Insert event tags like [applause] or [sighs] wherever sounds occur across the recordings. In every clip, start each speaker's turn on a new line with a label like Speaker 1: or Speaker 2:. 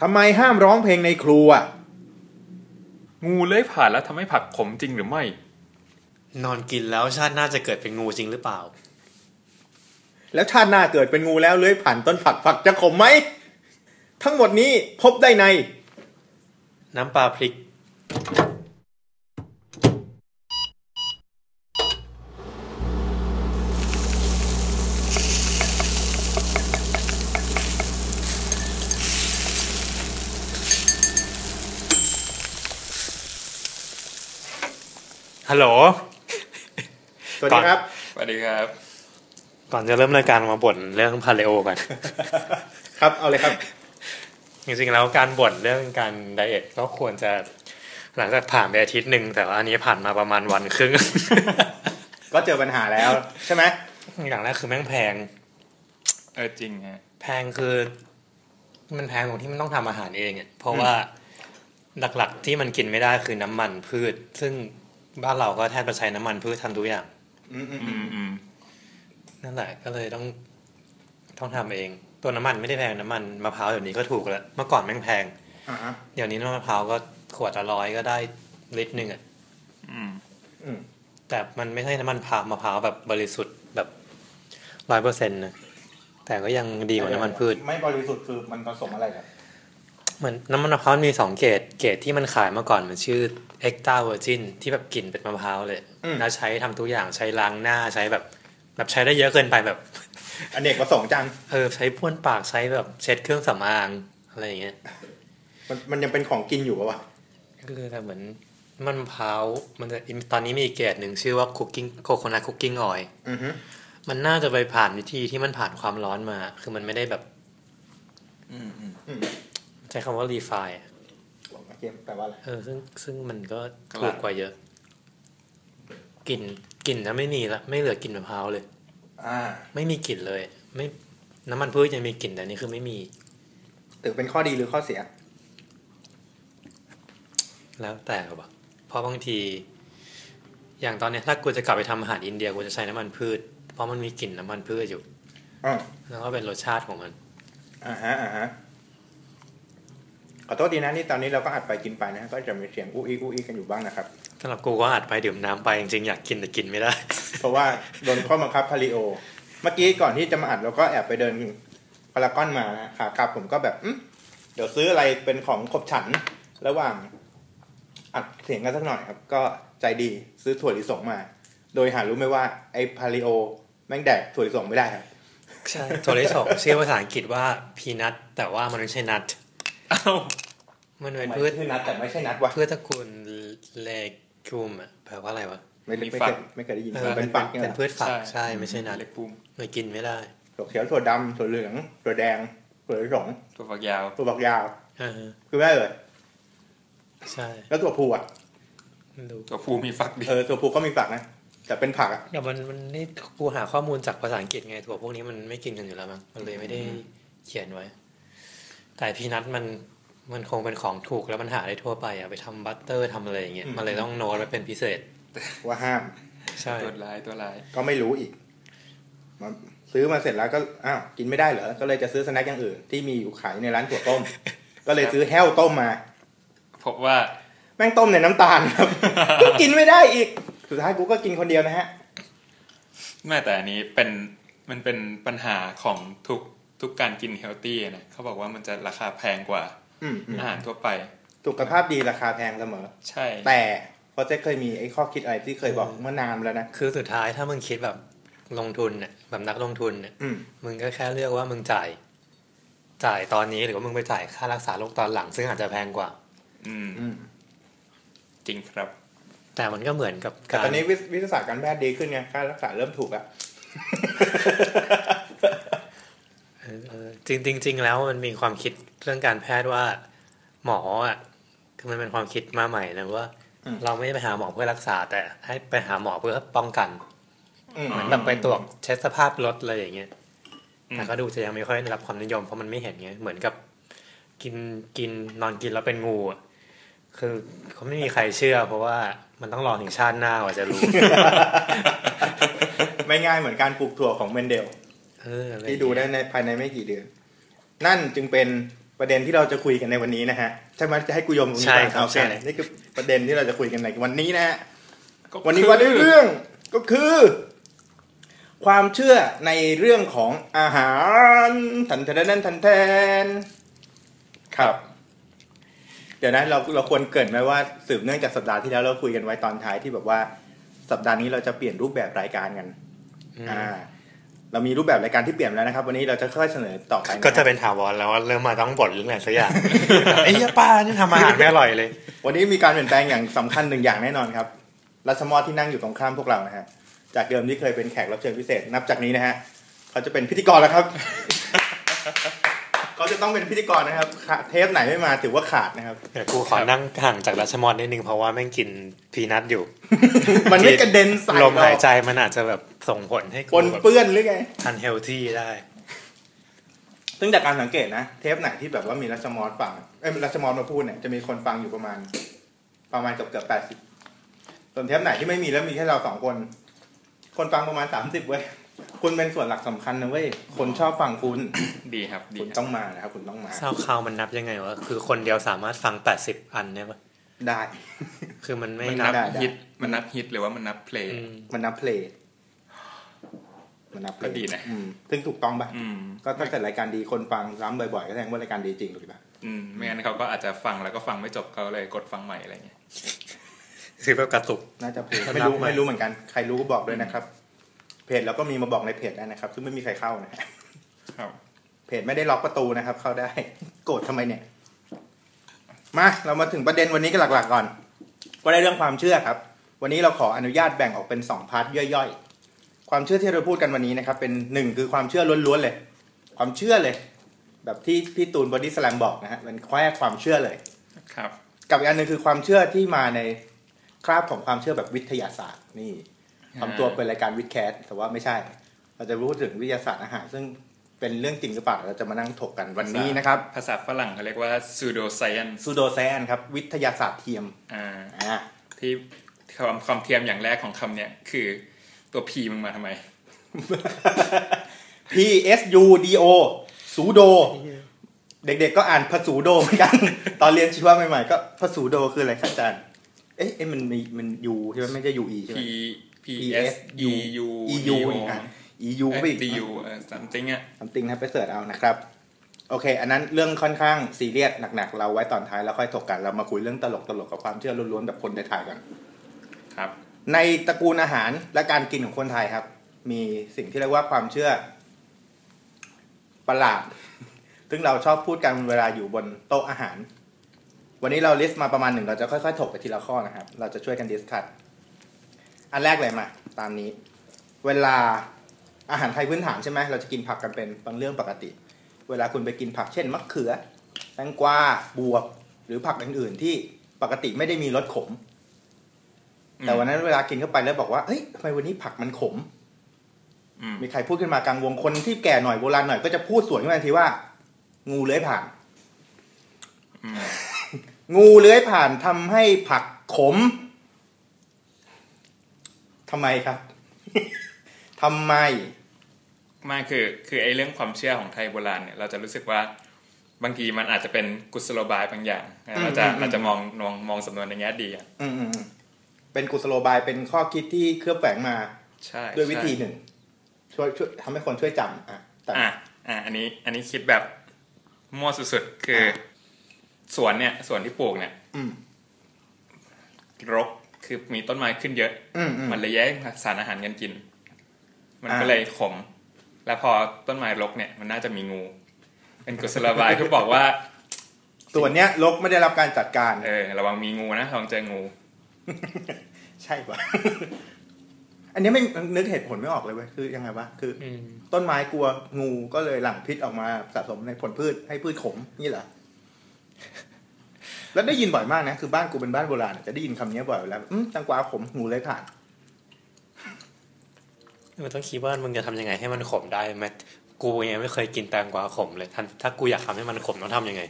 Speaker 1: ทำไมห้ามร้องเพลงในครัว
Speaker 2: งูเลื้อยผ่านแล้วทำให้ผักขมจริงหรือไม่
Speaker 3: นอนกินแล้วชาติหน่าจะเกิดเป็นงูจริงหรือเปล่า
Speaker 1: แล้วชาติหน้าเกิดเป็นงูแล้วเลื้อยผ่านต้นผักผักจะขมไหม ทั้งหมดนี้พบได้ใน
Speaker 3: น้ำปลาพริก ฮัลโหล
Speaker 1: สวัสดีครับ
Speaker 2: สวัสดีครับ
Speaker 3: ก่อนจะเริ่มรายการมาบ่นเรื่องพาเลโอกัน
Speaker 1: ครับเอาเลยครับ
Speaker 3: จริงๆแล้วการบ่นเรื่องการไดเอทก็ควรจะหลังจากผ่านไปอาทิตย์หนึ่งแต่ว่าอันนี้ผ่านมาประมาณวันครึ่ง [laughs]
Speaker 1: ก็เจอปัญหาแล้วใช่ไหม
Speaker 3: อย่างแรกคือแม่งแพง
Speaker 2: เออจริงฮะ
Speaker 3: แพงคือ มันแพงตรงที่มันต้องทำอาหารเองอะเพราะว่าหลักๆที่มันกินไม่ได้คือน้ำมันพืช ซึ่งบ้านเราก็แทบจะใช้น้ำมันพืชทำทุกอย่าง
Speaker 1: อืม
Speaker 2: อืมอืม
Speaker 3: นั่นแหละก็เลยต้องต้องทำเอง ตัวน้ำมันไม่ได้แพงน้ำมันมะพร้าวเดี๋ยวนี้ก็ถูกแล้วเมื่อก่อนแม่งแพง
Speaker 1: ๆอ่าฮะ
Speaker 3: เดี๋ยวนี้น้ำมะพร้าวก็ขวดละร้อยก็ได้ลิตรหนึ่งอะ
Speaker 2: อืม
Speaker 1: อืม
Speaker 3: แต่มันไม่ใช่น้ำมันพามะพร้าวแบบบริสุทธิ์แบบร้อยเปอร์เซ็นต์นะแต่ก็ยังดีกว่าน้ำมันพืช
Speaker 1: ไม่บริสุทธิ์คือมันผสมอะไรครับ
Speaker 3: เหมือนน้ำมันมะพร้าวมีสองเกรดเกรดที่มันขายมาก่อนมันชื่อเอ็กต a าเวอร์จินที่แบบกลิ่นเป็นมะพร้าวเลยแล้วใช้ทำทุกอย่างใช้ล้างหน้าใช้แบบ แบบใช้ได้เยอะเกินไปแบบ
Speaker 1: อเนกประสงค์จัง
Speaker 3: เออใช้พ่วนปากใช้แบบเช็ดเครื่องสำอางอะไรอย่างเงี้ย
Speaker 1: มันมันยังเป็นของกินอยู่ปะวะ
Speaker 3: คือแต่เหมือนน้ำมันมะพร้าวมันจะตอนนี้มีอีกเกรดหนึ่งชื่อว่าคุกกิ้งโคโคนัทคุกกิ้งออย
Speaker 1: อือฮึ
Speaker 3: มันน่าจะไปผ่านวิธีที่มันผ่านความร้อนมา คือมันไม่ได้แบบ
Speaker 2: อืมอืม
Speaker 1: อืม
Speaker 3: ใช้คำว่า refine อะ
Speaker 1: บอกมาเกมแปลว่าอะไร
Speaker 3: เออซึ่งซึ่งมันก็
Speaker 2: กลั่น
Speaker 3: ถูกกว่าเยอะกลิ่นกลิ่นจะไม่มีละไม่เหลือกลิ่นมะพร้าวเลย
Speaker 1: อ่า
Speaker 3: ไม่มีกลิ่นเลย ไม่น้ำมันพืชยังมีกลิ่นแต่อันนี่คือไม่มี
Speaker 1: ถือเป็นข้อดีหรือข้อเสีย
Speaker 3: แล้วแต่ว่ะเพราะบางที อย่างตอนเนี้ยถ้ากูจะกลับไปทำอาหารอินเดียกูจะใช้น้ำมันพืช เพราะมันมีกลิ่นน้ำมันพืชอยู่
Speaker 1: อ่า
Speaker 3: แล้วก็เป็นรสชาติของมัน
Speaker 1: อ่าฮะอ่าฮะขอโทษดีนะนี่ตอนนี้เราก็อัดไปกินไปนะฮะก็จะมีเสียงอู้อีอู้อีกันอยู่บ้างนะครับ
Speaker 3: สำหรับกูก็อาจไปดื่มน้ำไปจริงๆอยากกินแต่กินไม่ได้
Speaker 1: เพราะว่าโดนข้อบังคับพาริโอ เมื่อกี้ก่อนที่จะมาอัดเราก็แอบไปเดินพารากอนมานะขากลับผมก็แบบอื้มเดี๋ยวซื้ออะไรเป็นของขบฉัน ระหว่างอัดเสียงกันสักหน่อยครับ ก็ใจดีซื้อถั่วลิสงมา โดยหารู้ไหมว่าไอ้พาริโอ แม่งแดกถั่วลิสงไม่ได้ครับ
Speaker 3: ใช่ตัวเลขสองชื่อภาษาอังกฤษว่าพีนัทแต่ว่ามันไม่ใช่นัท
Speaker 2: เอ้า
Speaker 3: มันเป็น
Speaker 1: ไม่
Speaker 3: พืช
Speaker 1: ใช่นัดแต่ไม่ใช่นัดวะ
Speaker 3: เพื่อตระกูลเลกุมอะแปลว่าอะไรวะ
Speaker 1: ไม่ไม่เคยไม่เคยได้ยินมันเป็นฝักเนี่ย
Speaker 3: เป็น
Speaker 1: เหรอ
Speaker 3: พืชฝักใช่ไม่ใช่นัด
Speaker 2: เล็กปูม
Speaker 3: ไม่กินไม่ได้
Speaker 1: ถั่วเขียวถั่วดำถั่วเหลืองถั่วแดงถั่วลิสง
Speaker 2: ตัวฝักยาว
Speaker 1: ถั่วบักยาว
Speaker 3: อ่า
Speaker 1: คือไม่ได้เลย
Speaker 3: ใช่
Speaker 1: แล้วถั่วพูอ่ะ
Speaker 3: ดู
Speaker 2: ตัวภูมีฝักเดีย
Speaker 1: เอ
Speaker 2: ว
Speaker 1: อถั่วพูก็มีฝักนะแต่เป็นผักอะ
Speaker 3: แต่มันมันนี่กูหาข้อมูลจากภาษาอังกฤษไงถั่วพวกนี้มันไม่กินกันอยู่แล้วมั้งมันเลยไม่ได้เขียนไว้ แต่พีนัทมันมันคงเป็นของถูกแล้วมันหาได้ทั่วไปอะไปทำบัตเตอร์ทำอะไรอย่างเงี้ย
Speaker 1: อืม
Speaker 3: มันเลยต้องโน้ตไว้เป็นพิเศษ
Speaker 1: ว่าห้าม
Speaker 3: ใช่
Speaker 2: ตัวร้ายตัวร้าย
Speaker 1: ก็ไม่รู้อีกมาซื้อมาเสร็จแล้วก็อ้าวกินไม่ได้เหรอ ก็เลยจะซื้อสแน็คอย่างอื่น ที่มีอยู่ขายในร้านถั่วต้ม ก็เลยซื้อแห้วต้มมา
Speaker 2: พบว่า
Speaker 1: แม่งต้มในน้ำตาลครับ ก็กินไม่ได้อีก สุดท้ายกูก็กินคนเดียวนะฮะ
Speaker 2: แม่แต่อันนี้เป็นมันเป็นปัญหาของทุกทุกการกินเฮลตี้นะเขาบอกว่ามันจะราคาแพงกว่า
Speaker 1: อืมอืม
Speaker 2: อาหารทั่วไป
Speaker 1: สุขภาพดีราคาแพงเสมอ
Speaker 2: ใช่
Speaker 1: แต่เพราะเจ๊เคยมีไอ้ข้อคิดอะไรที่เคยบอกเมื่อนานแล้วนะ
Speaker 3: คือสุดท้ายถ้ามึงคิดแบบลงทุนเนี่ยแบบนักลงทุนเนี่ย
Speaker 1: อืม
Speaker 3: มึงก็แค่เลือกว่ามึงจ่าย จ่ายตอนนี้หรือว่ามึงไปจ่ายค่ารักษาโรคตอนหลัง ซึ่งอาจจะแพงกว่า
Speaker 2: อืม
Speaker 1: อืม
Speaker 2: จริงครับ
Speaker 3: แต่มันก็เหมือนกับ
Speaker 1: แต่
Speaker 3: การ
Speaker 1: ตอนนี้วิทวิทยาศาสตร์การแพทย์ดีขึ้นไงค่ารักษาเริ่มถูกอะ
Speaker 3: เออเออจริงจริงจริงแล้วมันมีความคิดเรื่องการแพทย์ว่า หมออ่ะคือมันเป็นความคิดมาใหม่นะว่า
Speaker 1: อืม
Speaker 3: เราไม่ได้ไปหาหมอเพื่อรักษา แต่ให้ไปหาหมอเพื่อป้องกัน
Speaker 1: อืม
Speaker 3: เหมือนแบบไปตรวจเช็คสภาพรถอะไรอย่างเงี้ย
Speaker 2: อืม
Speaker 3: แต่ก็ดูจะยังไม่ค่อยได้รับความนิยมเพราะมันไม่เห็นไงเหมือนกับ กินกินนอนกินแล้วเป็นงูอ่ะคือเขาไม่มีใครเชื่อ เพราะว่ามันต้องรอถึงชาติหน้ากว่าจะ
Speaker 1: [laughs]
Speaker 3: รู้
Speaker 1: ไม่ง่ายเหมือนการปลูกถั่วของเมนเดล
Speaker 3: เอออะไร
Speaker 1: ที่ดูได้ในภายในไม่กี่เดือน นั่นจึงเป็น ประเด็นที่เราจะคุยกันในวันนี้นะฮะใช่ไหมจะให้กูโยมตรงนี้
Speaker 3: ใช่
Speaker 1: ก่อน
Speaker 3: ครับ
Speaker 1: โอเค
Speaker 3: ใช่
Speaker 1: นี่คือประเด็นที่เราจะคุยกันในวันนี้นะฮะ
Speaker 2: ก็คือ
Speaker 1: วันนี้ว่าด้วยเรื่องก็คือ ความเชื่อในเรื่องของอาหารทันทันทันทันแทนครับ เดี๋ยวนะเราเราควรเกรินไหมว่าสืบเนื่องจากสัปดาห์ที่แล้วเราคุยกันไว้ตอนท้ายที่แบบว่าสัปดาห์นี้เราจะเปลี่ยนรูปแบบรายการกัน
Speaker 3: อืม
Speaker 1: อ่า เรามีรูปแบบรายการที่เปลี่ยนแล้วนะครับ วันนี้เราจะค่อยๆเสนอต่อไปน
Speaker 3: ก็จะเป็นถาวรแล้วว่าเริ่มมาต้องบ่นเรื่องอะไรสั
Speaker 1: [laughs]
Speaker 3: กอย่าง ไอ้เหี้ยป้านี่ทำอาหารไม่อร่อยเลย
Speaker 1: วันนี้มีการเปลี่ยนแปลงอย่างสำคัญหนึ่งอย่างแน่นอนครับรัชมอที่นั่งอยู่ตรงข้ามพวกเรานะฮะจากเดิมที่เคยเป็นแขกรับเชิญพิเศษ นับจากนี้นะฮะเขาจะเป็นพิธีกรแล้วครับ [laughs] เขาจะต้องเป็นพิธีกรนะครับขาเทปไหนไม่มาถือว่าขาดนะครับ [laughs]
Speaker 3: เดี๋ยวกูขอนั่งห่างจากรัชมอนนิดนึงเพราะว่าแม่งกินพีนัทอยู่
Speaker 1: มันไม่กระเด็นใส่
Speaker 3: ลม
Speaker 1: เร
Speaker 3: หายใจมันอาจจะแบบส่งผลให้
Speaker 1: ป
Speaker 3: กู
Speaker 1: น
Speaker 3: แบบ
Speaker 1: เปื้อนหรือไง
Speaker 3: ทันเฮลที่ได้
Speaker 1: ซึ่งจากการสังเกตนะ เทปไหนที่แบบว่ามีรัชมอสฟังเอ้ยรัชมอสมาพูดเนี่ยจะมีคนฟังอยู่ประมาณ ประมาณเกือบเกือบแปดสิบส่วนเทปไหนที่ไม่มีแล้วมีแค่เราสองคน คนฟังประมาณสามสิบเว้ยคุณเป็นส่วนหลักสำคัญนะเว้ยคนชอบฟังคุณ
Speaker 2: ดีครับดี
Speaker 1: คุณ
Speaker 2: ครับ
Speaker 1: ต้องมานะครับคุณต้องมา
Speaker 3: ซาวคลาวมันนับยังไงวะ คือคนเดียวสามารถฟัง 80 อันเนี่ยปะ
Speaker 1: ได้
Speaker 3: คือมันไม่
Speaker 2: มัน
Speaker 3: นั
Speaker 2: นั
Speaker 3: บบ
Speaker 1: ได้ได้
Speaker 2: ฮิตมันนับฮิตหรือว่ามันนับเพลง
Speaker 3: อืม
Speaker 1: มันนับเพลย์มันนับเพล
Speaker 2: ก็
Speaker 1: ย์
Speaker 2: ดีนะ
Speaker 1: อืมซึ่งถูกต้องปะ
Speaker 2: อืม
Speaker 1: ก็ถ้าเกิดรายการดีคนฟังซ้ำบ่อยๆก็แสดงว่ารายการดีจริงถูกปะ
Speaker 2: อืมไม่งั้นเขาก็อาจจะฟังแล้วก็ฟังไม่จบเขาเลยกดฟังใหม่อะไรเงี้ย
Speaker 3: คือแบบกระตุก
Speaker 1: น่าจะเพลย์
Speaker 3: ก็นั
Speaker 1: ไม่
Speaker 3: บ
Speaker 1: รู้
Speaker 3: ไหม
Speaker 1: ไม่รู้เหมือนกันใครรู้ก็บอกด้วยนะครับ เพจเราก็มีมาบอกในเพจได้นะครับ ซึ่งไม่มีใครเข้านะฮะ
Speaker 2: ครับ
Speaker 1: เพจไม่ได้ล็อกประตูนะครับ เข้าได้ โกรธทำไมเนี่ย มาเรามาถึงประเด็นวันนี้กันหลัก ๆ ก่อน ก็ได้เรื่องความเชื่อครับ วันนี้เราขออนุญาตแบ่งออกเป็นสองพาร์ทย่อยๆ ความเชื่อที่เราพูดกันวันนี้นะครับ เป็นหนึ่งคือความเชื่อล้วนๆเลย ความเชื่อเลย แบบที่พี่ตูนบอดี้สแลมบอกนะฮะเป็นแค่ความเชื่อเลย
Speaker 2: ครับ
Speaker 1: กับอีกอันหนึ่งคือความเชื่อที่มาในคราบของความเชื่อแบบวิทยาศาสตร์นี่ทำตัวเป็นรายการวิดแคสแต่ว่าไม่ใช่ เราจะพูดถึงวิทยาศาสตร์อาหาร ซึ่งเป็นเรื่องจริงหรือเปล่าเราจะมานั่งถกกันวันนี้นะครับ
Speaker 2: ภาษาฝรั่งเขาเรียกว่า pseudo science
Speaker 1: ซูโดแซนครับวิทยาศาสตร์เทียม
Speaker 2: อ่า
Speaker 1: อ่า
Speaker 2: ที่ความความเทียมอย่างแรกของคำเนี่ยคือตัว P มึงมาทำไม
Speaker 1: P S U D O สูโด เด็กๆก็อ่านผสูโดเหมือนกัน ตอนเรียนชีวะใหม่ๆ ก็ผสูโดคืออะไรครับอาจารย์ เอ๊ะเอ๊ะมันมีมัน U ใช่ไหมไม่ใช่ U E ใช่
Speaker 2: P
Speaker 1: ไหม
Speaker 2: P S E U
Speaker 1: E U อีกอ่ะ E U ไปอีก
Speaker 2: D U เออ something อ่ะ
Speaker 1: ทำติงครับไปเสิร์ชเอานะครับ โอเค อันนั้นเรื่องค่อนข้างซีเรียสหนักๆ เราไว้ตอนท้ายแล้วค่อยถกกัน เรามาคุยเรื่องตลกๆกับความเชื่อล้วนๆแบบคนไทยๆกัน
Speaker 2: ครับ
Speaker 1: ในตระกูลอาหารและการกินของคนไทยครับ มีสิ่งที่เรียกว่าความเชื่อ ประหลาด ซึ่งเราชอบพูดกันเวลาอยู่บนโต๊ะอาหาร วันนี้เราลิสต์มาประมาณหนึ่งเราจะค่อยๆ ถกไปทีละข้อนะครับ เราจะช่วยกันดิสคัตอันแรกเลยมา ตามนี้ เวลาอาหารไทยพื้นฐานใช่ไหมเราจะกินผักกันเป็นบางเรื่องปกติ เวลาคุณไปกินผักเช่นมะเขือแตงกวาบวบ หรือผักอื่นๆ ที่ปกติไม่ได้มีรสขม
Speaker 2: อืม
Speaker 1: แต่วันนั้นเวลากินเข้าไปแล้วบอกว่าเฮ้ยทำไมวันนี้ผักมันขม
Speaker 2: อืม
Speaker 1: มีใครพูดขึ้นมากลางวงคนที่แก่หน่อยโบราณหน่อยก็จะพูดสวนขึ้นมาทันทีว่า งูเลื้อยผ่าน
Speaker 2: อืม
Speaker 1: งูเลื้อยผ่านทำให้ผักขมทำไมครับ [laughs] ทำไม
Speaker 2: มาคือคือไอ้เรื่องความเชื่อของไทยโบราณเนี่ย เราจะรู้สึกว่าบางทีมันอาจจะเป็นกุศโลบายบางอย่าง เราจะ
Speaker 1: อืมอืม
Speaker 2: เราจะมองมองมองสำนวนในแง่ดีอ่ะ
Speaker 1: อืมๆเป็นกุศโลบายเป็นข้อคิดที่เคลือบแฝงมา
Speaker 2: ใช่
Speaker 1: ด้วยวิธี
Speaker 2: ใช่
Speaker 1: หนึ่ง ช่วยช่วยทำให้คนช่วยจำอ่ะแต่
Speaker 2: อ่ะอ่ะอันนี้อันนี้คิดแบบมั่วสุดๆคืออ
Speaker 1: ม
Speaker 2: สวนเนี่ยสวนที่ปลูกเนี่ย
Speaker 1: อืม
Speaker 2: รกคือมีต้นไม้ขึ้นเยอะ
Speaker 1: อืมอืม
Speaker 2: มันเลยแย่งสารอาหารกันกิน มัน
Speaker 1: อ่า
Speaker 2: ก็เลยขม แล้วพอต้นไม้รกเนี่ย มันน่าจะมีงู เป็นกุศโลบายก็บอกว่า
Speaker 1: ส่วนเนี้ยลกไม่ได้รับการจัดการ
Speaker 2: เออ ระวังมีงูนะระวังเจองู
Speaker 1: ใช่ปะ อันนี้ไม่นึกเหตุผลไม่ออกเลยเว้ยคือยังไงวะคือ
Speaker 3: อืม
Speaker 1: ต้นไม้กลัวงูก็เลยหลั่งพิษออกมาสะสมในผลพืชให้พืชขมนี่เหรอ [laughs] แล้วได้ยินบ่อยมากนะคือบ้านกูเป็นบ้านโบราณอะจะได้ยินคำนี้บ่อยเวลาอืมแตังกวาขมงูเลยผ่าน
Speaker 3: มันต้องคิดว่ามึงจะทำยังไงให้มันขมได้แมทกูยังไม่เคยกินแตงกวาขมเลยถ้าถ้ากูอยากทำให้มันขมต้องทำยังไง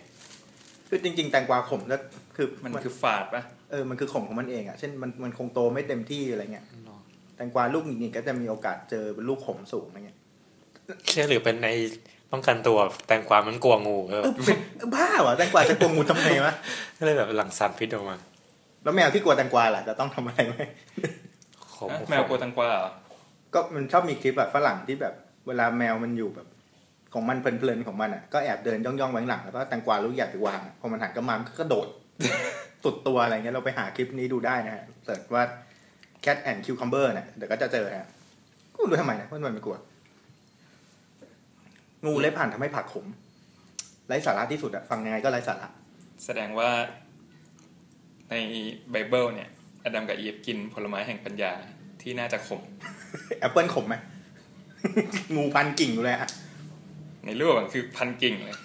Speaker 1: คือจริง ๆ แตงกวาขมแล้วคือ
Speaker 2: มัน
Speaker 1: มัน
Speaker 2: คือฝาดปะ
Speaker 1: เออมันคือขมของมันเองอ่ะเช่นมันมันคงโตไม่เต็มที่อะไรเงี้ย
Speaker 2: [laughs]
Speaker 1: แตงกวาลูกหนิงๆก็จะมีโอกาสเจอเป็นลูกขมสูงอะไรเงี้ย
Speaker 3: เชื่อหรือเป็นใน ป้องกันตัวแตงกวามันกลัวงูเออ
Speaker 1: บ้าเหรอแตงกวาจะกลัวงูทำไมวะ
Speaker 3: ก็เลยแบบหลังสารพิษออกมา
Speaker 1: แล้วแมวที่กลัวแตงกวาล่ะจะต้องทำอะไรไหม
Speaker 3: ขม
Speaker 2: ฮะแมวกลัวแตังกวาเหรอ
Speaker 1: ก็มันชอบมีคลิปแบบฝรั่งที่แบบเวลาแมวมันอยู่แบบ ของมันเพลินๆของมันอ่ะก็แอบเดินย่องๆไว้ข้างหลังแล้วก็แตงกวาลูกใหญ่ไปวางพอมันหันกลับมามันก็กระโดด สุดตัวอะไรเงี้ยเราไปหาคลิปนี้ดูได้นะฮะเสิร์ชว่า cat and cucumber เนี่ยเดี๋ยวก็จะเจอฮะกูรู้ทำไมนะว่ามันไม่กลัว งูเล็บผ่านทำให้ผักขมไร้สาระที่สุดอะฟังยังไงก็ไร้สาระ
Speaker 2: แสดงว่าในไบเบิลเนี่ยอดัมกับอีฟกินผลไม้แห่งปัญญาที่น่าจะขม
Speaker 1: แอปเปิลขม [laughs] ไหม งูพันกิ่งอยู่เลยอะ
Speaker 2: ในรูปมันคือพันกิ่งเลย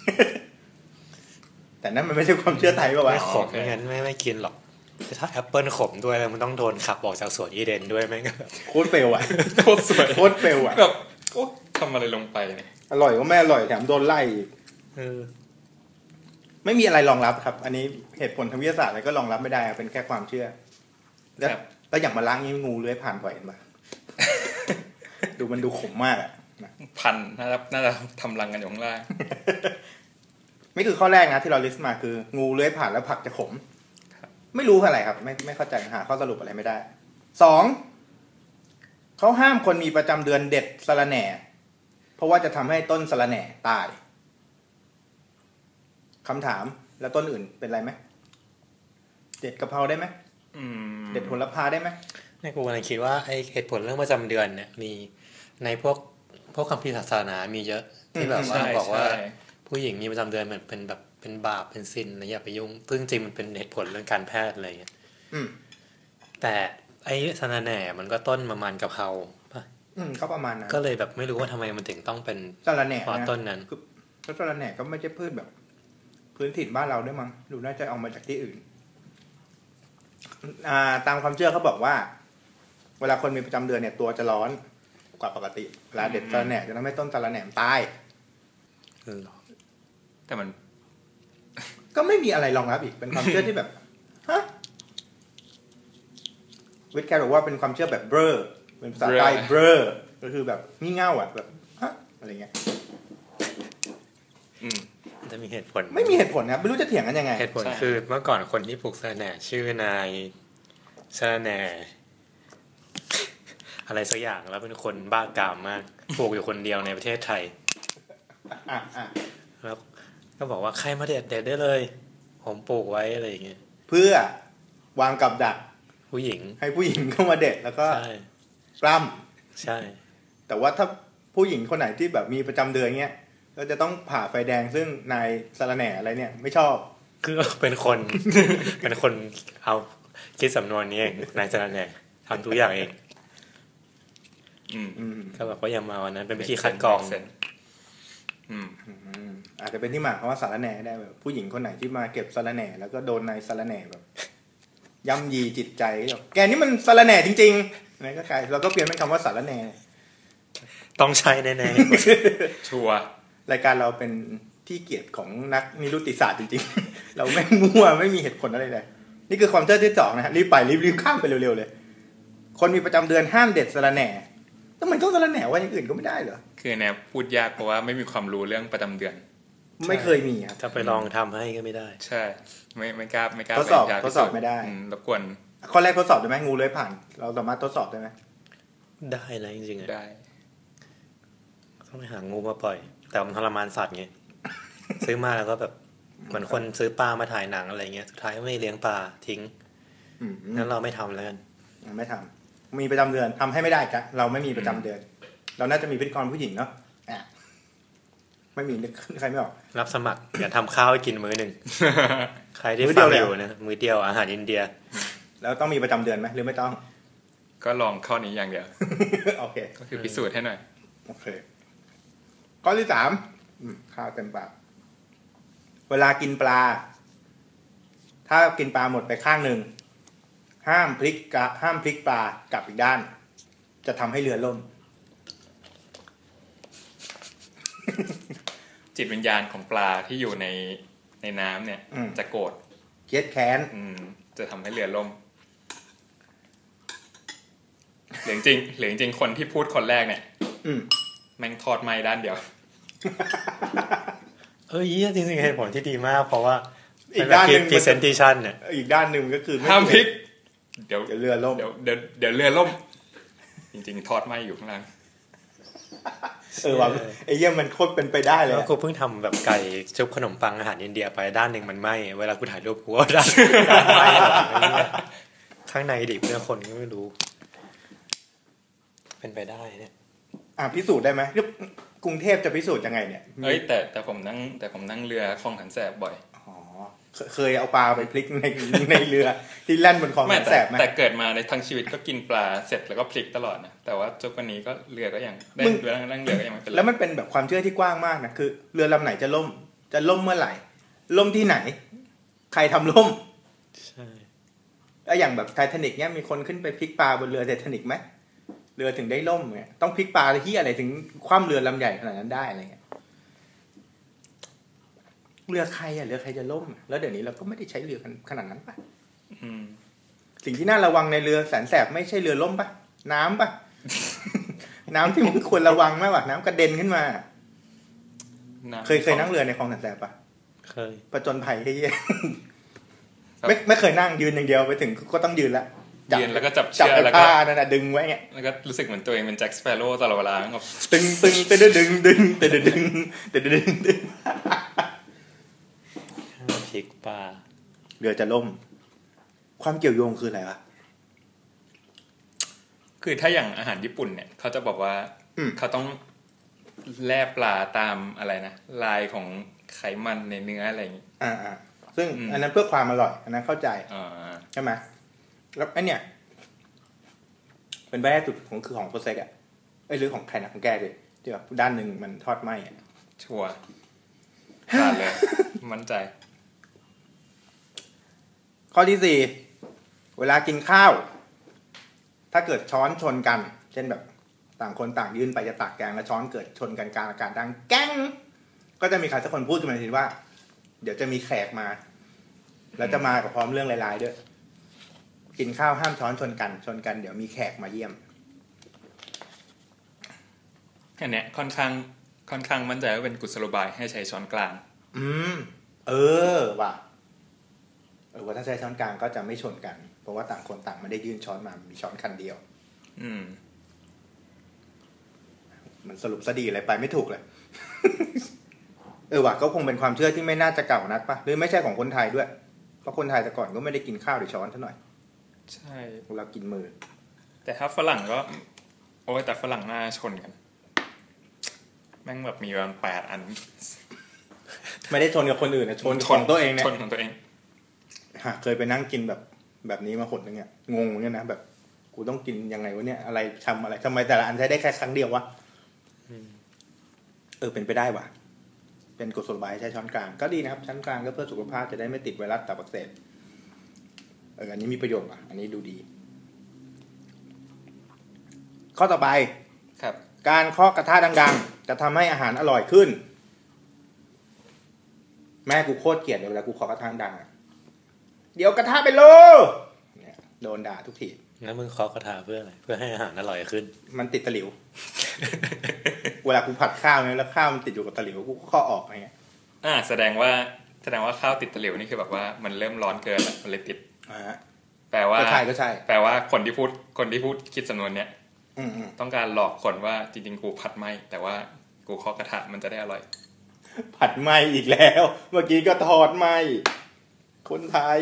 Speaker 2: [laughs]
Speaker 1: แต่นั่นมันไม่ใช่ความเชื่อไทยป่าวะ
Speaker 3: ไม่ขมไม่งั้นไม่ไม่กินหรอกแต่ถ้าแอปเปิลขมด้วยแล้วมันต้องโดนขับออกจากสวนยีเดนด้วยไหมงก็แบบ
Speaker 1: โคตรเฟลอะ
Speaker 2: โคตรสวย
Speaker 1: โคตรเฟลอะ
Speaker 2: แบบโอ๊ยทำอะไรลงไปเนี่ย
Speaker 1: อร่อยก็ไม่อร่อยแถมโดนไล่อีก
Speaker 3: เออ
Speaker 1: ไม่มีอะไรรองรับครับ อันนี้เหตุผลทางวิทยาศาสตร์อะไรก็รองรับไม่ได้ครับเป็นแค่ความเชื่อ แล้ว
Speaker 2: ครับ
Speaker 1: แล้วอย่างมาล้างนี่งูเลื้อยผ่านบ่อยเห็นปะ
Speaker 2: [laughs]
Speaker 1: ดูมันดูขมมากอะนะ
Speaker 2: พันน่าจะน่าจะทำรังกันอยู่ข้างล่าง
Speaker 1: นี่คือข้อแรกนะที่เราลิสต์มาคืองูเลื้อยผ่านแล้วผักจะขม
Speaker 2: ครับ
Speaker 1: ไม่รู้อะไรครับ ไม่ไม่เข้าใจหาข้อสรุปอะไรไม่ได้สองเขาห้ามคนมีประจำเดือนเด็ดสะระแหน่ เพราะว่าจะทำให้ต้นสะระแหน่ตายคำถามแล้วต้นอื่นเป็นไรไหมเด็ดกะเพราได้ไหม
Speaker 2: อืม
Speaker 1: เด็ดผลพาได้ไหม
Speaker 3: ในกูกำลังคิดว่าไอเหตุผลเรื่องประจำเดือนเนี่ยมีในพวกพวกคัมภีร์ศาสนามีเยอะที่แบบว่า
Speaker 2: ใช่
Speaker 3: บอกว่า
Speaker 2: ใช่
Speaker 3: ผู้หญิงมีประจำเดือนเหมือนเป็นแบบเป็นบาปเป็นสินอะไรอย่าไปยุ่งซึ่งจริงมันเป็นเหตุผลเรื่องการแพทย์อะไรอย่างเงี้ย
Speaker 1: อืม
Speaker 3: แต่ไอ้สะระแหน่มันก็ต้นประมาณกะเพราป่ะ
Speaker 1: อืมก็ประมาณนั้น
Speaker 3: ก็เลยแบบไม่รู้ว่าทำไมมันถึงต้องเป็น
Speaker 1: สาระแหน่
Speaker 3: เพราะ
Speaker 1: นะ
Speaker 3: ต้นนั้น
Speaker 1: ก็สาระแหน่ก็ไม่ใช่พืชแบบ พื้นถิ่นบ้านเราด้วยมั้งดูน่าจะเอามาจากที่อื่น อ่า ตามความเชื่อเขาบอกว่า เวลาคนมีประจำเดือนเนี่ยตัวจะร้อนกว่าปกติเวลาเด็ดสาระแหน่จะทำให้ต้นสาระแหน่มันตาย
Speaker 2: แต่มัน
Speaker 1: ก็ไม่มีอะไรรองรับอีกเป็นความเชื่อที่แบบฮะวิทย์แคร์บอกว่าเป็นความเชื่อแบบเบลอเป็นภาษาใต้เบลอก็คือแบบงี่เง่าอ่ะแบบฮะอะไรเงี้ย
Speaker 2: อืม
Speaker 3: จะมีเหตุผล
Speaker 1: ไม่มีเหตุผลนะครับไม่รู้จะเถียงกันยังไง
Speaker 3: เหตุผล
Speaker 2: ใช่
Speaker 3: คือเมื่อก่อนคนที่ปลูกสะระแหน่ชื่อนายสะระแหน่ อะไรสักอย่างแล้วเป็นคนบ้ากามมากปลูกอยู่คนเดียวในประเทศไทย
Speaker 1: อ่ะอ่ะ
Speaker 3: แล้วก็บอกว่าใครมาเด็ดเด็ดได้เลย ผมปลูกไว้อะไรอย่างเงี้ย
Speaker 1: เพื่อวางกับดัก
Speaker 3: ผู้หญิง
Speaker 1: ให้ผู้หญิงเข้ามาเด็ดแล้วก็
Speaker 3: ใช่
Speaker 1: ปล้
Speaker 3: ใช่
Speaker 1: ำแต่ว่าถ้าผู้หญิงคนไหนที่แบบมีประจำเดือนเงี้ยก็จะต้องผ่าไฟแดงซึ่งนายสารแหน่อะไรเนี่ย ไม่ชอบ
Speaker 3: คือเป็นคน [laughs] เป็นคนเอาคิดสำนวนนี้เองนายจารย์เนี่ยทำทุกอย่างเอง
Speaker 2: อืม
Speaker 1: อืม
Speaker 3: ก็แบบว่าอย่ามาวันนั้นเป็นวิธีคัดกรอง
Speaker 2: เซ็นอืม
Speaker 1: อืมอาจจะเป็นที่มาของว่าสารแหน่ได้แบบผู้หญิงคนไหนที่มาเก็บสารแหน่ แล้วก็โดนนายสารแหน่แบบ [laughs] ย่ำยีจิตใจก็แบบแกนี่มันสารแหน่จริงๆนั่นก็กลายเราก็เปลี่ยนเป็นคำว่าสารแหน่
Speaker 3: ต้องใช้แน่
Speaker 2: ชัวร์
Speaker 1: รายการเราเป็นที่เกียรติของนักนิรุติศาสตร์จริงๆ [laughs] เราไม่มั่วไม่มีเหตุผลอะไรเลย นี่คือความเชื่อที่สองนะฮะรีบไปรีบรีบข้ามไปเร็วๆเลย คนมีประจำเดือนห้ามเด็ดสะระแหน่ทำไมต้องสะระแหน่ว่าอย่างอื่นก็ไม่ได้เหรอ
Speaker 2: คือแนวพูดยากเพราะว่าไม่มีความรู้เรื่องประจำเดือน
Speaker 1: ไม่เคยมีครับ
Speaker 3: ๆถ้าไปลองทำให้ก็ไม่ได้
Speaker 2: ใช่ ไม่ไม่กล้าไม่กล้า
Speaker 1: ทดสอบ
Speaker 2: ไปยาก
Speaker 1: ทดสอบ
Speaker 2: พิสูจน์
Speaker 1: ไม่ได้
Speaker 2: อืรบกวน
Speaker 1: ข้อแรกทดสอบได้ไหมงูเลื้อยผ่าน เราสามารถทดสอบได้ไหม
Speaker 3: ได้แล้วจริงๆอะ
Speaker 2: ได้
Speaker 3: ต้องไปหางูมาปล่อย แต่มันทรมานสัตว์ไง [laughs] ซื้อมาแล้วก็แบบเหมือนคนซื้อปลามาถ่ายหนังอะไรเงี้ยสุดท้ายไม่เลี้ยงปลาทิ้ง
Speaker 1: อืม
Speaker 3: งั้นเราไม่ทำแล้วกัน
Speaker 1: ไม่ทำมีประจำเดือนทำให้ไม่ได้จ้ะเราไม่มีประจำเดือน เราน่าจะมีพิธีกรผู้หญิงเนาะอ่ะไม่มีนึกใครไม่ออก
Speaker 3: รับสมัคร อย่าทำข้าวให้กินมื้อหนึ่ [laughs] ง ใครที่
Speaker 1: มื้อเดี
Speaker 3: ฟั
Speaker 1: ยวเลยเหร
Speaker 3: งอ
Speaker 1: อ
Speaker 3: ยู่นะมื้อเดียวอาหารอินเดีย
Speaker 1: แล้วต้องมีประจำเดือนไหมหรือไม่ต้อง [laughs]
Speaker 2: ก็ลองข้อนี้อย่างเดียว
Speaker 1: โอเค
Speaker 2: ก็คือพิสูจน์ให้หน่อย
Speaker 1: โอเค ข้อที่สามอืมข้าวเต็มปากเวลากินปลา ถ้ากินปลาหมดไปข้างหนึ่ง ห้ามพลิกกะห้ามพลิกปลากลับอีกด้าน จะทำให้เรือล่ม
Speaker 2: จิตวิญญาณของปลาที่อยู่ในในน้ำเนี่ย
Speaker 1: อืม
Speaker 2: จะโกรธ
Speaker 1: เครียดแค้น
Speaker 2: อืม จะทำให้เรือล่มเหลืองจริงเหลืองจริงคนที่พูดคนแรกเนี่ย
Speaker 1: อืม
Speaker 2: แม่งทอดไม้ด้านเดียว
Speaker 3: เออเหี้ยจริงๆเหตุผลที่ดีมาก เพราะว่า
Speaker 1: อีกด้านหนึ่ง
Speaker 3: พรีเซนเทชันเนี่ย
Speaker 1: อีกด้านหนึ่งก็คือไ
Speaker 2: ห้ามพลิก เดี๋ยว
Speaker 1: เดี๋ยวเรือล่ม
Speaker 2: เดี๋ยวเดี๋ยวเดี๋ยวเรือล่ม จริงๆ ทอดไหมอยู่ข้างล่าง
Speaker 1: เออว่ะไอ้เยี่ยมันโคตรเป็นไปได้เลย
Speaker 3: แล้ว
Speaker 1: อะ
Speaker 3: กูเพิ่งทำแบบไก่ชุบขนมปังอาหารอินเดียไปด้านหนึ่งมันไหมเวลากูถ่ายรูปกูว่าด้านไหมหรอไอ้เหี้ยข้างในดิบเพื่อนคนก็ไม่รู้ เป็นไปได้เนี่ย
Speaker 1: อ่ะพิสูจน์ได้ไหมหรือกรุงเทพจะพิสูจน์ยังไงเนี่ย
Speaker 2: เอ้ยแต่แต่ผมนั่งแต่ผมนั่งเรือคลองขันแสบบ่อย
Speaker 1: อ๋อเคเคยเอาปลาไปพลิกใน [laughs] ในเรือที่แล่นบนคลอง
Speaker 2: ไม่
Speaker 1: แสน
Speaker 2: แต่
Speaker 1: แสบไหม
Speaker 2: แต่เกิดมาในทั้งชีวิตก็กินปลาเสร็จแล้วก็พลิกตลอดนะ แต่ว่าจนวันนี้ก็เรือก็ยังได้เรือนั่งเรือก็ยังไม่เป็นไร
Speaker 1: แล้วมันเป็นแบบความเชื่อที่กว้างมากนะคือ เรือลำไหนจะล่ม จะล่มเมื่อไหร่ ล่มที่ไหน ใครทำล่ม
Speaker 3: ใช่
Speaker 1: แล้วอย่างแบบไททานิกเนี่ยมีคนขึ้นไปพลิกปลาบนเรือไททานิกไหมเรือถึงได้ล่มเนี่ยต้องพลิกปลาที่อะไรถึงคว่ำเรือลำใหญ่ขนาดนั้นได้อะไรเงี้ยเรือใครอ่ะเรือใครจะล่มอะแล้วเดี๋ยวนี้เราก็ไม่ได้ใช้เรือกันขนาดนั้นปะ
Speaker 2: อืม
Speaker 1: สิ่งที่น่าระวังในเรือแสนแสบไม่ใช่เรือล่มปะน้ำปะ [laughs] น้ำที่มันควรระวังมากกว่าน้ำกระเด็นขึ้นมา
Speaker 2: น้ำ
Speaker 1: เคยเคยนั่งเรือในคลองแสนแสบปะ
Speaker 3: เคย
Speaker 1: ประจนภัยไอ้เหี้ยไม่ไม่เคยนั่งยืนอย่างเดียวไปถึงก็ต้องยืนละจับ
Speaker 2: ยืนแล้วก็จับ
Speaker 1: จับ
Speaker 2: เชือก
Speaker 1: ไอ้
Speaker 2: แล้วก็
Speaker 1: ผ้านั่นน่ะดึงไว้เงี้ย
Speaker 2: แล้วก็รู้สึกเหมือนตัวเองเป็นแจ็คสเปโร่ตลอดเวลาครับ
Speaker 1: ตึงตึงตึงดึงดึงตึงดึงตึงดึงตึง
Speaker 3: พริกปลา
Speaker 1: เรือจะล่ม ความเกี่ยวโยงคืออะไรวะ
Speaker 2: คือถ้าอย่างอาหารญี่ปุ่นเนี่ยเขาจะบอกว่า
Speaker 1: อืม
Speaker 2: เขาต้องแล่ปลาตามอะไรนะลายของไขมันในเนื้ออะไรอย่างงี้
Speaker 1: อ่าอ่าซึ่ง
Speaker 2: อืม
Speaker 1: อันนั้นเพื่อความอร่อยอันนั้นเข้าใจ
Speaker 2: อ่า
Speaker 1: ใช่ไหมแล้วไอเนี่ย เป็นไปได้สุดของคือของโปรเซกอะไอยหรือของใครนะของแกดิที่แบบด้านหนึ่งมันทอดไหมอะ
Speaker 2: ชัวร์ผ่านเลย
Speaker 1: [laughs]
Speaker 2: มั่นใจ
Speaker 1: ข้อที่สี่เวลากินข้าว ถ้าเกิดช้อนชนกัน เช่นแบบ ต่างคนต่างยื่นไปจะตักแกงแล้วช้อนเกิดชนกันกลางอากาศดังแก้งก็จะมีใครสักคนพูดขึ้นมาทันทีว่า เดี๋ยวจะมีแขกมา แล้วจะมากับพร้อมเรื่องร้ายๆด้วยกินข้าวห้ามช้อนชนกันชนกันเดี๋ยวมีแขกมาเยี่ยม
Speaker 2: อันเนี้ยค่อนข้างค่อนข้างมั่นใจว่าเป็นกุศโลบายให้ใช้ช้อนกลาง
Speaker 1: อืม เออว่ะเออว่าถ้าใช้ช้อนกลางก็จะไม่ชนกัน เพราะว่าต่างคนต่างไม่ได้ยื่นช้อนมามีช้อนคันเดียว
Speaker 2: อืม
Speaker 1: มันสรุปซะดีเลยไปไม่ถูกเลย [laughs] เออว่ะก็คงเป็นความเชื่อที่ไม่น่าจะเก่านักปะหรือไม่ใช่ของคนไทยด้วย เพราะคนไทยแต่ก่อนก็ไม่ได้กินข้าวหรือช้อนเท่าหน่อย
Speaker 2: ใช่
Speaker 1: เรากินมือ
Speaker 2: แต่ถ้าฝรั่งก็ โอ้ยแต่ฝรั่งหน้าชนกัน แม่งแบบมีประมาณแปดอัน
Speaker 1: ไม่ได้ชนกับคนอื่นนะชนของตัวเองเนี่ย
Speaker 2: ชนของตัวเอง
Speaker 1: หาเคยไปนั่งกินแบบแบบนี้มาหนนึงเนี่ยงงเหมือนกันนะแบบ กูต้องกินยังไงวะเนี่ยอะไรทำอะไรทำไมแต่ละอันใช้ได้แค่ครั้งเดียววะ เออเป็นไปได้ว่ะ เป็นกุศโลบายใช้ช้อนกลางก็ดีนะครับ ช้อนกลางก็เพื่อสุขภาพจะได้ไม่ติดไวรัสตับอักเสบเอออันนี้มีประโยชน์ว่ะ อันนี้ดูดี ข้อต่อไป
Speaker 2: ครับ
Speaker 1: การเคาะกระทะดัง ๆ จะทำให้อาหารอร่อยขึ้น แม่กูโคตรเกลียดเลยเวลากูเคาะกระทะดังๆอะเดี๋ยวกระทะเป็นโลเนี่ยโดนด่าทุกที
Speaker 3: แล้วมึงเคาะกระทาเพื่ออะไร เพื่อให้อาหารอร่อยขึ้น
Speaker 1: มันติดตะหลิว [laughs] เวลากูผัดข้าวเนี่ยแล้วข้าวมันติดอยู่กับตะหลิวกูก็เคาะออกอะไรเงี้ย
Speaker 2: อ่า แสดงว่าแสดงว่าข้าวติดตะหลิวนี่คือแบบว่ามันเริ่มร้อนเกินละมันเลยติด
Speaker 1: อ่าฮะ
Speaker 2: แปลว่า
Speaker 1: ก็ใช่ก็ใช่
Speaker 2: แปลว่าคนที่พูดคนที่พูดคิดสำนวนเนี้ย
Speaker 1: อืมอืม
Speaker 2: ต้องการหลอกคนว่าจริงๆกูผัดไหมแต่ว่ากูเคาะกระทะมันจะได้อร่อย
Speaker 1: ผัดไหมอีกแล้ว เมื่อกี้ก็ทอดไหมคนไทย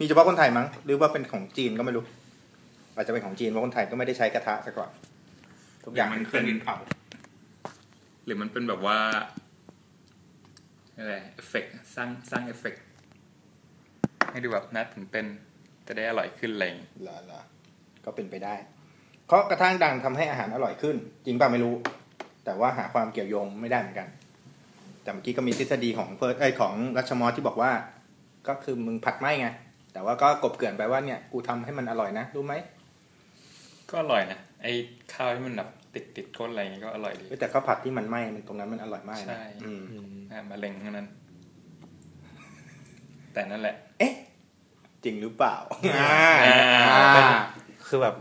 Speaker 1: มีเฉพาะคนไทยมั้ง หรือว่าเป็นของจีนก็ไม่รู้ อาจจะเป็นของจีนเพราะคนไทยก็ไม่ได้ใช้กระทะซะก่อนทุกอย่าง
Speaker 2: มัน
Speaker 1: เครื่อง
Speaker 2: เป็น
Speaker 1: เผา
Speaker 2: หรือมันเป็นแบบว่าอะไรเอฟเฟกสร้างสร้างเอฟเฟกให้ดูแบบน่าตื่นเต้นจะได้อร่อยขึ้นอะไรอย่างงี้
Speaker 1: เหรอเหรอก็เป็นไปได้เคาะกระทั่งดังทำให้อาหารอร่อยขึ้น จริงป่ะไม่รู้ แต่ว่าหาความเกี่ยวโยงไม่ได้เหมือนกัน แต่เมื่อกี้ก็มีทฤษฎีของเพิร์ดไอยของรัชมอสที่บอกว่า ก็คือมึงผัดไหมไง แต่ว่าก็กบเกลื่อนไปว่าเนี่ยกูทำให้มันอร่อยนะรู้ไหม
Speaker 2: ก็อร่อยนะไอ้ข้าวที่มันแบบติดติดก้นอะไรอย่างงี้ก็อร่อยดี
Speaker 1: เอ้ยแต่ข้าวผัดที่มันไหม้มันตรงนั้นมันอร่อยมากนะ
Speaker 2: ใช่
Speaker 1: อืม
Speaker 2: อ่ะมาเล็งทั้งนั้น แต่นั่นแหละ
Speaker 1: จริงหรือเปล่า
Speaker 3: อ่า
Speaker 1: อ่า
Speaker 3: คือแบบ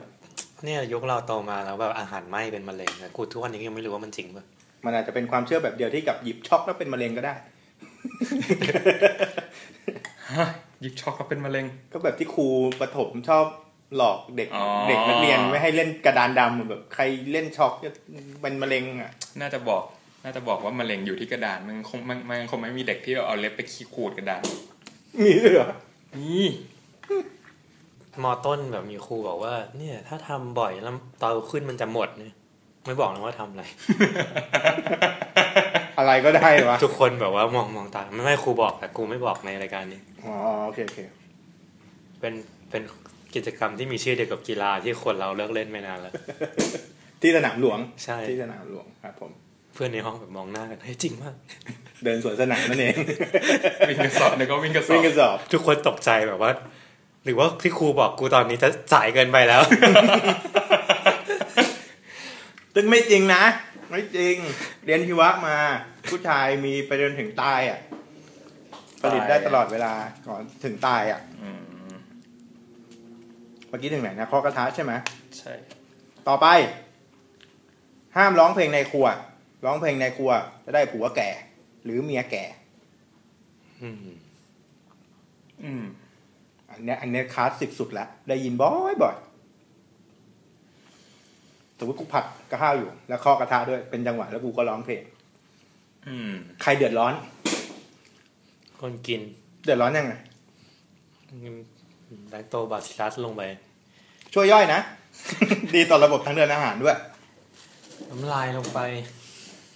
Speaker 3: เนี่ยยกเราโตมาแล้วแบบอาหารไหม้เป็นมะเร็งอะกูทุกวันนี้ก็ยังไม่รู้ว่ามันจริงปะ
Speaker 1: มันอาจจะเป็นความเชื่อแบบเดียวที่กับหยิบช็อกแล้วเป็นมะเร็งก็ได้ [laughs]
Speaker 2: หยิบช็อกก็เป็นมะเร็ง
Speaker 1: ก็แบบที่ครูประถมชอบหลอกเด็ก
Speaker 2: อ๋อ
Speaker 1: เด็กนักเรียนไม่ให้เล่นกระดานดำแบบใครเล่นช็อกจะเป็นมะเร็งอ่ะ [laughs]
Speaker 2: น่าจะบอก น่าจะบอกว่ามะเร็งอยู่ที่กระดานมันคงมันมันคงไม่มีเด็กที่เอาเล็บไปขีดขูดกระดาน
Speaker 1: มีด้วยเหรอ
Speaker 2: นี่
Speaker 3: มอต้นแบบมีครูบอกว่า เนี่ย ถ้าทำบ่อยแล้วโตขึ้นมันจะหมดเนี่ยไม่บอกนะว่าทำอะไร
Speaker 1: อะไรก็ได้วะ
Speaker 3: ทุกคนแบบว่ามองมองตาไม่ไม่ครูบอกแต่กูไม่บอกในรายการนี้
Speaker 1: อ๋อโอเคโอเค
Speaker 3: เป็นเป็นกิจกรรมที่มีชื่อเดียวกับกีฬาที่คนเราเลิกเล่นไม่นานแล้ว
Speaker 1: ที่สนามหลวง
Speaker 3: ใช่
Speaker 1: ที่สนามหลวงครับผม
Speaker 3: เพื่อนในห้องแบบมองหน้ากันเฮ้ยจริงมาก
Speaker 1: เดินสวนสนามนั่นเอง [laughs]
Speaker 2: วิ่งกระสอบแล้วก็วิ่งกระสอ
Speaker 1: วิ่
Speaker 2: บ
Speaker 1: งกระสอบ
Speaker 3: ทุกคนตกใจแบบว่า หรือว่าที่ครูบอกกูตอนนี้จะสายเกินไปแล้ว
Speaker 1: ซึ่งไม่จริงนะ ไม่จริง เรียนพิวะมา ผู้ชายมีไปจนถึงตายอ่ะ ผลิตได้ตลอดเวลาก่อนถึงตายอ่ะ
Speaker 2: อืม
Speaker 1: เมื่อกี้ถึงไหนนะข้อกระทะใช่ไหม
Speaker 2: ใช่
Speaker 1: ต่อไป ห้ามร้องเพลงในครัว ร้องเพลงในครัว จะได้ผัวแก่ หรือเมียแก่
Speaker 3: อืม
Speaker 2: อืม
Speaker 1: อันเนี้ยอันเนี้ยคลาสสิกสุดละได้ยินบ่อยบ่อยสมมติกูผัดกระข้าวอยู่ แล้วข้อกระทะด้วยเป็นจังหวะแล้วกูก็ร้องเพลง
Speaker 2: อืม
Speaker 1: ใครเดือดร้อน
Speaker 3: คนกิน
Speaker 1: เดือดร้อนยังไง
Speaker 3: แลคโตบาซิลัสลงไป
Speaker 1: ช่วยย่อยนะ [laughs] ดีต่อระบบทางเดินอาหารด้วย
Speaker 3: น้ำลายลงไป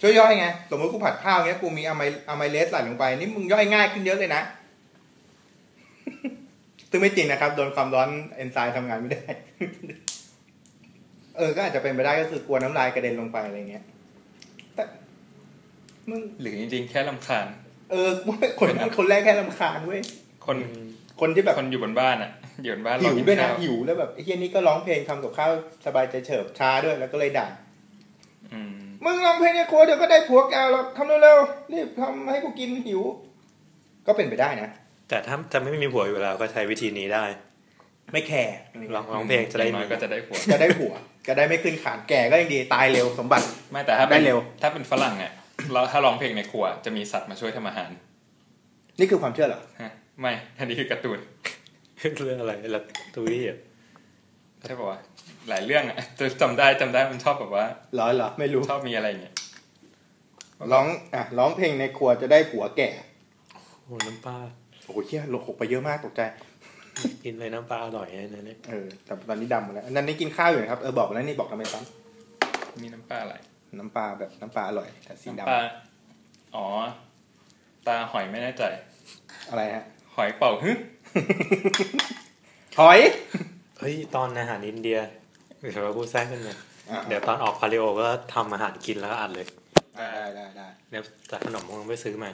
Speaker 1: ช่วยย่อยไงสมมติกูผัดข้าวเงี้ยกูมีอะไมอะไมเลสไหลลงไปนี่มึงย่อยง่ายขึ้นเยอะ
Speaker 2: [laughs]
Speaker 1: เลยนะ ซึ่งไม่จริงนะครับ โดนความร้อนเอนไซม์ทำงานไม่ได้
Speaker 2: [laughs]
Speaker 1: เออก็อาจจะเป็นไปได้ก็คือกลัวน้ำลายกระเด็นลงไปอะไรเงี้ยแต่มึง
Speaker 2: หรือจริงๆ แค่ลำคาญ
Speaker 1: เออคนคนแรกแค่ลำคาญเว้ย
Speaker 2: คน
Speaker 1: คนที่แบบ
Speaker 2: คนอยู่บนบ้านอ่ะอยู่บนบ้าน
Speaker 1: หิ
Speaker 2: เรา
Speaker 1: ว
Speaker 2: กิน
Speaker 1: ด้วยนะ
Speaker 2: ข้าว
Speaker 1: หิวแล้วแบบไอ้เฮียนี่ก็ร้องเพลงทำกับข้าวสบายใจเฉิบช้าด้วยแล้วก็เลยด่า
Speaker 2: อืม
Speaker 1: มึงร้องเพลงในครัวเดี๋ยวก็ได้ผัวแกหรอกทำเร็วๆรีบทำให้กูกินหิว ก็เป็นไปได้นะ
Speaker 3: แต่ถ้าจะไม่มีผัวอยู่แล้วก็ใช้วิธีนี้ได้
Speaker 1: ไม่แคร์อะไร
Speaker 3: ร้
Speaker 1: เงี้ย
Speaker 3: องร้องเพลงจะได้
Speaker 2: อย่าน้อยก็จะได้ผัว
Speaker 1: จะได้ผัว จะได้ไม่ขึ้นขานแก่ก็ยังดีตายเร็วสมบัติ
Speaker 2: ไม่แต่ถ้าป็น
Speaker 1: ได้เร็ว
Speaker 2: ถ้าเป็นฝรั่งอ่ะเราถ้าร้องเพลงในครัว จะมีสัตว์มาช่วยทำอาหาร
Speaker 1: นี่คือความเชื่อเหรอ
Speaker 2: ฮะไม่อันนี้คือการ์ตูน
Speaker 3: เรื่องอะไรละตุยอ่ะ
Speaker 2: ใช่ป่าวะหลายเรื่องอ่ะจะจำได้จำได้มันชอบแบบว่า
Speaker 1: เหรอเหรอไม่รู้
Speaker 2: ชอบมีอะไรอย่างเงี้ย
Speaker 1: ร้องอ่ะร้องเพลงในครัวจะได้ผัวแก่
Speaker 3: โอ้น้ำปลา
Speaker 1: โอ้โหเฮียหลกไปเยอะมากตกใจ
Speaker 3: กินเลยน้ำปลาอร่อยนะเนี่ย
Speaker 1: เออแต่ตอนนี้ดำหมดแล้วอันนั้นนี่กินข้าวอยู่นะครับเออบอกไปแล้วนี่บอกทำไมซ้
Speaker 2: มีน้ำปลาอะไร
Speaker 1: ำน้ำปลาแบบน้ำปลาอร่อยแต่สีด
Speaker 2: น้ำปลาอ๋อ ตาหอยไม่แน่ใจ
Speaker 1: ำอะไรฮะ [laughs]
Speaker 2: หอยเป่าฮึ
Speaker 1: หอย
Speaker 3: เฮ้ยตอนอาหารอินเดียเดี๋ยวเราพูดแทรกกันเนี่ย
Speaker 1: อ่ะ
Speaker 3: เดี๋ยวตอนออกพาเลโอก็ทำอาหารกินแล้วก็อัดเลย
Speaker 1: ได้ได้ได้
Speaker 3: เดี๋ยวจากขนมพวกนั้นไปซื้อมา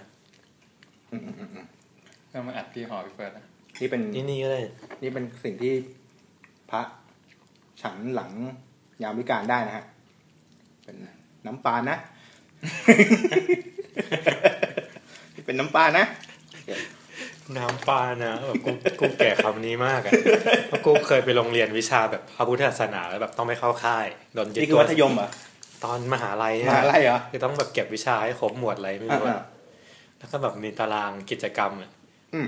Speaker 1: อืมอืมอืมอืม
Speaker 2: แล้วมาอัดที่หอพี่เฟิร์สนะ
Speaker 1: นี่เป็น
Speaker 3: ที่นี่ก็ได้
Speaker 1: นี่เป็นสิ่งที่พระฉันหลังยามวิการได้นะฮะเป็นน้ำปลานะ [laughs] เป็นน้ำปลานะ
Speaker 3: น้ำปลานะแบบกูกูแก่คำนี้มากอะเพราะกูเคยไปโรงเรียนวิชาแบบพระพุทธศาสนาแล้วแบบต้องไม่เข้าค่ายโดนยึด
Speaker 1: นี่คือ
Speaker 3: ตัว
Speaker 1: มัธยมเหรอ
Speaker 3: ตอนมหาลัย
Speaker 1: ม
Speaker 3: เนี่ย
Speaker 1: หาลัยเหรอ
Speaker 3: คือต้องแบบเก็บวิชาให้ครบหมวดอะไรไม่
Speaker 1: อ่ะ
Speaker 3: รู้
Speaker 1: อ่ะ
Speaker 3: อะแล้วก็แบบมีตารางกิจกรรมอะ
Speaker 1: อืม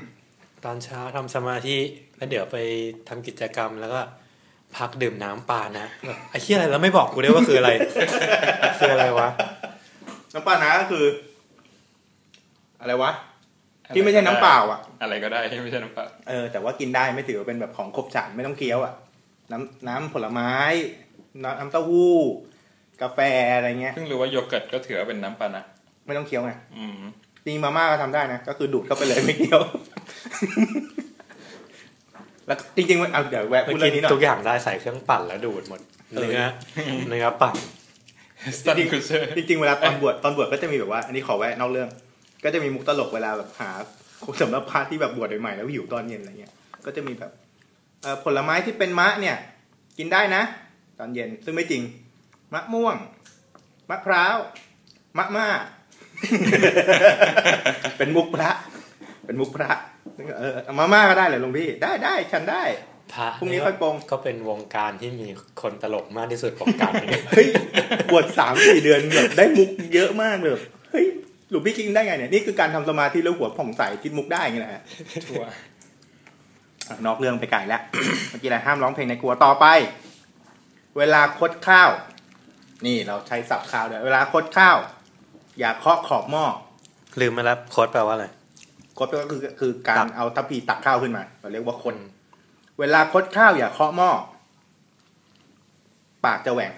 Speaker 3: ตอนเช้าทำสมาธิแล้วเดี๋ยวไปทำกิจกรรมแล้วก็ พักดื่มน้ำปลานะแบบไอ้ที่อะไรแล้วไม่บอกกูด้วยว่าคืออะไร [laughs] คืออะไรวะ
Speaker 1: น้ำปลานะก็คือ อะไรวะ ที่ไม่ใช่น้ำเปล่าอ่ะ
Speaker 2: อะไรก็ได้ที่ไม่ใช่น้ำเปล่า
Speaker 1: เออแต่ว่ากินได้ไม่ถือว่าเป็นแบบของขบฉันไม่ต้องเคี้ยวอะ่ะ น้ำน้ำผลไม้ น้ำน้ำเต้าหู้ กาแฟอะไรเงี้ย
Speaker 2: เพิ่งรู้ว่าโยเกิร์ตก็ถือว่าเป็นน้ำปลานะ
Speaker 1: ไม่ต้องเคี้ยวไง
Speaker 2: อืม
Speaker 1: จริงมาม่าก็ทำได้นะ ก็คือดูดเข้าไปเลย [laughs] ไม่เคี้ยว แล้วจริงๆมันเอาเดี๋ยวแวะพูดเรื่องนี้หน่อ
Speaker 3: ทุ
Speaker 1: ย
Speaker 3: กอย่างได้ใส่เครื่องปั่นแล้วดูดหมด
Speaker 1: เออ
Speaker 3: เนื้อเนื้อปั่น
Speaker 2: Instant Cruiser
Speaker 1: จริงๆเวลาตอนบวชตอนบวชก็จะมีแบบว่า อันนี้ขอแวะนอกเรื่อง ก็จะมีมุกตลกเวลาแบบหาสำหรับพระที่แบบบวชใหม่ๆแล้วหิวตอนเย็นอะไรเงี้ย ก็จะมีแบบเอ่อผลไม้ที่เป็นมะเนี่ย กินได้นะ ตอนเย็นซึ่งไม่จริง มะม่วง มะพร้าว มะม่า [laughs] เป็นมุกพระ เป็นมุกพระเออเอามาม่าก็ได้เหรอหลวงพี่ ได้ได้ฉันได้
Speaker 3: พระ
Speaker 1: พรุ่งนี้ค่อยปรง
Speaker 3: ก็เป็นวงการที่มีคนตลกมากที่สุดของการนี้
Speaker 1: [laughs] เฮ้ยบวชสามสี่เดือนแบบได้มุกเยอะมากเลยแบบเฮ้ยหลวงพี่กินได้ไงเนี่ยนี่คือการทำสมาธิแล้วหัวผ่องใสคิดมุกได้ไงแหละฮะ
Speaker 2: ทัวร์
Speaker 1: อ่ะนอกเรื่องไปไกลแล้ว [coughs] เมื่อกี้อะไรห้ามร้องเพลงในครัวต่อไป เวลาคดข้าว นี่เราใช้สับข้าวด้วยเวลาคดข้าว อย่าเคาะขอบหม้อ
Speaker 3: ลืมมาแล้วโค้ดแปลว่าอะไร
Speaker 1: คดก็คือคือการ
Speaker 3: ตัก
Speaker 1: เอาทัพพีตักข้าวขึ้นมาเราเรียกว่าคน เวลาคดข้าวอย่าเคาะหม้อปากจะแหว่ง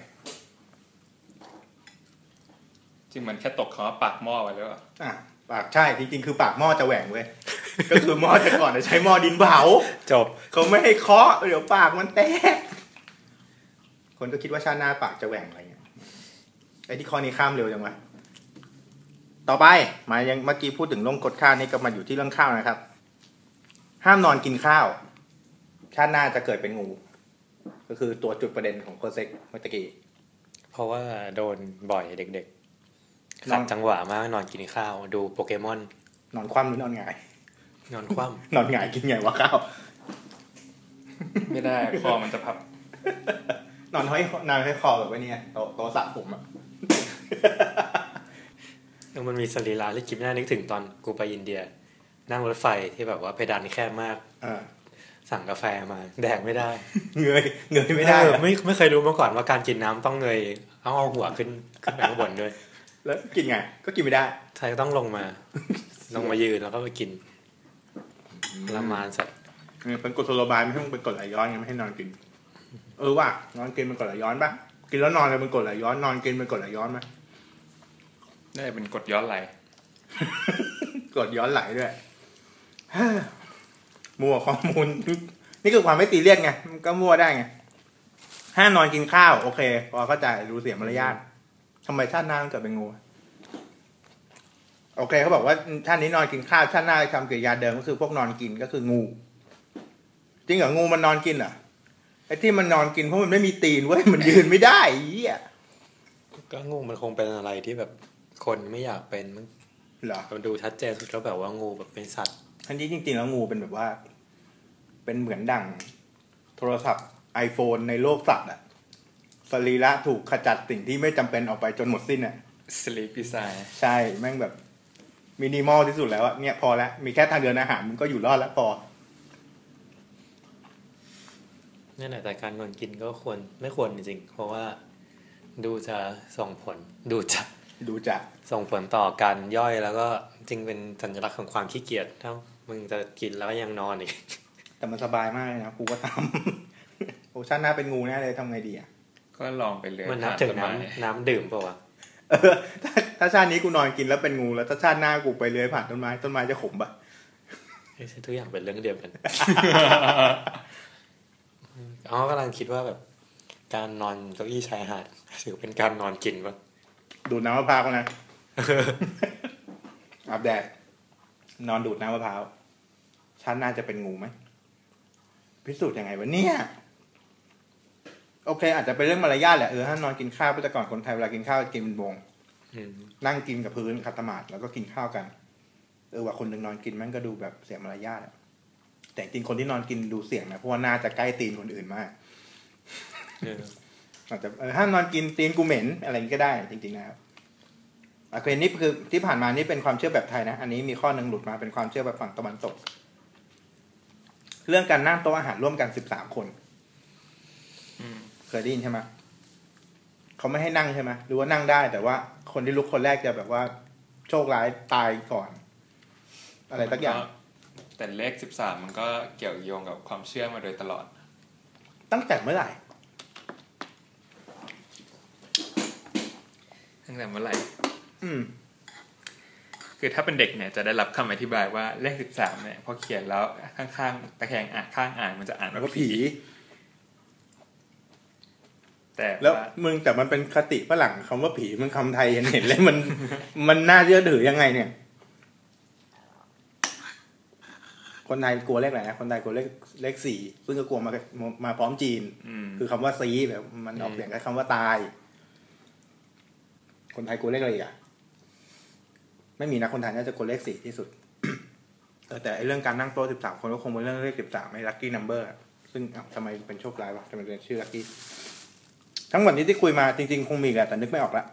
Speaker 2: จริงเหมือนแค่ตกคำว่าปากหม้อไปแล้วอะ
Speaker 1: อ่ะปากใช่จริงๆคือปากหม้อจะแหว่งเว้ย [laughs] ก็คือหม้อแต่ก่อนนะใช้หม้อดินเผา
Speaker 3: จบ
Speaker 1: เขาไม่ให้เคาะเดี๋ยวปากมันแตก คนก็คิดว่าชาติหน้าปากจะแหว่งอะไรเงี้ยไอ้ที่คอนี้ข้ามเร็วจังวะต่อไปมายังเมื่อกี้พูดถึงลงกดข้าวนี่ก็มาอยู่ที่เรื่องข้าวนะครับ ห้ามนอนกินข้าว ชาติหน้าจะเกิดเป็นงู ก็คือตัวจุดประเด็นของโคเซ็กเมื่อตะกี้
Speaker 3: เพราะว่าโดนบ่อยเด็กๆ
Speaker 1: นอน
Speaker 3: ขัดจังหวะมากนอนกินข้าว ดูโปเกมอน
Speaker 1: นอนคว่ำหรือนอนหงาย [laughs]
Speaker 3: นอนคว่
Speaker 1: นอนหงายกินไงวะข้าว
Speaker 2: ไม่ได้ คอมันจะพับ
Speaker 1: นอนห้อยนอนห้อยคอแบบว่าเนี่ยโตะโตะสระผมอะ
Speaker 3: ำแล้วมันมีสรีระที่คิดไม่ได้นึกถึงตอนกูไปอินเดีย นั่งรถไฟที่แบบว่าเพดานแคบมาก
Speaker 1: อ่า [laughs]
Speaker 3: สั่งกาแฟมาแดกไม่ได้
Speaker 1: เงยเงยไม่ได้
Speaker 3: เออ
Speaker 1: อะ
Speaker 3: ไม่ไม่เคยรู้มาก่อนว่าการกินน้ำต้องเงยเอาเอาหัวขึ้นขึ้นไปข้างบนด้วย
Speaker 1: แล้วกินไง ก็กินไม่ได้
Speaker 3: ใช่ต้องลงมา ลงมายืนแล้วก็ไปกินละมานสัตว์
Speaker 1: เออเป็นกรดโซโลบายไม่ให้มันเป็นกรดไหลย้อนไงไม่ให้นอนกิน เออว่ะนอนกินเป็นกรดไหลย้อนปะกินแล้วนอนเลยเป็นกรดไหลย้อนนอนกินเป็นกรดไหลย้อนไหม
Speaker 2: ได้เป็นกดย้อนไหล
Speaker 1: กรดย้อนไหลด้วย [sighs] มั่วข้อมูล [laughs] นี่คือความไม่ตีเรียกไงมันก็มั่วได้ไงห้ามนอนกินข้าว โอเคพอเข้าใจรู้เสียมารยาททำไมชาติหน้ามันเกิดเป็นงูอะโอเคเขาบอกว่าชาตินี้นอนกินข้าวชาติหน้าทำกิริยาเดิมก็คือพวกนอนกินก็คืองู จริงเหรองูมันนอนกินเหรอไอ้ที่มันนอนกินเพราะมันไม่มีตีนเว้ยมันยืนไม่ได้ไอ้เหี้ย
Speaker 3: ก็งูมันคงเป็นอะไรที่แบบคนไม่อยากเป็นมัน
Speaker 1: เหรอ
Speaker 3: มันดูชัดเจนสุดแล้วแบบว่างูแบบเป็นสัตว์
Speaker 1: ทันทีจริงๆแล้วงูเป็นแบบว่า เป็นเหมือนดั่งโทรศัพท์ iPhone ในโลกสัตว์อะสรีระถูกขจัดสิ่งที่ไม่จำเป็นออกไปจนหมดสิ้นอะ
Speaker 2: sleepy sign
Speaker 1: ใช่แม่งแบบมินิมอลที่สุดแล้วอะเนี่ยพอแล้วมีแค่ทางเดินอาหารมึงก็อยู่รอดแล้วพอ
Speaker 3: นั่นแหละแต่การนอนกินก็ควรไม่ควรจริงๆ เพราะว่าดูจะส่งผลดูจะ
Speaker 1: ดูจาก
Speaker 3: ส่งผลต่อการย่อยแล้วก็จริงเป็นสัญลักษณ์ของความขี้เกียจถ้ามึงจะกินแล้วก็ยังนอนอีก
Speaker 1: แต่มันสบายมากเลยนะกูก็ทำ [laughs] โอชาติหน้าเป็นงูแน่เลยทำไงดีอะ [laughs]
Speaker 2: ก็ลองไปเลย
Speaker 3: มันนับ
Speaker 2: ผ่า
Speaker 3: ถึง
Speaker 2: ต้ไม้
Speaker 3: น้ำน้ำดื่มเปล่าวะ
Speaker 1: เออถ้าถ้าชาตินี้กูนอนกินแล้วเป็นงูแล้วถ้าชาติหน้ากูไปเลื้อยผ่านต้นไม้ต้นไม้จะขมปะ
Speaker 3: เอ้ยทุกอย่างเป็นเรื่องเดียวกัน อ๋อกำลังคิดว่าแบบ การนอนเก้าอี้ชายหาดถือเป็นการนอนกินปะ
Speaker 1: ดูดน้ำมะพร้าวนะ อาบแดดนอนดูดน้ำมะพร้าวชาติหน้าจะเป็นงูไหมพิสูจน์ยังไงวะเนี่ยโอเค อาจจะเป็นเรื่องมารยาทแหละเออห้ามนอนกินข้าวเพราะแต่ก่อนคนไทยเวลากินข้าวกินเป็นวง
Speaker 3: อืม
Speaker 1: นั่งกินกับพื้นขัดสมาธิแล้วก็กินข้าวกัน เออว่าคนหนึ่งนอนกินแมันก็ดูแบบเสียมารยาทอะแต่จริงคนที่นอนกินดูเสี่ยงนะเพราะว่าน่าจะใกล้ตีนคนอื่นมาก
Speaker 3: เออ
Speaker 1: อาจจะเออห้ามนอนกินตีนกูเหม็นอะไรอย่างนี้ก็ได้จริงๆนะครับโอเคนี่คือที่ผ่านมานี่เป็นความเชื่อแบบไทยนะ อันนี้มีข้อหนึ่งหลุดมาเป็นความเชื่อแบบฝั่งตะวันตก เรื่องการนั่งโต๊ะอาหารร่วมกันสิบสามคน
Speaker 2: อืม
Speaker 1: เคยได้ยินใช่ไหมเขาไม่ให้นั่งใช่ไหมหรือว่านั่งได้ แต่ว่าคนที่ลุกคนแรกจะแบบว่า โชคร้ายตายก่อน อะไรสักอย่าง
Speaker 2: แต่เลขสิบสามมันก็เกี่ยวโยงกับความเชื่อมาโดยตลอด
Speaker 1: ตั้งแต่เมื่อไหร่
Speaker 2: ตั้งแต่เมื่อไหร่
Speaker 1: อืม
Speaker 2: คือถ้าเป็นเด็กเนี่ยจะได้รับคำอธิบายว่าเลขสิบสามเนี่ยพอเขียนแล้วข้างๆตะแคงอ่านข้างอ่านมันจะอ่าน
Speaker 1: แล้วก็
Speaker 2: ว่า
Speaker 1: ผี
Speaker 2: ผี แต่
Speaker 1: แล้ว
Speaker 2: ว่า
Speaker 1: มึงแต่มันเป็นคติฝรั่งคำว่าผีมันคำไทยเห็นเห็นเลยมัน มันน่าเชื่อถือยังไงเนี่ย คนไทยกลัวเลขอะไรนะคนไทยกลัวเลขเลขสี่ซึ่งก็กลัวมามาพร้อมจีน
Speaker 2: อืม
Speaker 1: คือคำว่าซีแบบ มันออกเสียงกับคำว่าตาย คนไทยกลัวเลขอะไรอีกอ่ะ ไม่มีนะคนไทยน่าจะกลัวเลข [coughs] สี่ที่สุด แต่แต่ไอ้เรื่องการนั่งโต๊ะสิบสามคนก็คงเป็นเรื่องเลขสิบสามไอ้ลัคกี้นัมเบอร์ ซึ่งอ้าวทำไมเป็นโชคร้ายวะทำไมเป็นชื่อลักกี้ทั้งหมดนี้ที่คุยมาจริงๆ คงมีแหละแต่นึกไม่ออกละ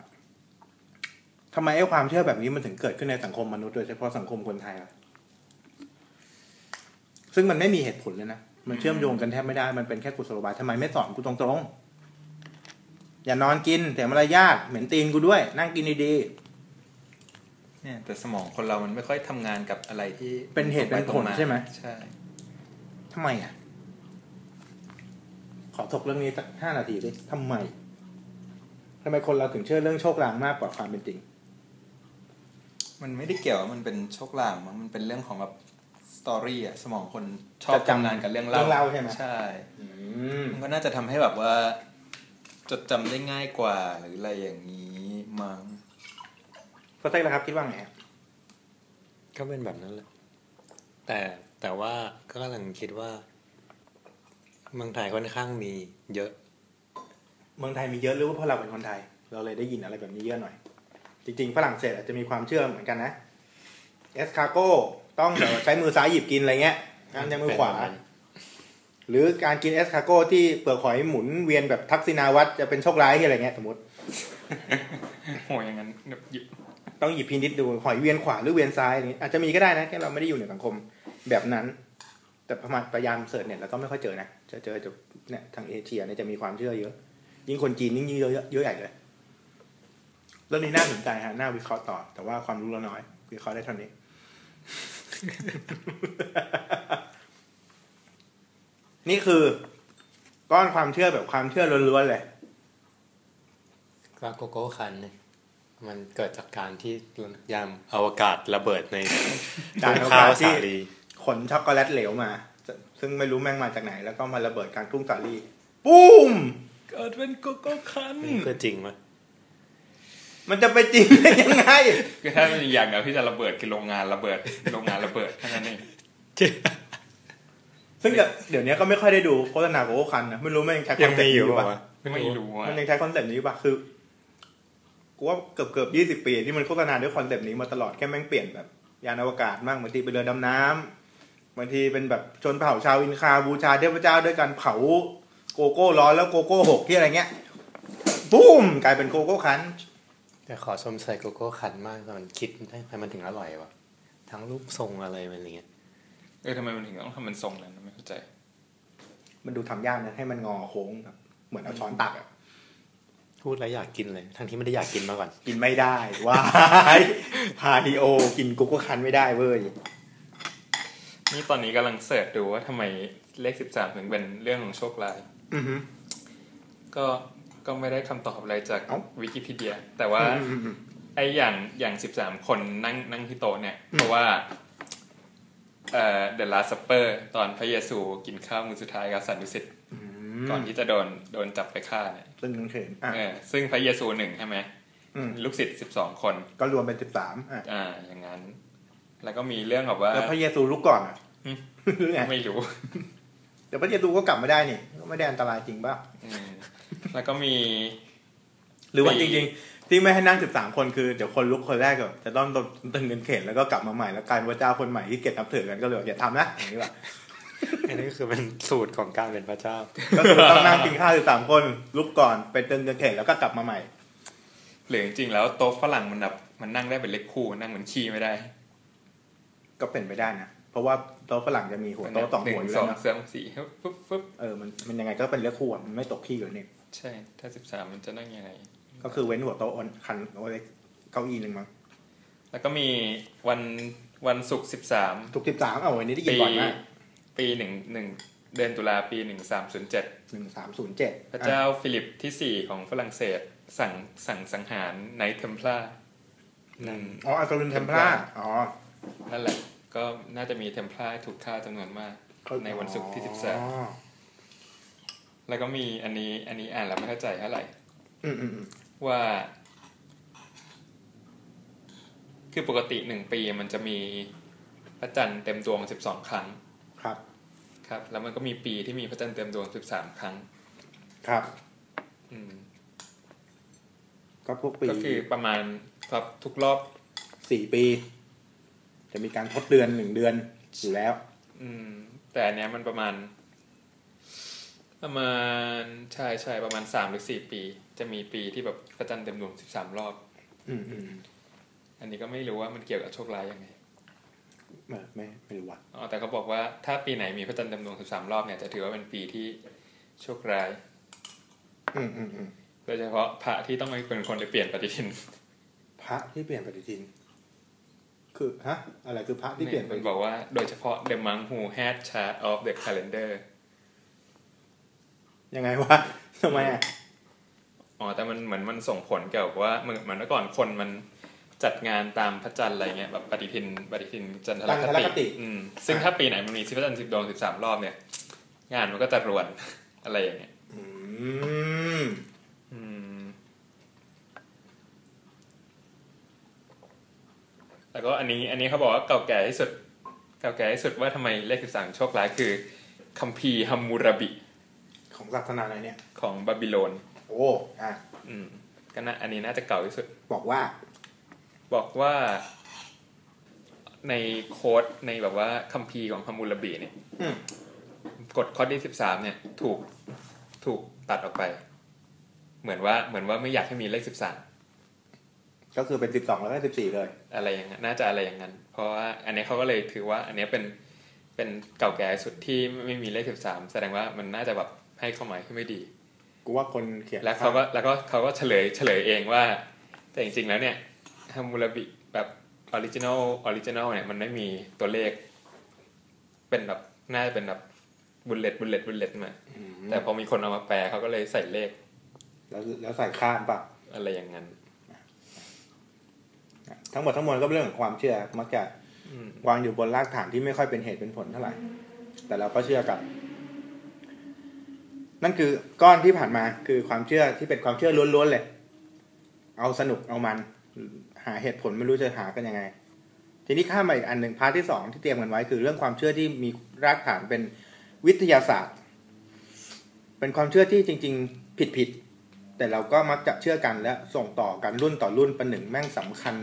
Speaker 1: ทำไมไอ้ความเชื่อแบบนี้มันถึงเกิดขึ้นในสังคมมนุษย์โดยเฉพาะสังคมคนไทยวะซึ่งมันไม่มีเหตุผลเลยนะมันเชื่อมโยงกันแทบไม่ได้มันเป็นแค่กุศโลบายทำไมไม่สอนกูตรงๆอย่านอนกินเสียมารยาทเหม็นตีนกูด้วย นั่งกินดีๆ
Speaker 4: เนี่ยแต่สมองคนเรามันไม่ค่อยทำงานกับอะไรที่
Speaker 1: เป็นเหตุเป็นผลใช่ไหม
Speaker 4: ใช่
Speaker 1: ทำไมอ่ะ ขอถกเรื่องนี้สักห้านาทีดิทำไม ทำไมคนเราถึงเชื่อเรื่องโชคลางมากกว่าความเป็นจริง
Speaker 4: มันไม่ได้เกี่ยวว่ามันเป็นโชคลางมั้งมันเป็นเรื่องของแบบสตอรี่อะสมองคนชอบ
Speaker 1: จะจำ
Speaker 4: ทำงานกับเรื่อง
Speaker 1: เรื่องเล่าใช่ไหม
Speaker 4: ใช่ มันก็น่าจะทำให้แบบว่า จดจำได้ง่ายกว่าหรืออะไรอย่างนี้มั้ง
Speaker 1: ก็เต้ละครับ คิดว่าไงฮะ
Speaker 3: ก็เป็นแบบนั้นแหละ แต่แต่ว่าก็กำลังคิดว่าเมืองไทยค่อนข้างมีเยอะ
Speaker 1: เมืองไทยมีเยอะหรือว่าเพราะเราเป็นคนไทย เราเลยได้ยินอะไรแบบนี้เยอะหน่อย จริงๆฝรั่งเศสอาจจะมีความเชื่อเหมือนกันนะ เอสคาโก้ต้องแบบใช้มือซ้ายหยิบกินอะไรเงี้ยห้ามใช้มือขวา หรือการกินเอสคาโก้ที่เปลือกหอยหมุนเวียนแบบทักษิณาวัตรจะเป็นโชคร้ายที่อะไรเงี้ยสมมติ
Speaker 2: โหอย่างนั้นแบบหยิบ
Speaker 1: ต้องหยิบพินิจดูหอยเวียนขวาหรือเวียนซ้ายอะไรอย่างนี้อาจจะมีก็ได้นะแค่เราไม่ได้อยู่ในสังคมแบบนั้น แต่ประมาณพยายามเสิร์ชเนี่ยเราก็ไม่ค่อยเจอนะจะเจอจะเนี่ยทางเอเชียเนี่ยจะมีความเชื่อเยอะ ยิ่งคนจีนยิ่งเยอะเยอะใหญ่เลยเรื่องนี้น่าสนใจฮะน่าวิเคราะห์ต่อ แต่ว่าความรู้เราน้อยวิเคราะห์ได้เท่า [laughs] นี้ นี่คือก้อนความเชื่อแบบความเชื่อล้วนๆเลย
Speaker 3: ก็โกโก้คันเนี่ยมันเกิดจากการที่ยามอวกาศระเบิดใน
Speaker 1: ยานอวกาศ
Speaker 3: [laughs] ข้าว
Speaker 1: ที่
Speaker 3: สาลี
Speaker 1: ขนช็อกโกแลตเหลวมา ซึ่งไม่รู้แม่งมาจากไหน แล้วก็มาระเบิดกลางทุ่งสาลีปุ้ม
Speaker 2: เกิดเป็นโกโก้คัน
Speaker 3: นี่คือ
Speaker 2: [laughs]
Speaker 3: จริงปะ
Speaker 1: มันจะไปจริงได้ยังไง
Speaker 2: คือถ้ามีอย่างเดียวที่จะระเบิดคือโรงงานระเบิด [laughs] โรงงานระเบิดเท่านั้นเอง
Speaker 1: ซึ่งเดี๋ยวนี้ก็ไม่ค่อยได้ดูโฆษณาโกโก้คันนะ ไม่รู้มันยังใช้ค
Speaker 3: ยั
Speaker 1: อง นเซ็ปต์
Speaker 3: มีอ
Speaker 1: นี้อ
Speaker 3: ยู่
Speaker 1: ยู่
Speaker 3: ปะ
Speaker 1: ปะ
Speaker 3: วะ
Speaker 2: ไม่รู้อ่ะ
Speaker 1: มันยังใช้คอนเซ็ปต์นี้อยู่ปะคือกูว่าเกือบเกือบยี่สิบปีที่มันโฆษณาด้วยคอนเซ็ปต์นี้มาตลอดแค่แม่งเปลี่ยนแบบ ยานอวกาศบ้างบางทีเป็นเรือดำน้ำบางทีเป็นแบบชนเผ่าชาวอินคาบูชาเทพเจ้าด้วยการเผาโกโก้ร้อนแล้วโกโก้หกที่อะไรเงี้ยปุ้มกลายเป็นโกโก้คัน
Speaker 3: แต่ขอชมใส่โกโก้คันมากแต่มันคิดได้ทำไมมันถึงอร่อยวะทั้งรูปทรงอะไรมันอย่างเงี้ย
Speaker 2: เออทำไมมันถึงต้องทำเป็นทรงนั้นไม่เข้าใจ
Speaker 1: มันดูทำยากนะให้มันงอโค้งแบบเหมือนเอาช้อนตักอะ
Speaker 3: พูดแล้วอยากกินเลย ทั้งที่ไม่ได้อยากกินมาก่อน [laughs]
Speaker 1: กินไม่ได้ ว้ายพาดีโอ กินกุ๊กก็คันไม่ได้เว้ย
Speaker 2: นี่ตอนนี้กำลังเสิร์ชดูว่าทำไมเลขสิบสามถึงเป็นเรื่องของโชคลาย
Speaker 1: อือหือ
Speaker 2: ก็ก็ไม่ได้คำตอบอะไรจาก
Speaker 1: เอ้า
Speaker 2: วิกิพีเดีย แต่ว่า
Speaker 1: อือหือ
Speaker 2: ไอ้อย่างอย่างสิบสามคนนั่งนั่งที่โต๊ะเนี่ย
Speaker 1: อืม
Speaker 2: เพราะว่าเอ่อ The Last Supper ตอนพระเยซูกินข้าวมื้อสุดท้ายกับสันดุสิตก่อนที่จะโดนโดนจับไปฆ่าเนี่ย
Speaker 1: ซึ่งเขินอ่ะ
Speaker 2: เออซึ่งพระเยซูหนึ่งใช่ไหม
Speaker 1: อืม
Speaker 2: ลูกศิษย์สิบสองคน
Speaker 1: ก็รวมเป็นสิบสามอ่ะ
Speaker 2: อ่าอย่างนั้น แล้วก็มีเรื่องแบบว่า
Speaker 1: แล้วพระเยซูลุกก่อนอ่ะ
Speaker 2: อืม
Speaker 1: หรือไง
Speaker 2: ไม่รู้
Speaker 1: แต่พระเยซูก็กลับไม่ได้นี่ก็ไม่ได้อันตรายจริงป่ะ
Speaker 2: อืมแล้วก็มี
Speaker 1: หรือว่า
Speaker 2: ไม่
Speaker 1: จริง ๆ ที่ไม่ให้นั่งสิบสามคนคือเดี๋ยวคนลุกคนแรกก็จะต้องโดนตึงเงินเข็นแล้วก็กลับมาใหม่แล้วกลายเป็นพระเจ้าคนใหม่ที่เกลียดนับถือกันก็เลยบอกอย่าทำนะอย่างนี้ว่ะ
Speaker 3: อันนี้คือเป็นสูตรของการเป็นพระเจ้า
Speaker 1: ก็คือต้องนั่งกินข้าวสิบสามคนลุกก่อนไปตึงเงินเข็นแล้วก็กลับมาใหม่
Speaker 2: หรือจริงๆแล้วโต๊ะฝรั่งมันแบบมันนั่งได้เป็นเลขคู่นั่งเหมือนคีไม่ได้
Speaker 1: ก็เป็นไปได้นะ เพราะว่าโต๊ะฝรั่งจะมีหัวโต๊ะสองหัวอ
Speaker 2: นึ่
Speaker 1: ยู่
Speaker 2: ส
Speaker 1: แล้ว
Speaker 2: อง
Speaker 1: นะ
Speaker 2: สามสี่ปุ๊บปุ๊บ
Speaker 1: เออมันมันยังไงก็เป็นเลือกคู่อะมันไม่ตกขี้อยู่นี่
Speaker 2: ใช่ ถ้าสิบสามมันจะนั่งยังไง
Speaker 1: ก็คือเว้นหัวโต๊ะออนคันเอาไว้เก้าอี้หนึ่งมั้ง
Speaker 2: แล้วก็มีวันวันศุกร์สิบสาม
Speaker 1: ทุกสิบสามเอาวันนี้ได้ยิน
Speaker 2: ปี
Speaker 1: บ่อยมาก
Speaker 2: ปีหนึ่งหนึ่งเดือนตุลาปีหนึ่งสามศูนย์เจ็ด
Speaker 1: หนึ่งสามศูนย์เจ็ด
Speaker 2: พระเจ้าฟิลิปที่สี่ของฝรั่งเศสสั่งสั่งสังหารในเทมพลานั่น
Speaker 1: อ๋ออัลกอริทึมเทมพลาอ๋อ
Speaker 2: นั่นแหละ ก็น่าจะมีเทมพลาถูกฆ่าจำนวนมาก ในวันศุกร์ที่สิบสาม
Speaker 1: อ๋อ
Speaker 2: แล้วก็มีอันนี้อันนี้อ่านแล้วไม่เข้าใจเท่าไหร่
Speaker 1: อืมอืมอืม
Speaker 2: ว่า คือปกติหนึ่งปีมันจะมีพระจันทร์เต็มดวงสิบสองครั้ง
Speaker 1: ครับ
Speaker 2: ครับ แล้วมันก็มีปีที่มีพระจันทร์เต็มดวงสิบสามครั้ง
Speaker 1: ครับ
Speaker 2: อืม
Speaker 1: ก็พวกปี
Speaker 2: ก็คือประมาณครับทุกรอบ
Speaker 1: สี่ปี จะมีการทดเดือนหนึ่งเดือนอยู่แล้ว
Speaker 2: อืมแต่อันเนี้ยมันประมาณ ประมาณใช่ใช่ประมาณสามหรือสี่ปี จะมีปีที่แบบพระจันทร์เต็มดวงสิบสามรอบ
Speaker 1: อืมอืม
Speaker 2: อันนี้ก็ไม่รู้ว่ามันเกี่ยวกับโชคร้ายยังไง
Speaker 1: ไม่ไม่ไม่รู้ว่ะ
Speaker 2: อ๋อแต่เขาบอกว่าถ้าปีไหนมีพระจันทร์เต็มดวงสิบสามรอบเนี่ยจะถือว่าเป็นปีที่โชคร้าย
Speaker 1: อืมอืมอืม
Speaker 2: โดยเฉพาะพระที่ต้องเป็นคนไปเปลี่ยนปฏิทิน
Speaker 1: พระที่เปลี่ยนปฏิทิน คือฮะ อะไรคือพระที่เปลี่ยนป
Speaker 2: มัน
Speaker 1: ฏิ
Speaker 2: บ
Speaker 1: ทิน
Speaker 2: อกว่าโดยเฉพาะ the monk who had charge of the calendar
Speaker 1: ยังไงวะทำไมอ่ะ
Speaker 2: อ๋อแต่มันเหมือนมันส่งผลเกี่ยวกับว่าเหมือนเหมือนเมื่อก่อนคนมันจัดงานตามพระจันทร์อะไรเงี้ยแบบปฏิทินปฏิทินจันทรคติอืมซึ่งถ้าปีไหนมันมีสิบพระจันทร์สิบดวงสิบสามรอบเนี่ย งานมันก็จะรวน [laughs] อะไรอย่างเงี้ย
Speaker 1: อืม
Speaker 2: อืม แล้วก็อันนี้ อันนี้เขาบอกว่าเก่าแก่ที่สุด เก่าแก่ที่สุดว่าทำไมเลขสิบสามโชคร้ายคือคัมภีร์ฮัมมูราบิ
Speaker 1: ของศาสนาอะไรเนี่ย
Speaker 2: ของบาบิโลน
Speaker 1: โอ้อ่ะ
Speaker 2: อืมก็น่าอันนี้น่าจะเก่าที่สุด
Speaker 1: บอกว่า
Speaker 2: บอกว่าในโค้ดในแบบว่าคัมภีร์ของฮัมมูลบีเนี่ย
Speaker 1: อืม
Speaker 2: กฎข้อที่สิบสามเนี่ย ถูกถูกตัดออกไป เหมือนว่าเหมือนว่าไม่อยากให้มีเลขสิบสาม
Speaker 1: ก็คือเป็นสิบสองแล้วก็สิบสี่เลย
Speaker 2: อะไรอย่างนั้นน่าจะอะไรอย่างนั้น เพราะว่าอันนี้เขาก็เลยถือว่า อันนี้เป็นเป็นเก่าแก่สุดที่ไม่มีเลขสิบสามแสดงว่ามันน่าจะแบบให้ความหมายที่ไม่ดี
Speaker 1: กูว่าคนเขียน
Speaker 2: แล้วเขาก็แล้วก็เขาก็เฉลยเฉลยเองว่า แต่จริงๆแล้วเนี่ยฮัมมูราบิแบบออริจินอลออริจินอลเนี่ยมันไม่มีตัวเลข เป็นแบบน่าจะเป็นแบบบุลเลตบุลเลตบุลเลตมา
Speaker 1: อืม
Speaker 2: แต่พอมีคนเอามาแปลเขาก็เลยใส่เลข
Speaker 1: แล้วแล้วใส่ข้ามปะ
Speaker 2: อะไรอย่างนั้น
Speaker 1: ทั้งหมดทั้งมวลก็เป็นเรื่องของความเชื่อ มักจะ
Speaker 2: อืม
Speaker 1: วางอยู่บนรากฐานที่ไม่ค่อยเป็นเหตุเป็นผลเท่าไหร่ แต่เราก็เชื่อกัน นั่นคือก้อนที่ผ่านมาคือความเชื่อที่เป็นความเชื่อล้วนๆเลย เอาสนุกเอามัน หาเหตุผลไม่รู้จะหากันยังไง ทีนี้ข้ามมาอีกอันหนึ่งพาร์ทที่สองที่เตรียมกันไว้คือเรื่องความเชื่อที่มีรากฐานเป็นวิทยาศาสตร์ เป็นความเชื่อที่จริง ๆ ผิดๆแต่เราก็มักจะเชื่อกันและส่งต่อกันรุ่นต่อรุ่นเป็นหนึ่งแม่งสำคัญ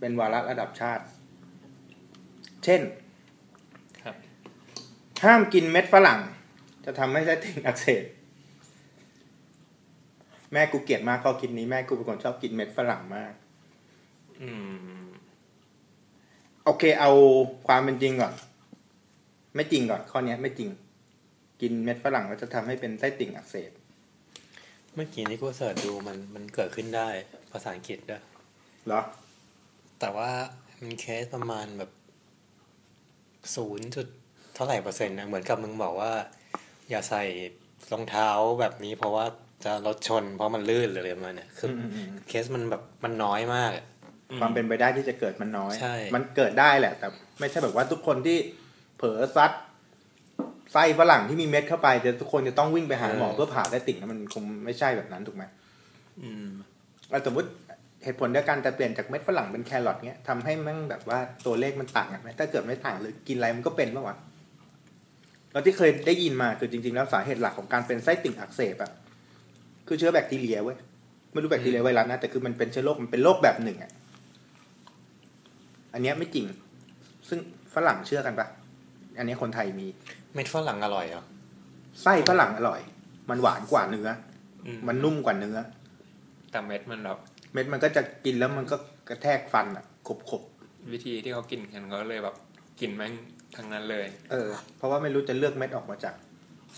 Speaker 1: เป็นวาระระดับชาติ เช่น
Speaker 2: ครับ
Speaker 1: ห้ามกินเม็ดฝรั่ง จะทำให้ไส้ติ่งอักเสบ แม่กูเกลียดมากข้อคิดนี้แม่กูเป็นคนชอบกินเม็ดฝรั่งมาก
Speaker 2: อืม
Speaker 1: โอเคเอาความเป็นจริงก่อน ไม่จริงก่อน ข้อเนี้ย ไม่จริง กินเม็ดฝรั่งแล้วจะทำให้เป็นไส้ติ่งอักเสบ
Speaker 3: เมื่อกี้นี่กูเสิร์ชดูมันมันเกิดขึ้นได้ภาษาอังกฤษด้วย
Speaker 1: เหรอ
Speaker 3: แต่ว่ามันเคสประมาณแบบศูนย์จุดเท่าไหร่เปอร์เซ็นต์นะเหมือนกับมึงบอกว่า อย่าใส่รองเท้าแบบนี้ เพราะว่าจะรถชน เพราะมันลื่นหรืออะไรประมาณเนี่ยคืออ
Speaker 1: มอืมอืม
Speaker 3: เคสมันแบบมันน้อยมากอะ
Speaker 1: ความเป็นไปได้ที่จะเกิดมันน้อย
Speaker 3: ใช่
Speaker 1: มันเกิดได้แหละ แต่ไม่ใช่แบบว่าทุกคนที่เผลอซัดไส้ฝรั่งที่มีเม็ดเข้าไปจะทุกคนจะต้องวิ่งไปหาหมอ
Speaker 2: เออ
Speaker 1: เพื่อผ่าไส้ติ่งนะมันคงไม่ใช่แบบนั้นถูกไหม
Speaker 2: อืม
Speaker 1: อ่ะสมมติเหตุผลเดียวกันแต่เปลี่ยนจากเม็ดฝรั่งเป็นแครอทเนี้ยทำให้มันแบบว่าตัวเลขมันต่างกันไหมถ้าเกิดไม่ต่างหรือกินอะไรมันก็เป็นปะวะเราที่เคยได้ยินมาคือจริงๆแล้วสาเหตุหลักของการเป็นไส้ติ่งอักเสบอะคือเชื้อแบคทีเรียเว้ยไม่รู้แบคทีเรียไวรัสนะแต่คือมันเป็นเชื้อโรคมันเป็นโรคแบบหนึ่งอะ อันเนี้ยไม่จริง ซึ่งฝรั่งเชื่อกันปะอันเนี้ยคนไทยมี
Speaker 3: เม็ดฝรั่งอร่อยเหรอ
Speaker 1: ไส้ฝรั่งอร่อย มันหวานกว่าเนื้อ
Speaker 2: อืม
Speaker 1: มันนุ่มกว่าเนื้อ
Speaker 2: แต่เม็ดมันแบบ
Speaker 1: เม็ดมันก็จะกินแล้วมันก็กระแทกฟันอ่ะขบขบ
Speaker 2: วิธีที่เขากินกันเขาเลยแบบกินแม่งทั้งนั้นเลย
Speaker 1: ๆเออ เพราะว่าไม่รู้จะเลือกเม็ดออกมาจาก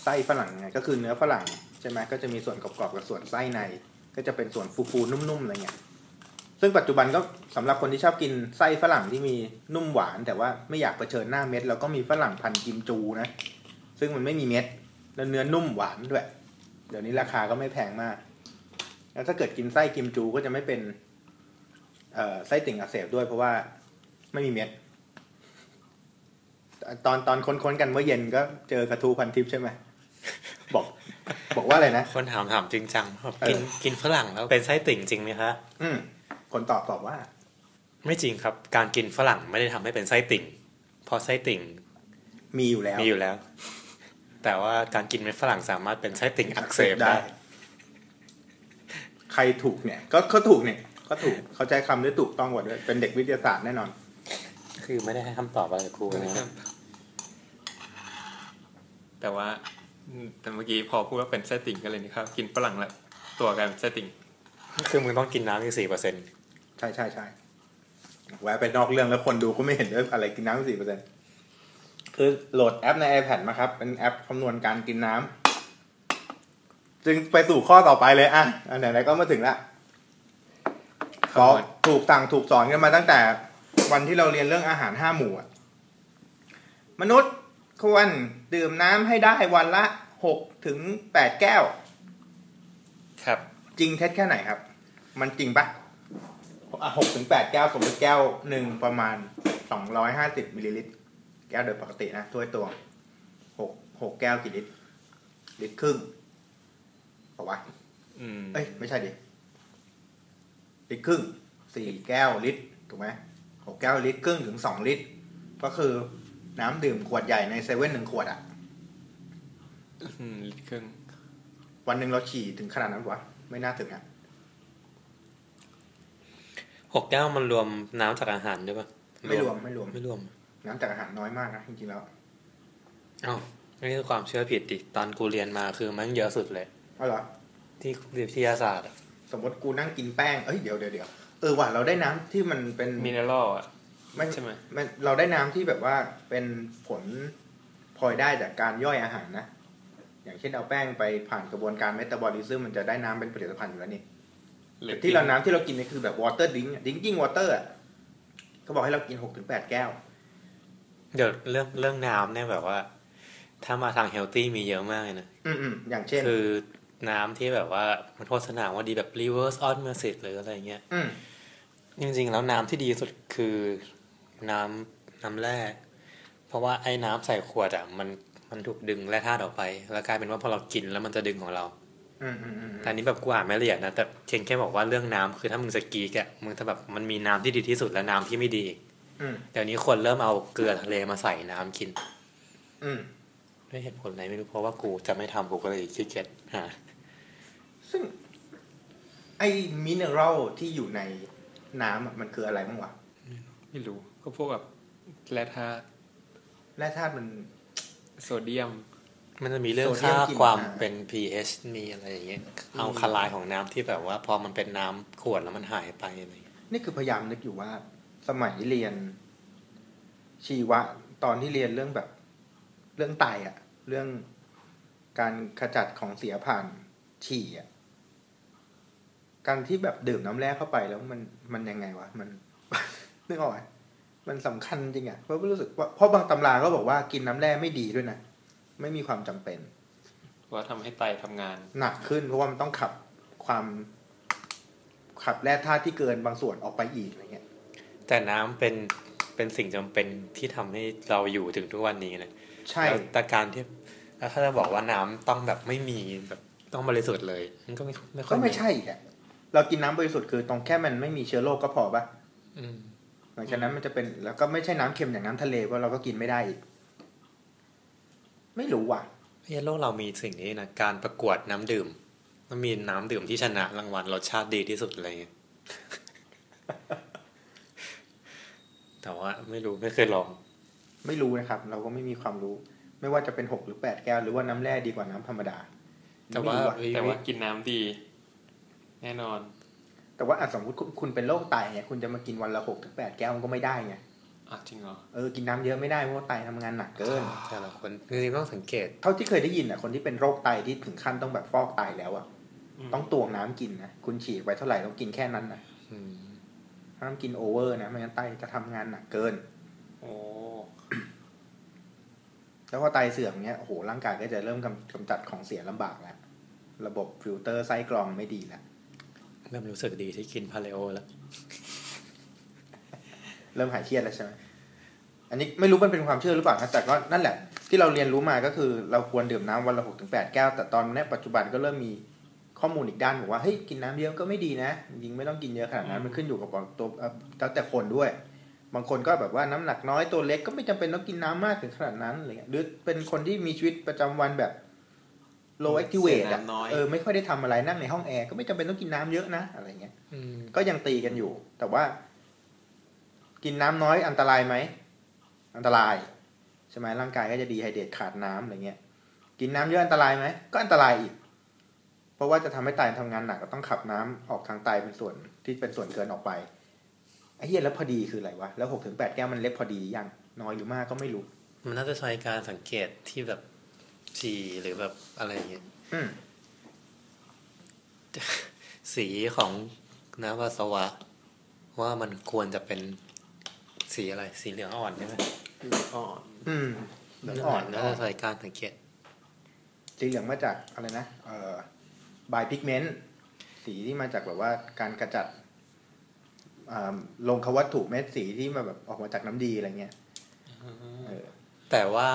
Speaker 1: ไส้ฝรั่งยังไง ก็คือเนื้อฝรั่งใช่ไหมก็จะมีส่วนกรอบๆกับส่วนไส้ใน ก็จะเป็นส่วนฟูๆนุ่มๆอะไรเงี้ย ซึ่งปัจจุบันก็สำหรับคนที่ชอบกินไส้ฝรั่งที่มีนุ่มหวาน แต่ว่าไม่อยากเผชิญหน้าเม็ดเราก็มีฝรั่งพันธุ์กิมจูนะ ซึ่งมันไม่มีเม็ด แล้วเนื้อนุ่มหวานด้วย เดี๋ยวนี้ราคาก็ไม่แพงมาก แล้วถ้าเกิดกินไส้กิมจูก็จะไม่เป็น เอ่อไส้ติ่งอักเสบด้วยเพราะว่าไม่มีเม็ด ตอนตอนค้นๆกันเมื่อเย็นก็เจอกระทูพันทิปใช่ไหมบอก บอกว่าอะไรนะ
Speaker 3: คนถามถามจริงจังแบบกิน
Speaker 1: เออ
Speaker 3: กินฝรั่งแล้วเป็นไส้ติ่งจริงไหมคะ
Speaker 1: อืมคนตอบตอบว่า
Speaker 3: ไม่จริงครับ การกินฝรั่งไม่ได้ทำให้เป็นไส้ติ่ง เพราะไส้ติ่ง
Speaker 1: มีอยู่แล้ว
Speaker 3: มีอยู่แล้ว แต่ว่าการกินเม็ดฝรั่งสามารถเป็นไส้ติ่งอักเสบได้
Speaker 1: ใครถูกเนี่ย ก็ก็ถูกเนี่ย ก็ถูกเขาใช้คำได้ถูกต้องกว่าด้วยเป็นเด็กวิทยาศาสตร์แน่นอน
Speaker 3: คือไม่ได้ให้คำตอบอะไรครูนะ
Speaker 2: แต่ว่า อืมแต่เมื่อกี้พอพูดว่าเป็นไส้ติ่งก็เลยนี่ครับ กินฝรั่งละตัวกลายเป็นไส้ติ่ง
Speaker 3: คือมึงต้องกินน้ำอีกสี่เปอร์เซ็นต์
Speaker 1: ใช่ใช่ใช่แวะไปนอกเรื่องแล้วคนดูก็ไม่เห็นด้วยอะไรกินน้ำสี่เปอร์เซ็นคือโหลดแอปใน iPad มาครับ เป็นแอปคำนวณการกินน้ำจึงไปสู่ข้อต่อไปเลยอ่ะอันไหนๆก็มาถึงละก็ถูกสั่งถูกสอนกันมาตั้งแต่วันที่เราเรียนเรื่องอาหารห้าหมู่อะมนุษย์ควรดื่มน้ำให้ได้วันละหกถึงแปดแก้ว
Speaker 2: ครับ
Speaker 1: จริงเท็จแค่ไหนครับ มันจริงปะอ่ะหกถึงแปดแก้วสมมติแก้วหนึ่งประมาณสองร้อยห้าสิบมิลลิลิตร แก้วโดยปกตินะถ้วยตวงหกหกแก้วกี่ลิตร ลิตรครึ่งบอกว่า
Speaker 2: อืม
Speaker 1: เอ้ย ไม่ใช่ดิ ลิตรครึ่งสี่แก้วลิตร ถูกไหมหกแก้วลิตรครึ่งถึงสองลิตร ก็คือน้ำดื่มขวดใหญ่ในเซเว่นหนึ่งขวดอะ
Speaker 2: อืมลิตรครึ่ง
Speaker 1: วันหนึ่งเราฉี่ถึงขนาดนั้นปะวะไม่น่าถึงอะ
Speaker 3: หกแก้วมันรวมน้ำจากอาหารด้วยปะ
Speaker 1: ไม่รวมไม่รวม
Speaker 3: ไม่รวม
Speaker 1: น้ำจากอาหารน้อยมากนะจริงๆแล้ว
Speaker 3: เอ้านี่คือความเชื่อผิดดิตอนกูเรียนมาคือมันเยอะสุดเลย
Speaker 1: เอาเหรอ
Speaker 3: ที่วิทยาศาสตร์อะ
Speaker 1: สมมติกูนั่งกินแป้ง เอ้ยเดี๋ยวเดี๋ยวเดี๋ยวเออว่ะเราได้น้ำที่มันเป็น
Speaker 2: มินเนอรัลอ่ะ
Speaker 1: ไม่
Speaker 2: ใช่ไหม
Speaker 1: นเราได้น้ำที่แบบว่าเป็นผลพลอยได้จากการย่อยอาหารนะ อย่างเช่นเอาแป้งไปผ่านกระบวนการเมตาบอลิซึมมันจะได้น้ำเป็นผลิตภัณฑ์อยู่แล้วนี่
Speaker 2: หรือ
Speaker 1: แต่ที่เราน้ำที่เรากินเนี่ยคือแบบวอเตอร์ดิ้งดิ้งกิ้งวอเตอร์เขาบอกให้เรากินหกถึงแปดแก้ว
Speaker 3: เดี๋ยวเรื่องเรื่องน้ำเนี่ยแบบว่า ถ้ามาทางเฮลตี้มีเยอะมากเลยนะ
Speaker 1: อืมอืมอย่างเช่น
Speaker 3: คือน้ำที่แบบว่ามันโฆษณาว่าดีแบบ reverse osmosis หรืออะไรเงี้ย
Speaker 1: อืม
Speaker 3: จริงๆ แล้วน้ำที่ดีที่สุดคือน้ำน้ำแร่เพราะว่าไอ้น้ำใส่ขวดอ่ะมันมันถูกดึงแร่ธาตุออกไป แล้วกลายเป็นว่าพอเรากินแล้วมันจะดึงของเรา
Speaker 1: อืมอืมอืม
Speaker 3: แต่อันนี้แบบกูอ่านไม่ละเอียดนะ แต่เคนแค่บอกว่าเรื่องน้ำคือถ้ามึงจะกรีกอ่ะมึงถ้าแบบมันมีน้ำที่ดีที่สุดและน้ำที่ไม่ดีอีก
Speaker 1: อืม
Speaker 3: เดี๋ยวนี้คนเริ่มเอาเกลือทะเลมาใส่น้ำกิน
Speaker 1: อืม
Speaker 3: ด้วยเหตุผลอะไรไม่รู้เพราะว่ากูจะไม่ทำกูก็เลยขี้เกียจหา
Speaker 1: ซึ่ง ไอ้มินเนอรัลที่อยู่ในน้ำอะมันคืออะไรบ้างวะ
Speaker 2: ไม่รู้ก็พวกแบบแร่ธาตุ
Speaker 1: แร่ธาตุมัน
Speaker 2: โซเดียม
Speaker 3: มันจะมีเรื่องค่าความเป็น pH มีอะไรอย่างเงี้ยเอาคลายของน้ำที่แบบว่าพอมันเป็นน้ำขวดแล้วมันหายไปอะไรอย่างเงี้ย
Speaker 1: นี่คือพยายามนึกอยู่ว่า สมัยเรียน ชีวะ ตอนที่เรียนเรื่องแบบ เรื่องไตอะเรื่องการขจัดของเสียผ่านฉี่อะการที่แบบดื่มน้ำแร่เข้าไปแล้วมันมันยังไงวะมัน [laughs] นึกออกไหมมันสำคัญจริงอะเพราะรู้สึกว่าเพราะบางตำราก็บอกว่ากินน้ำแร่ไม่ดีด้วยนะไม่มีความจำเป็น
Speaker 2: ว่าทำให้ไตทำงาน
Speaker 1: หนักขึ้นเพราะว่ามันต้องขับความขับแร่ธาตุที่เกินบางส่วนออกไปอีกอะไรเงี้ย
Speaker 3: แต่น้ำเป็นเป็นสิ่งจำเป็นที่ทำให้เราอยู่ถึงทุกวันนี้นะ
Speaker 1: ใช่
Speaker 3: แล้วแต่การที่แล้วถ้าจะบอกว่าน้ำต้องแบบไม่มีแบบต้องบริสุทธิ์เลย มันก็ไม่ไม่ค่อ
Speaker 1: ก็
Speaker 3: ย
Speaker 1: ไม่ใช่อีกอะเรากินน้ำบริสุทธิ์คือตรงแค่มันไม่มีเชื้อโรคก็พอปะ
Speaker 3: อืม
Speaker 1: หลังจากนั้นมันจะเป็นแล้วก็ไม่ใช่น้ำเค็มอย่างน้ำทะเลเพราะเราก็กินไม่ได้อีก ไม่รู้ว่ะ
Speaker 3: เฮ้ยโลกเรามีสิ่งนี้นะการประกวดน้ำดื่มมันมีน้ำดื่มที่ชนะรางวัลรสชาติดีที่สุดอะไรเงี้ย [laughs] แต่ว่าไม่รู้ไม่เคยลอง
Speaker 1: ไม่รู้นะครับ เราก็ไม่มีความรู้ ไม่ว่าจะเป็นหกหรือแปดแก้วหรือว่าน้ำแร่ดีกว่าน้ำธรรมดา
Speaker 3: แต่ว่า
Speaker 1: ไม่รู้อะ
Speaker 3: วิ
Speaker 2: แต่
Speaker 3: วิ
Speaker 2: ว่ากินน้ำดี แน่นอน
Speaker 1: แต่ว่าอ่ะสมมติคุณคุณเป็นโรคไตเนี่ยคุณจะมากินวันละหกถึงแปดแก้วมันก็ไม่ได้ไง
Speaker 2: อ่ะจริงเหรอ
Speaker 1: เออกินน้ำเยอะไม่ได้เพราะว่าไตทำงานหนักเกิน
Speaker 3: แต่ละคนจริงๆต้องสังเกต
Speaker 1: เท่าที่เคยได้ยินอ่ะคนที่เป็นโรคไตที่ถึงขั้นต้องแบบฟอกไตแล้วอ่ะ
Speaker 2: ม
Speaker 1: ต้องตวงน้ำกินนะคุณฉีดไปเท่าไหร่ต้องกินแค่นั้นนะ
Speaker 3: อืม
Speaker 1: ห้ามกินโอเวอร์นะไม่งั้นไตจะทำงานหนักเกิน
Speaker 2: โอ้
Speaker 1: แล้วพอไตเสื่อมเนี้ยโอ้โหร่างกายก็จะเริ่มกำกำจัดของเสียลำบากแล้ว ระบบฟิลเตอร์ไส้กรองไม่ดีแล้ว
Speaker 3: เริ่มรู้สึกดีที่กินพาเลโอแล้ว
Speaker 1: เริ่มหายเครียดแล้วใช่ไหมอันนี้ไม่รู้มันเป็นความเชื่อหรือเปล่านะแต่ก็นั่นแหละ ที่เราเรียนรู้มาก็คือ เราควรดื่มน้ำวันละหกถึงแปดแก้ว แต่ตอนเนี้ยปัจจุบันก็เริ่มมีข้อมูลอีกด้านบอกว่าเฮ้ยกินน้ำเยอะก็ไม่ดีนะจริงๆไม่ต้องกินเยอะขนาดนั้นมันขึ้นอยู่กับตัวเอ่อแล้วแต่คนด้วย บางคนก็แบบว่าน้ำหนักน้อยตัวเล็กก็ไม่จำเป็นต้องกินน้ำมากถึงขนาดนั้นอะไรเงี้ยหรือเป็นคนที่มีชีวิตประจำวันแบบ low activate อะ
Speaker 4: เสียน้ำน้อย
Speaker 1: เออไม่ค่อยได้ทำอะไรนั่งในห้องแอร์ก็ไม่จำเป็นต้องกินน้ำเยอะนะอะไรเงี้ย
Speaker 3: อืม
Speaker 1: ก็ยังตีกันอยู่ แต่ว่า กินน้ำน้อยอันตรายไหม อันตราย ใช่ไหมร่างกายก็จะดีไฮเดรตขาดน้ำอะไรเงี้ย กินน้ำเยอะอันตรายไหมก็อันตรายอีก เพราะว่าจะทำให้ไตทำงานหนักก็ต้องขับน้ำออกทางไตเป็นส่วนที่เป็นส่วนเกินออกไปไอ้เหี้ยแล้วพอดีคืออะไรวะแล้วหกถึงแปดแก้วมันเล็กพอดียังน้อยหรือมากก็ไม่รู้
Speaker 3: มันน่าจะใช้การสังเกตที่แบบฉี่หรือแบบอะไรอย่างเงี้ย
Speaker 1: อืม
Speaker 3: สีของน้ำปัสสาวะ ว่ามันควรจะเป็นสีอะไรสีเหลืองอ่อนใช่ไหม
Speaker 5: อ๋อ
Speaker 1: อืมเหลืองอ่อน
Speaker 3: น่าจะใช้การสังเกต
Speaker 1: สีเหลืองมาจากอะไรนะเอ่อบายพิกเมนต์สีที่มาจากแบบว่าการกระจัดอ่าลงควัตถุเม็ดสีที่มาแบบออกมาจากน้ำดีอะไรเงี้ยเออ
Speaker 3: แต่ว่า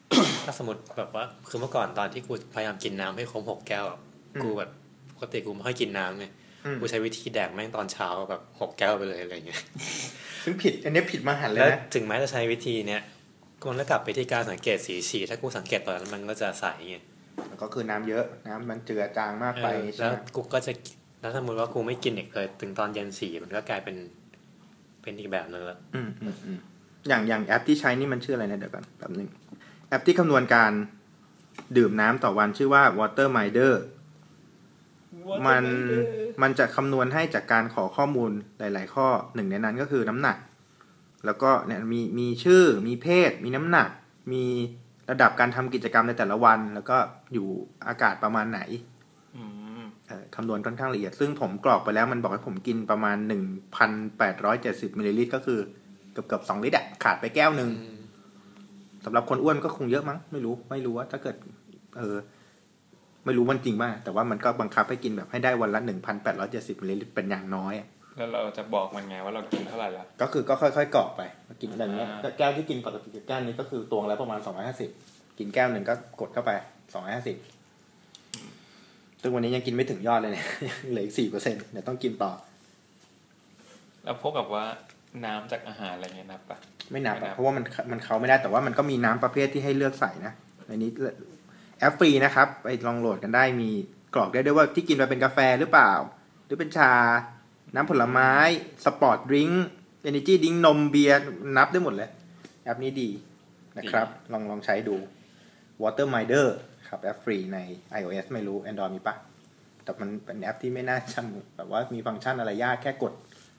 Speaker 3: [coughs] ถ้าสมมติแบบว่า คือเมื่อก่อนตอนที่กูพยายามกินน้ำให้ครบหกแก้วอะ
Speaker 1: อืม
Speaker 3: กูแบบปกติกูไม่ค่อยกินน้ำไง
Speaker 1: อืม
Speaker 3: กูใช้วิธีแดกแม่งตอนเช้าแบบหกแก้วไปเลยอะไรเงี้ย
Speaker 1: ซึ่งผิด อันนี้ผิดมาหันต์เล
Speaker 3: แล้ว
Speaker 1: ยนะ
Speaker 3: ถึงแม้จะใช้วิธีเนี้ยกูมันก็กลับไปที่การสังเกตสีฉี่ถ้ากูสังเกตตอนนั้นมันก็จะใสไง
Speaker 1: แล้วก็คือน้ำเยอะน้ำมันเจือจางมากไป
Speaker 3: เออ
Speaker 1: ใช่
Speaker 3: แล้ว
Speaker 1: ไหม
Speaker 3: กูก็จะแล้วสมมติว่ากูไม่กินอีกเลยถึงตอนเย็นสีมันก็กลายเป็นเป็นอีกแบบนึงละ
Speaker 1: อืมอืมอืมอย่างอย่างแอปที่ใช้นี่มันชื่ออะไรนะเดี๋ยวก่อนแป๊บนึงแอปที่คำนวณการดื่มน้ำต่อวันชื่อว่า Water Minder มันมันจะคำนวณให้จากการขอข้อมูลหลาย ๆ ข้อหนึ่งในนั้นก็คือน้ำหนัก แล้วก็เนี่ยมีมีชื่อมีเพศ มีน้ำหนัก มีระดับการทำกิจกรรมในแต่ละวัน แล้วก็อยู่อากาศประมาณไหน
Speaker 2: อืม
Speaker 1: เอ่อคำนวณค่อนข้างละเอียด ซึ่งผมกรอกไปแล้วมันบอกให้ผมกินประมาณ 1,870มิลลิลิตรก็คือเกือบเกือบสองลิตรอะขาดไปแก้วหนึ่งสำหรับคนอ้วนก็คงเยอะมั้ง ไม่รู้ไม่รู้ว่าถ้าเกิด เออ ไม่รู้มันจริงป่ะแต่ว่ามันก็บังคับให้กินแบบให้ได้วันละ 1,870มิลลิลิตรเป็นอย่างน้อยอะ
Speaker 2: แล้วเราจะบอกมันไงว่าเรากินเท่าไหร่ละ
Speaker 1: ก็คือก็ค่อยๆกรอกไปกินแบบเนี้ย
Speaker 2: อ่า
Speaker 1: แก้วที่กินปกติแก้วนี้ก็คือตวงแล้วประมาณ 250 กินแก้วหนึ่งก็กดเข้าไป 250ซึ่งวันนี้ยังกินไม่ถึงยอดเลยเนี่ย [laughs] ยังเหลืออีกสี่เปอร์เซ็นต์เดี๋ยวต้องกินต่อ
Speaker 2: แล้วพวกกับว่าน้ำจากอาหารอะไรเงี้ยนับปะ
Speaker 1: ไม่นับ
Speaker 2: ไม่นั
Speaker 1: อะ
Speaker 2: บ
Speaker 1: เพราะว่ามันมันเขาไม่ได้แต่ว่ามันก็มีน้ำประเภทที่ให้เลือกใส่นะอันนี้แอปฟรีนะครับ ไปลองโหลดกันได้มีกรอกได้ด้วยว่าที่กินไปเป็นกาแฟหรือเปล่า หรือเป็นชา น้ำผลไม้ สปอร์ตดริงก์เอเนจีดิงนมเบียร์นับได้หมดเลย แอปนี้ดีนะครับ ลองลองใช้ดู Waterminder ครับแอปฟรีใน iOS ไม่รู้ Android มีปะแต่มันเป็นแอปที่ไม่น่าจำแบบว่ามีฟังก์ชันอะไรยากแค่กด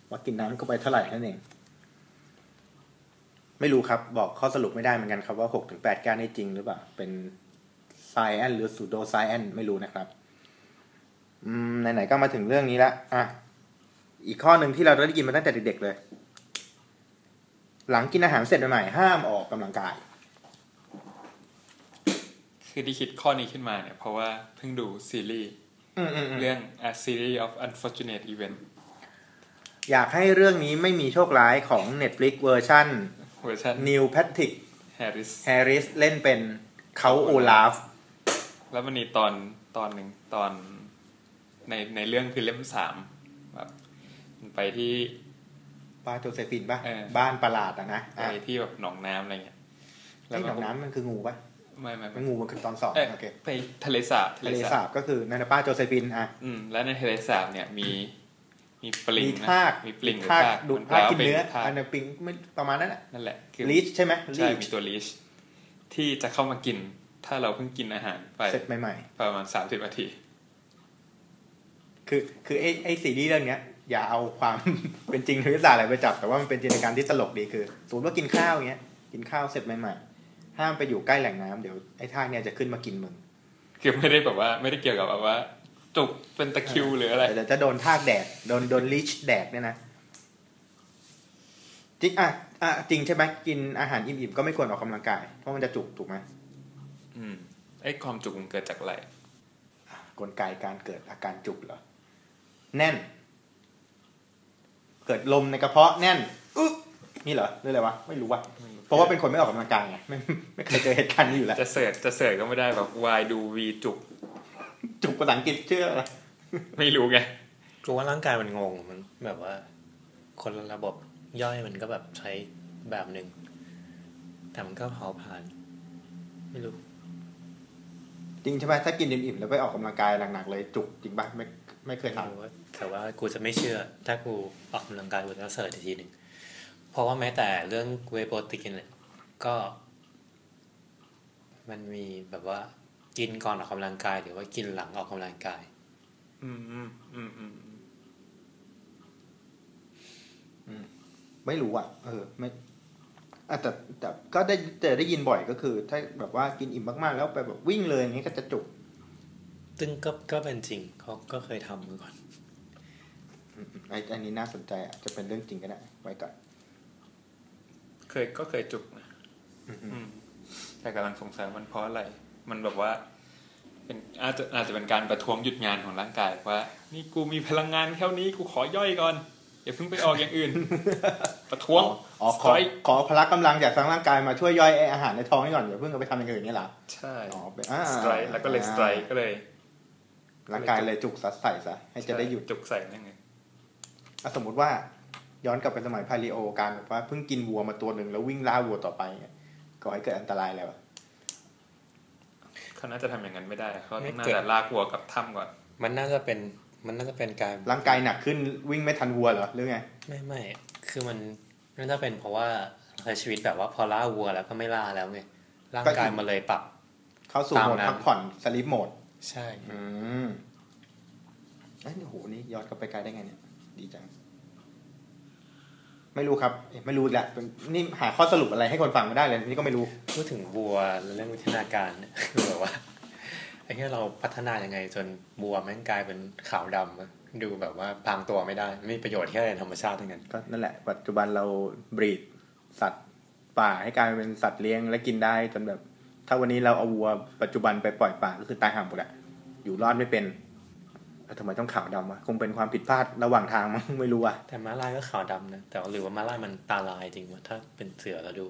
Speaker 1: ว่ากินน้ำเข้าไปเท่าไหร่แค่นั่นเอง ไม่รู้ครับ บอกข้อสรุปไม่ได้เหมือนกันครับว่าหกถึงแปดแก้วนี่จริงหรือเปล่า เป็น science หรือ pseudo science ไม่รู้นะครับ อืม ไหนๆก็มาถึงเรื่องนี้ละอ่ะ อีกข้อหนึ่งที่เราได้ยินมาตั้งแต่เด็กๆเลย หลังกินอาหารเสร็จใหม่ๆห้ามออกกำลังกาย
Speaker 2: คือที่คิดข้อนี้ขึ้นมาเนี่ย เพราะว่าเพิ่งดูซีรีส์
Speaker 1: อืมอืม
Speaker 2: เรื่อง A Series of Unfortunate Event
Speaker 1: อยากให้เรื่องนี้ไม่มีโชคร้ายของ Netflix เวอร์ชัน
Speaker 2: เวอร์ชัน
Speaker 1: Neil Patrick
Speaker 2: Harris
Speaker 1: Harris เล่นเป็นเขาโอลาฟ
Speaker 2: แล้วมันมีตอนตอนหนึ่งตอนในในเรื่องคือเล่มสามแบบมันไปที่
Speaker 1: ป้าโจเซฟินป่ะ
Speaker 2: เออ
Speaker 1: บ้านประหลาดอะนะ
Speaker 2: ไปที่แบบหนองน้ำอะไรเงี้ย
Speaker 1: ไอ้หนองน้ำมันคืองูป่ะ
Speaker 2: ไม่ไม่
Speaker 1: มั
Speaker 2: ไม่
Speaker 1: นงูมันคือตอนสอง
Speaker 2: เอ้ย
Speaker 1: โอเค
Speaker 2: ไปทะเลสาบ
Speaker 1: ทะเลสาบก็คือนั่นนะป้าโจเซฟินอ่ะ
Speaker 2: อืมแล้วในทะเลสาบเนี่ยมีมีปลิง
Speaker 1: มี
Speaker 2: นะ
Speaker 1: ทาก
Speaker 2: มีปลิงหรือ
Speaker 1: ทาก
Speaker 2: ทาก
Speaker 1: ดูด
Speaker 2: มั
Speaker 1: ทาก
Speaker 2: แปลว่
Speaker 1: กินเนื้อ
Speaker 2: ป็ทาก
Speaker 1: อันนั้นปิงไม่ประมาณนั้นอะ
Speaker 2: นั่นแหละคือ
Speaker 1: ลีชใช่ไหมลี
Speaker 2: ใช่
Speaker 1: ช
Speaker 2: มีตัวลิชที่จะเข้ามากิน ถ้าเราเพิ่งกินอาหารไป
Speaker 1: เสร็จใหม่
Speaker 2: ประมาณสามสิบนาที
Speaker 1: ๆ คือ คือไอ้ไอ้ซีรีส์เรื่องเนี้ย อย่าเอาความ [laughs] เป็นจริงทางวิทยาศาสตร์อะไรไปจับ แต่ว่ามันเป็นจินตนาการที่ตลกดีคือสมมติว่ากินข้าวอย่างเงี้ย กินข้าวเสร็จใหม่ๆ ห้ามไปอยู่ใกล้แหล่งน้ำเดี๋ยวไอ้ทากเนี่ยจะขึ้นมากินมึง
Speaker 2: คือไม่ได้แบบว่าไม่ได้เกี่ยวกับแบบว่า จุกเป็นตะคริวหรืออะไร
Speaker 1: เดี๋ยวจะโดนทากแดดโดนโดนลีชแดดเนี่ยนะ จริงอ่ะอ่ะจริงใช่ไหมกินอาหารอิ่มๆก็ไม่ควรออกกำลังกายเพราะมันจะจุกถูกไหม
Speaker 2: อืมไอ้ความจุกมันเกิดจากอะไร
Speaker 1: กลไกการเกิดอาการจุกเหรอ แน่น เกิดลมในกระเพาะแน่นอึ๊บนี่เหรอหรืออะไรวะ ไม่รู้ว่ะเพราะว่าเป็นคนไม่ออกกำลังกายไงไม่ไม่เคยเจอเหตุการณ์นี้อยู่แล้ว
Speaker 2: จะเสิร์ชจะเสิร์ชก็ไม่ได้แบบ why do we จุก
Speaker 1: จุกภาษาอังกฤษเชื่ออะไร
Speaker 2: ไม่รู้ไง
Speaker 3: กูว่าร่างกายมันงงมันแบบว่า คนละระบบย่อยมันก็แบบใช้แบบหนึ่งแต่มันก็เผาผ่าน ไม่รู้
Speaker 1: จริงใช่ไหมถ้ากินอิ่มๆแล้วไปออกกำลังกายหนักๆเลย จุกจริงป่ะไม่ไม่เคยท
Speaker 3: แต่ว่าแต่ว่ากูจะไม่เชื่อ ถ้ากูออกกำลังกายกูจะเสิร์ชอีกทีหนึ่ง เพราะว่าแม้แต่เรื่องเวโปรตีนเนี่ยก็ มันมีแบบว่า กินก่อนออกกำลังกาย หรือว่ากินหลังออกกำลังกาย
Speaker 2: อืมอืมอืมอืมอืม
Speaker 1: ไม่รู้อ่ะ เออ ไม่อ่ะแต่แต่ก็ได้แต่ได้ยินบ่อยก็คือ ถ้าแบบว่ากินอิ่มมากๆ แล้วไปแบบวิ่งเลยอย่างนี้ก็จะจุก
Speaker 3: ซึ่งก็ก็เป็นจริงเขาก็เคยทำมาก่อน
Speaker 1: ไอ้อันนี้น่าสนใจอ่ะ จะเป็นเรื่องจริงก็ได้ ไว้ก่อน
Speaker 2: เคยก็เคยจุกนะอืมแต่กำลังสงสัยมันเพราะอะไร มันแบบว่า เป็นอาจจะอาจจะเป็นการประท้วงหยุดงานของร่างกายว่า นี่กูมีพลังงานแค่นี้กูขอย่อยก่อนอย่าเพิ่งไปออก
Speaker 1: [laughs]
Speaker 2: อย่างอื่น ประท้วง
Speaker 1: อ๋อขอ
Speaker 2: Strike
Speaker 1: ขอพละกำลังจากทางร่างกายมาช่วยย่อยไออาหารในท้องนี่ก่อนอย่าเพิ่งเอาไปทำอย่างอื่นนี่หรอ
Speaker 2: ใช่
Speaker 1: อ๋อเป็นอ่า
Speaker 2: สไตร์แล้วก็เลยสไตร์ก็เลย
Speaker 1: ร่างกายเลยจุกสัดใส่ซะให้จะได้หยุด
Speaker 2: จุกใส่นั่นไง
Speaker 1: อ่ะสมมติว่า ย้อนกลับไปสมัยพาลิโอการแบบว่าเพิ่งกินวัวมาตัวหนึ่งแล้ววิ่งล่าวัวต่อไปเนี่ยก่อให้เกิดอันตรายแล้วะ
Speaker 2: เขาน่าจะทำอย่างนั้นไม่ได้เขา
Speaker 3: ไม่เกิด
Speaker 2: น่าจะลากวัวกับถ้ำก่อน
Speaker 3: มันน่าจะเป็นมันน่าจะเป็นการ
Speaker 1: ร่างกายหนักขึ้นวิ่งไม่ทันวัวเหรอหรือไง
Speaker 3: ไม่ไม่ คือมันน่าจะเป็นเพราะว่าใช้ชีวิตแบบว่าพอล่าวัวแล้วก็ไม่ล่าแล้วไง ร่างกายมันเลยปรับ
Speaker 1: เข้าสู่โหมด
Speaker 3: ตามนั้น
Speaker 1: พักผ่อนสลิปโหมด
Speaker 3: ใช่
Speaker 1: อืมเอ้ยโอ้โห นี่ย้อนกลับไปไกลได้ไงเนี่ย ดีจัง ไม่รู้ครับเอ๊ะไม่รู้อีกแหละเป็นนี่หาข้อสรุปอะไรให้คนฟังไม่ได้เลย นี่ก็ไม่รู้
Speaker 3: พูดถึงวัวเรื่องวิทยาการเนี่ย คือแบบว่าไอ้เนี่ยเราพัฒนายังไงจนวัวแม่งกลายเป็นขาวดำอะดูแบบว่าพรางตัวไม่ได้ ไม่มีประโยชน์แค่ในธรรมชาติทั้งนั้น
Speaker 1: ก็นั่นแหละ ปัจจุบันเราบรีดสัตว์ป่าให้กลายเป็นสัตว์เลี้ยงและกินได้จนแบบ ถ้าวันนี้เราเอาวัวปัจจุบันไปปล่อยป่าก็คือตายห่าหมดอะอยู่รอดไม่เป็นเอ้าทำไมต้องขาวดำวะคงเป็นความผิดพลาดระหว่างทางมั้งไม่รู้อะ
Speaker 3: แต่ม้าลายก็ขาวดำนะ แต่ว่าหรือว่าม้าลายมันตาลายจริงวะถ้าเป็นเสือแล้วดู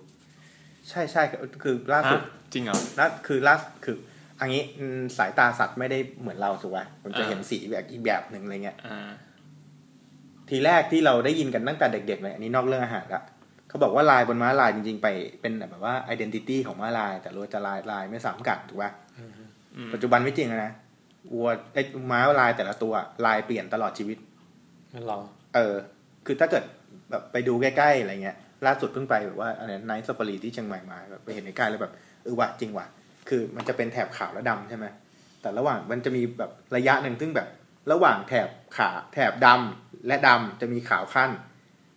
Speaker 1: ใช่ใช่คือคือล่าสุด
Speaker 2: จริงเหรอ
Speaker 1: ล่าคือล่าคืออันนี้อืมสายตาสัตว์ไม่ได้เหมือนเราถูกไหมผมจะ
Speaker 2: อ่า
Speaker 1: เห็นสีแบบอีกแบบหนึ่งอะไรเงี้ย
Speaker 2: อ่า
Speaker 1: ทีแรกที่เราได้ยินกันตั้งแต่เด็กๆเลยอันนี้นอกเรื่องอาหารละเขาบอกว่าลายบนม้าลายจริง ๆ ไปเป็นแบบว่าไอดีนิตี้ของม้าลาย แต่รู้จะลายลายไม่ซ้ำกันถูกไหม
Speaker 2: อืม
Speaker 1: ปัจจุบันไม่จริงแล้วนะวัวไอยม้าลายแต่ละตัวลายเปลี่ยนตลอดชีวิต
Speaker 3: มันลอง
Speaker 1: เออ คือถ้าเกิดแบบไปดูใกล้ๆอะไรเงี้ย ล่าสุดเพิ่งไปแบบว่าอะไรไนท์ซาฟารีที่เชียงใหม่มาแบบไปเห็นใกล้ๆแล้วแบบเออว่ะจริงว่ะ คือมันจะเป็นแถบขาวและดำใช่ไหมแต่ระหว่างมันจะมีแบบระยะหนึ่งซึ่งแบบ ระหว่างแถบขาวแถบดำและดำจะมีขาวขั้น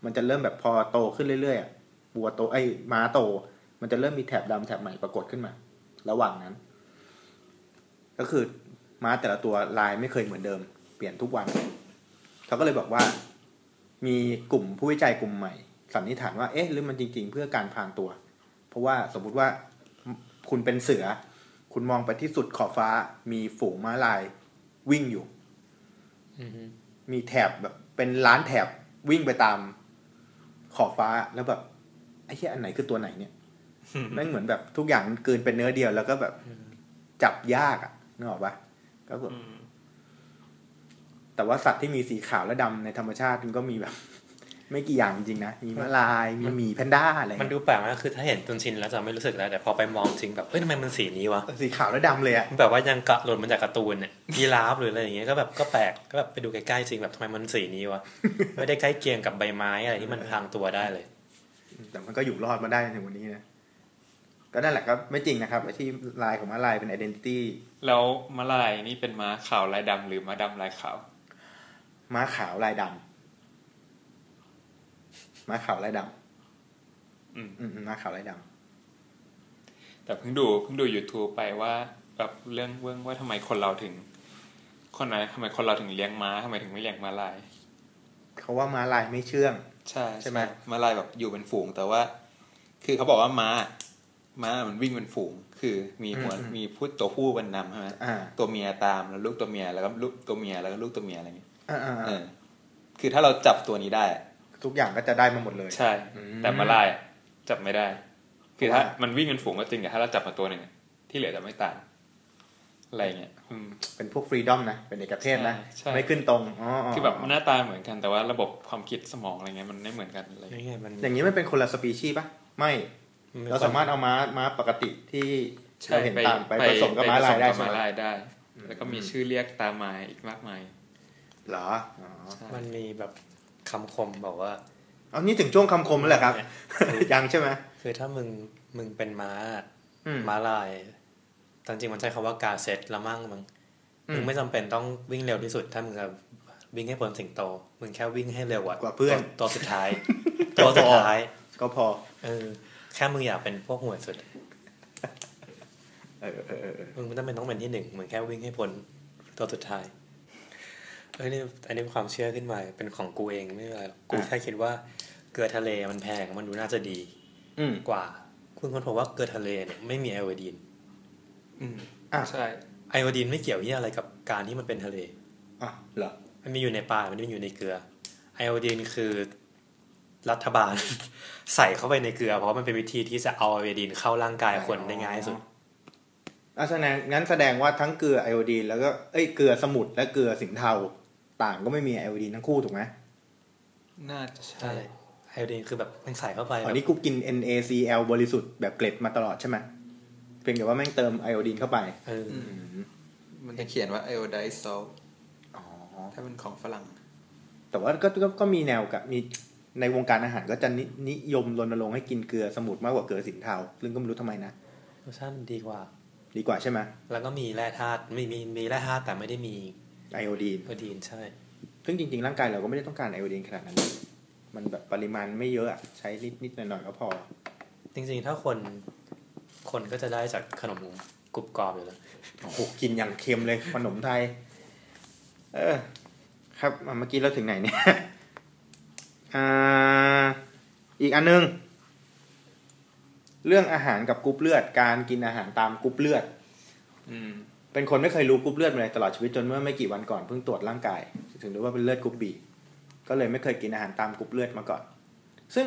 Speaker 1: มันจะเริ่มแบบพอโตขึ้นเรื่อยๆอะบัวโตไอ้ยม้าโต มันจะเริ่มมีแถบดำแถบใหม่ปรากฏขึ้นมา ระหว่างนั้น ก็คือม้าแต่ละตัวลายไม่เคยเหมือนเดิม เปลี่ยนทุกวันเขาก็เลยบอกว่า มีกลุ่มผู้วิจัยกลุ่มใหม่สันนิษฐานว่าเอ๊ะหรือมันจริง ๆ เพื่อการพรางตัว เพราะว่าสมมุติว่าคุณเป็นเสือ คุณมองไปที่สุดขอบฟ้า มีฝูงม้าลายวิ่งอยู่
Speaker 3: อือฮึ
Speaker 1: มีแถบแบบเป็นล้านแถบวิ่งไปตามขอบฟ้าแล้วแบบไอ้เหี้ยอันไหนคือตัวไหนเนี่ย แม่งเหมือนแบบทุกอย่างมันกลืนเป็นเนื้อเดียวแล้วก็แบบจับยากอะนึกออกปะก็แบบ
Speaker 2: อืม
Speaker 1: แต่ว่าสัตว์ที่มีสีขาวและดำในธรรมชาติมันก็มีแบบ ไม่กี่อย่างจริงๆนะ มีม้าลาย มีหมีแพนด้าอะไร
Speaker 3: มัน
Speaker 1: เงี้ย
Speaker 3: ดูแปลกมากคือถ้าเห็นจนชินแล้วจะไม่รู้สึกแล้ว แต่พอไปมองจริงแบบเฮ้ยทำไมมันสีนี้วะ
Speaker 1: เออสีขาวและดำเลยอะ
Speaker 3: แบบว่ายังกะหล่นมาจากการ์ตูนเนี่ยยีราฟหรืออะไรอย่างเงี้ยก็แบบก็แปลกก็แบบไปดูใกล้ๆจริงแบบทำไมมันสีนี้วะ ไม่ได้ใกล้เคียงกับใบไม้อะไรที่มันพรางตัวได้เลย
Speaker 1: แต่มันก็อยู่รอดมาได้จนถึงวันนี้นะ ก็นั่นแหละครับ ไม่จริงนะครับไอ้ที่ลายของม้าลายเป็น identity
Speaker 2: แล้วมาลายนี่เป็นม้าขาวลายดำหรือม้าดำลายขาว
Speaker 1: ม้าขาวลายดำม้าขาวลายดำ
Speaker 2: อืม
Speaker 1: อืมม้าขาวลายดำ
Speaker 2: แต่เพิ่งดูเพิ่งดู YouTube ไปว่าแบบเรื่องเรื่องว่าทำไมคนเราถึง คนไหนทำไมคนเราถึงเลี้ยงม้าทำไมถึงไม่เลี้ยงมาลาย
Speaker 1: เขาว่าม้าลายไม่เชื่อง
Speaker 2: ใช่
Speaker 1: ใช่ไหม
Speaker 4: มาลายแบบอยู่เป็นฝูงแต่ว่า คือเขาบอกว่าม้า ม้ามันวิ่งเป็นฝูง คือมีหัว
Speaker 1: อืมอืม
Speaker 4: มีผู้ตัวผู้เป็นนำใช่ไหม
Speaker 1: อ่า
Speaker 4: ตัวเมียตามแล้วลูกตัวเมียแล้วก็ลูกตัวเมียแล้วก็ลูกตัวเมียอะไรเงี้ย
Speaker 1: อ่าอ่า
Speaker 4: เอ
Speaker 1: อ่า
Speaker 4: อคือถ้าเราจับตัวนี้ได้
Speaker 1: ทุกอย่างก็จะได้มาหมดเลย
Speaker 2: ใช่
Speaker 1: อืม
Speaker 2: แต่มาลายจับไม่ได้ คือ
Speaker 1: เพราะ
Speaker 2: ถ้า
Speaker 1: ว่า
Speaker 2: มันวิ่งเป็นฝูงก็จริงแต่ถ้าเราจับมาตัวหนึ่งอะที่เหลือจะไม่ตายอะไรเงี้ยอืม
Speaker 1: เป็นพวกฟรีดอมนะ เป็นเอกเทศนะ
Speaker 2: ใช่
Speaker 1: ไม่ขึ้นตรงอ๋อ
Speaker 2: คือแบบหน้าตาเหมือนกันแต่ว่าระบบความคิดสมองอะไรเงี้ยมันไม่เหมือนกันเลย
Speaker 3: นี่ไงมัน
Speaker 1: อย่างนี้มันเป็นคนละสปีชีส์ปะไม่
Speaker 3: น
Speaker 1: เราสามารถเอาม้าม้าปกติที่เราเห็นตามไปผสมกับม้าลายได้
Speaker 2: ผส
Speaker 1: ใช่
Speaker 2: มกั
Speaker 1: ไหม
Speaker 2: บม้าลายได้
Speaker 1: อืม
Speaker 2: แล้วก็มีชื่อเรียกตามหมายอีกมากมาย
Speaker 1: เหรออ๋อ
Speaker 2: ใช่
Speaker 3: มันมีแบบคำคมบอกว่า
Speaker 1: เอานี่ถึงช่วงคำคมแล้วเหรอครับ [laughs] ยังใช่ไหม
Speaker 3: คือถ้ามึงมึงเป็นม้า
Speaker 1: อืม
Speaker 3: ม้าลาย แต่จริงมันใช้คำว่ากาเซตละมั่งมั้ง
Speaker 1: อืม
Speaker 3: มึงไม่จำเป็นต้องวิ่งเร็วที่สุด ถ้ามึงจะวิ่งให้พ้นสิงโต มึงแค่วิ่งให้เร็ว
Speaker 1: กว่าเพื่อน
Speaker 3: ตัวตัวสุดท้าย ตัวสุดท้าย
Speaker 1: ก็พอ
Speaker 3: เออแค่มึงอยากเป็นพวกห่วยสุด
Speaker 1: เออเออเออเออ
Speaker 3: มึงไม่จำเป็นต้องเป็นที่หนึ่งมึงแค่วิ่งให้พ้นตัวสุดท้ายเอ้ยนี่อันนี้เป็นความเชื่อขึ้นมาเป็นของกูเองไม่เป็นไรหรอกกูแค่คิดว่าเกลือทะเลมันแพงมันดูน่าจะดี
Speaker 1: อืม
Speaker 3: กว่า คุณคนพบว่าเกลือทะเลเนี่ยไม่มีไอโอดีน
Speaker 2: อืม
Speaker 1: อ่ะ
Speaker 2: ใช่
Speaker 3: ไอโอดีนไม่เกี่ยวเหียอะไรกับการที่มันเป็นทะเล
Speaker 1: อ่ะเหรอ
Speaker 3: มันมีอยู่ในปลา มันมีอยู่ในเกลือ ไอโอดีนคือรัฐบาล [laughs] ใส่เข้าไปในเกลือ เพราะมันเป็นวิธีที่จะเอาไอโอดีนเข้าร่างกายคนได้ง่ายที่สุด
Speaker 1: อ่ะแสดงงั้นแสดงว่าทั้งเกลือไอโอดีนแล้วก็เอ้ยเกลือสมุทรและเกลือสิงห์เทาต่างก็ไม่มีไอโอดีนทั้งคู่ถูกไหม
Speaker 4: น่าจะใช่
Speaker 3: ใช่ ไอโอดีนคือแบบมันใส่เข้าไป
Speaker 1: ตอน
Speaker 3: แบบ
Speaker 1: นี้กูกิน NaCl บริสุทธิ์แบบเกล็ดมาตลอดใช่ไหมเพียงแต่ว่าแม่งเติมไอโอดีนเข้าไป
Speaker 3: เอออ
Speaker 4: ม มันจะเขียนว่า iodized salt
Speaker 1: อ๋อ
Speaker 4: ถ้าเป็นของฝรั่ง
Speaker 1: แต่ว่าก็ก็ก็มีแนวกับมีในวงการอาหารก็จะนินยมรณรงค์ให้กินเกลือสมุทรมากกว่าเกลือสินเทาซึ่งก็ไม่รู้ทำไมนะ
Speaker 3: รสชาติมันดีกว่า
Speaker 1: ดีกว่าใช่ไหม
Speaker 3: แล้วก็มีแร่ธาตุไม่มีมีแร่ธาตุแต่ไม่ได้มี
Speaker 1: ไอโอดีน
Speaker 3: ไอโอดีนใช่
Speaker 1: ซึ่งจริงๆ ร่างกายเราก็ไม่ได้ต้องการไอโอดีนขนาดนั้น มันแบบปริมาณไม่เยอะอะใช้นิดๆหน่อยๆก็พอ
Speaker 3: จริงๆถ้าคนคนก็จะได้จากขนมกรุบกรอบอยู่แล้ว
Speaker 1: โอ้โหกินอย่างเค็มเลยขนมไทย เออ ครับอ่ะเมื่อกี้เราถึงไหนเนี่ย [laughs] อ่า อีกอันหนึง เรื่องอาหารกับกรุ๊ปเลือด การกินอาหารตามกรุ๊ปเลือด
Speaker 2: อืม
Speaker 1: เป็นคนไม่เคยรู้กรุ๊ปเลือดมาเลยตลอดชีวิตจนเมื่อไม่กี่วันก่อนเพิ่งตรวจร่างกาย ถึงรู้ว่าเป็นเลือดกรุ๊ปบีก็เลยไม่เคยกินอาหารตามกรุ๊ปเลือดมาก่อน ซึ่ง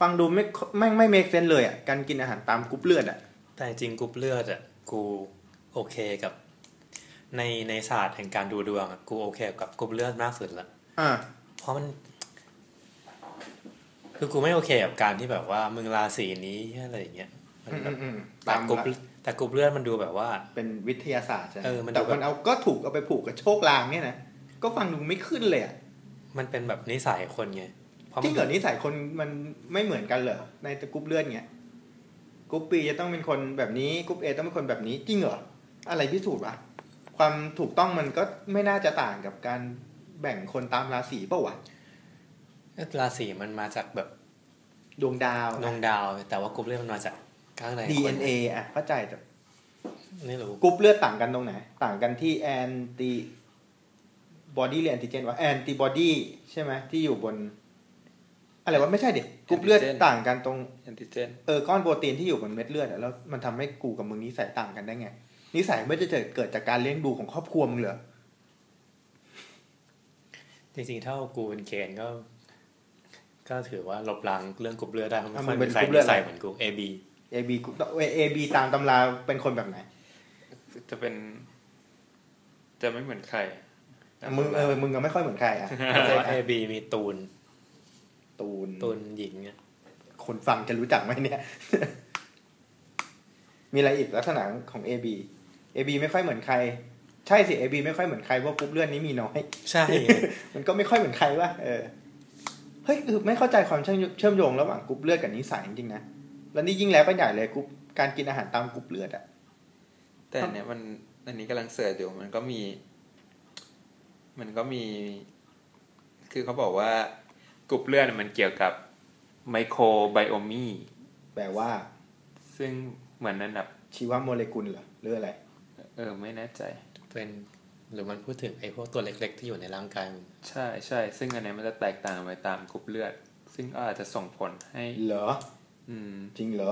Speaker 1: ฟังดูไม่ค่อยไม่ไม่เมคเซนเลยอ่ะการกินอาหารตามกรุ๊ปเลือดอ่ะ
Speaker 3: แต่จริงกรุ๊ปเลือดอ่ะกูโอเคกับ ในในศาสตร์แห่งการดูดวงอะกูโอเคกับกรุ๊ปเลือดมากสุดละ
Speaker 1: อ่า
Speaker 3: เพราะมัน คือกูไม่โอเคกับการที่แบบว่ามึงราศีนี้อะไรอย่างเงี้ยมัน
Speaker 1: อืมอื
Speaker 3: แบบ
Speaker 1: มอืม
Speaker 3: แต่
Speaker 1: ตาม
Speaker 3: กรุ๊ปแต่กรุ๊ปเลือดมันดูแบบว่า
Speaker 1: เป็นวิทยาศาสตร์ใช่ไหม
Speaker 3: เออมันดู
Speaker 1: แต่
Speaker 3: แบบ
Speaker 1: มันเอาก็ถูกเอาไปผูกกับโชคลางเนี่ยนะก็ฟังดูไม่ขึ้นเลยอ่ะ
Speaker 3: มันเป็นแบบนิสัยคนไงเพราะ
Speaker 1: จ
Speaker 3: มั
Speaker 1: ริง
Speaker 3: น
Speaker 1: เหรอนิสัยคนมันไม่เหมือนกันเหรอในกรุ๊ปเลือดเงี้ยกรุ๊ปบีจะต้องเป็นคนแบบนี้กรุ๊ปเอต้องเป็นคนแบบนี้จริงเหรออะไรพิสูจน์วะความถูกต้องมันก็ไม่น่าจะต่างกับการแบ่งคนตามราศีเปล่าวะ
Speaker 3: ราศีมันมาจากแบบ
Speaker 1: ดวงดาว
Speaker 3: ดวงดาว แต่ว่ากรุ๊ปเลือดมันมาจากข้างในคน
Speaker 1: DNA อ่ะเข้าใจแต่
Speaker 3: ไม่รู้
Speaker 1: กรุ๊ปเลือดต่างกันตรงไหนต่างกันที่แอนติบอดีหรือแอนติเจนวะแอนติบอดีใช่ไหมที่อยู่บน อะไรวะไม่ใช่เด็กกรุ๊ปเลือด
Speaker 4: Antigen
Speaker 1: ต่างกันตรง
Speaker 4: แอนติเจน
Speaker 1: เออก้อนโปรตีนที่อยู่บนเม็ดเลือดอะแล้วมันทำให้กูกับมึงนิสัยต่างกันได้ไงนิสัยไม่ได้เกิดจากการเลี้ยงดูของครอบครัวมึงเหรอ
Speaker 3: จริงๆถ้าเอากูเป็นเกณฑ์ก็ ก็ถือว่าลบล้างเรื่องกรุ๊ปเลือดได้เพราะมั
Speaker 1: ะ
Speaker 3: น
Speaker 1: มั
Speaker 3: ไม่
Speaker 1: น
Speaker 3: ค่
Speaker 1: เป็
Speaker 3: อย
Speaker 1: น
Speaker 3: ใส่
Speaker 1: กรุ๊ปเลือดอะไร
Speaker 3: นิสัยเหมือนกู AB
Speaker 1: A B กรุ๊ปเอ B ตามตำราเป็นคนแบบไหน
Speaker 2: จะเป็น จะไม่เหมือนใคร
Speaker 1: อ่ะมึงเออมึงก็ไม่ค่อยเหมือนใคร
Speaker 3: [laughs]
Speaker 1: อ่ะ
Speaker 3: เพราะว่า AB มีตูน
Speaker 1: ตูน
Speaker 3: ตูนหญิงเนี่ย
Speaker 1: คนฟังจะรู้จักไหมเนี่ย [laughs] มีอะไรอีกลักษณะของ A B A B ไม่ค่อยเหมือนใคร ใช่สิ A B ไม่ค่อยเหมือนใครเพราะกรุ๊ปเลือดนี้มีน้อย
Speaker 3: ใช่
Speaker 1: มันก็ไม่ค่อยเหมือนใครว่าเออ เฮ้ยคือไม่เข้าใจความเชื่อมเชื่อมโยงระหว่างกรุ๊ปเลือดกับนิสัยจริงๆนะ แล้วนี่ยิ่งแล้วก็ใหญ่เลยกรุ๊ปการกินอาหารตามกรุ๊ปเลือดอะ
Speaker 4: แต่อันเนี้ยมันอันนี้กำลังเสิร์ชอยู่มันก็มี มันก็มี คือเขาบอกว่าก
Speaker 2: ลุ่มเลือดมันเกี่ยวกับไมโครไบโอมี
Speaker 1: แปลว่า
Speaker 2: ซึ่งเหมือนอันดับ
Speaker 1: ชีวโมเลกุลเหรอหรืออะไร
Speaker 2: เออไม่แน่ใจ
Speaker 3: เป็นหรือมันพูดถึงไอ้พวกตัวเล็กๆ ที่อยู่ในร่างกายมึง
Speaker 2: ใช่ใช่ ซึ่งอันเนี้ยมันจะแตกต่างไปตามกรุ๊ปเลือด ซึ่งก็อาจจะส่งผลให้
Speaker 1: เหรอ
Speaker 2: อืม
Speaker 1: จริงเหรอ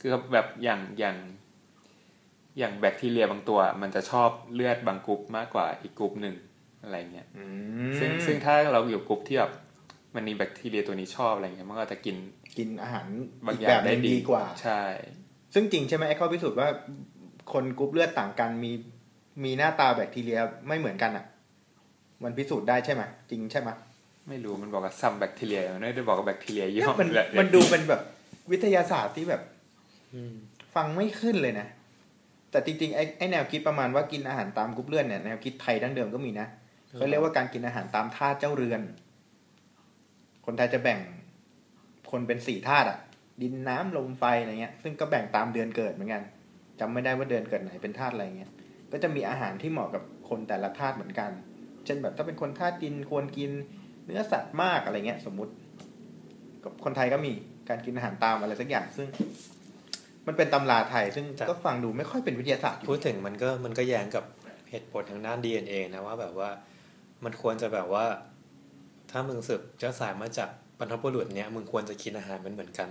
Speaker 2: คือแบบอย่างอย่างอย่างแบคทีเรียบางตัว มันจะชอบเลือดบางกรุ๊ปมากกว่าอีกกรุ๊ปหนึ่งอะไรเงี้ย
Speaker 1: อืม
Speaker 2: ซึ่งซึ่งถ้าเราอยู่กรุ๊ปที่แบบมันมีแบคทีเรียตัวนี้ชอบอะไรเงี้ยมันก็จะกิน
Speaker 1: กินอาหาร
Speaker 2: บาง
Speaker 1: อีก
Speaker 2: อ
Speaker 1: แบ
Speaker 2: ย่าง
Speaker 1: บห
Speaker 2: ได้
Speaker 1: นึ่งดีกว่า
Speaker 2: ใช่
Speaker 1: ซึ่งจริงใช่ไหมไอ้ข้อพิสูจน์ว่า คนกรุ๊ปเลือดต่างกันมีมีหน้าตาแบคทีเรียไม่เหมือนกันอะมันพิสูจน์ได้ใช่ไหมจริงใช่ไหม
Speaker 2: ไม่รู้มันบอกว่าซัมแบคทีเรียมันไม่ได้บอกว่าแบคทีเรียยี่ห้อ
Speaker 1: มัน
Speaker 2: แหละ
Speaker 1: มันดูเป็นแบบวิทยาศาสตร์ที่แบบ
Speaker 3: อืม
Speaker 1: ฟังไม่ขึ้นเลยนะ แต่จริงๆไอ้ไอ้แนวคิดประมาณว่ากินอาหารตามกรุ๊ปเลือดเนี่ยแนวคิดไทยดั้งเดิมก็มีนะเขาเรียกว่าการกินอาหารตามธาตุเจ้าเรือน คนไทยจะแบ่งคนเป็นสี่ธาตุอะดินน้ำลมไฟอะไรเงี้ย ซึ่งก็แบ่งตามเดือนเกิดเหมือนกัน จำไม่ได้ว่าเดือนเกิดไหนเป็นธาตุอะไรเงี้ย ก็จะมีอาหารที่เหมาะกับคนแต่ละธาตุเหมือนกัน เช่นแบบถ้าเป็นคนธาตุดินควรกินเนื้อสัตว์มากอะไรเงี้ย สมมุติ กับคนไทยก็มีการกินอาหารตามอะไรสักอย่างซึ่ง มันเป็นตำราไทย ซึ่ง
Speaker 3: จ้ะ
Speaker 1: ก็ฟังดูไม่ค่อยเป็นวิทยาศาสตร์อยู่
Speaker 3: พูดถึงมันก็มันก็แย้งกับเหตุผลทางด้าน DNA นะว่าแบบว่ามันควรจะแบบว่า ถ้ามึงสืบเจ้าสายมาจากบรรพบุรุษเนี้ยมึงควรจะกินอาหารมันเหมือนกัน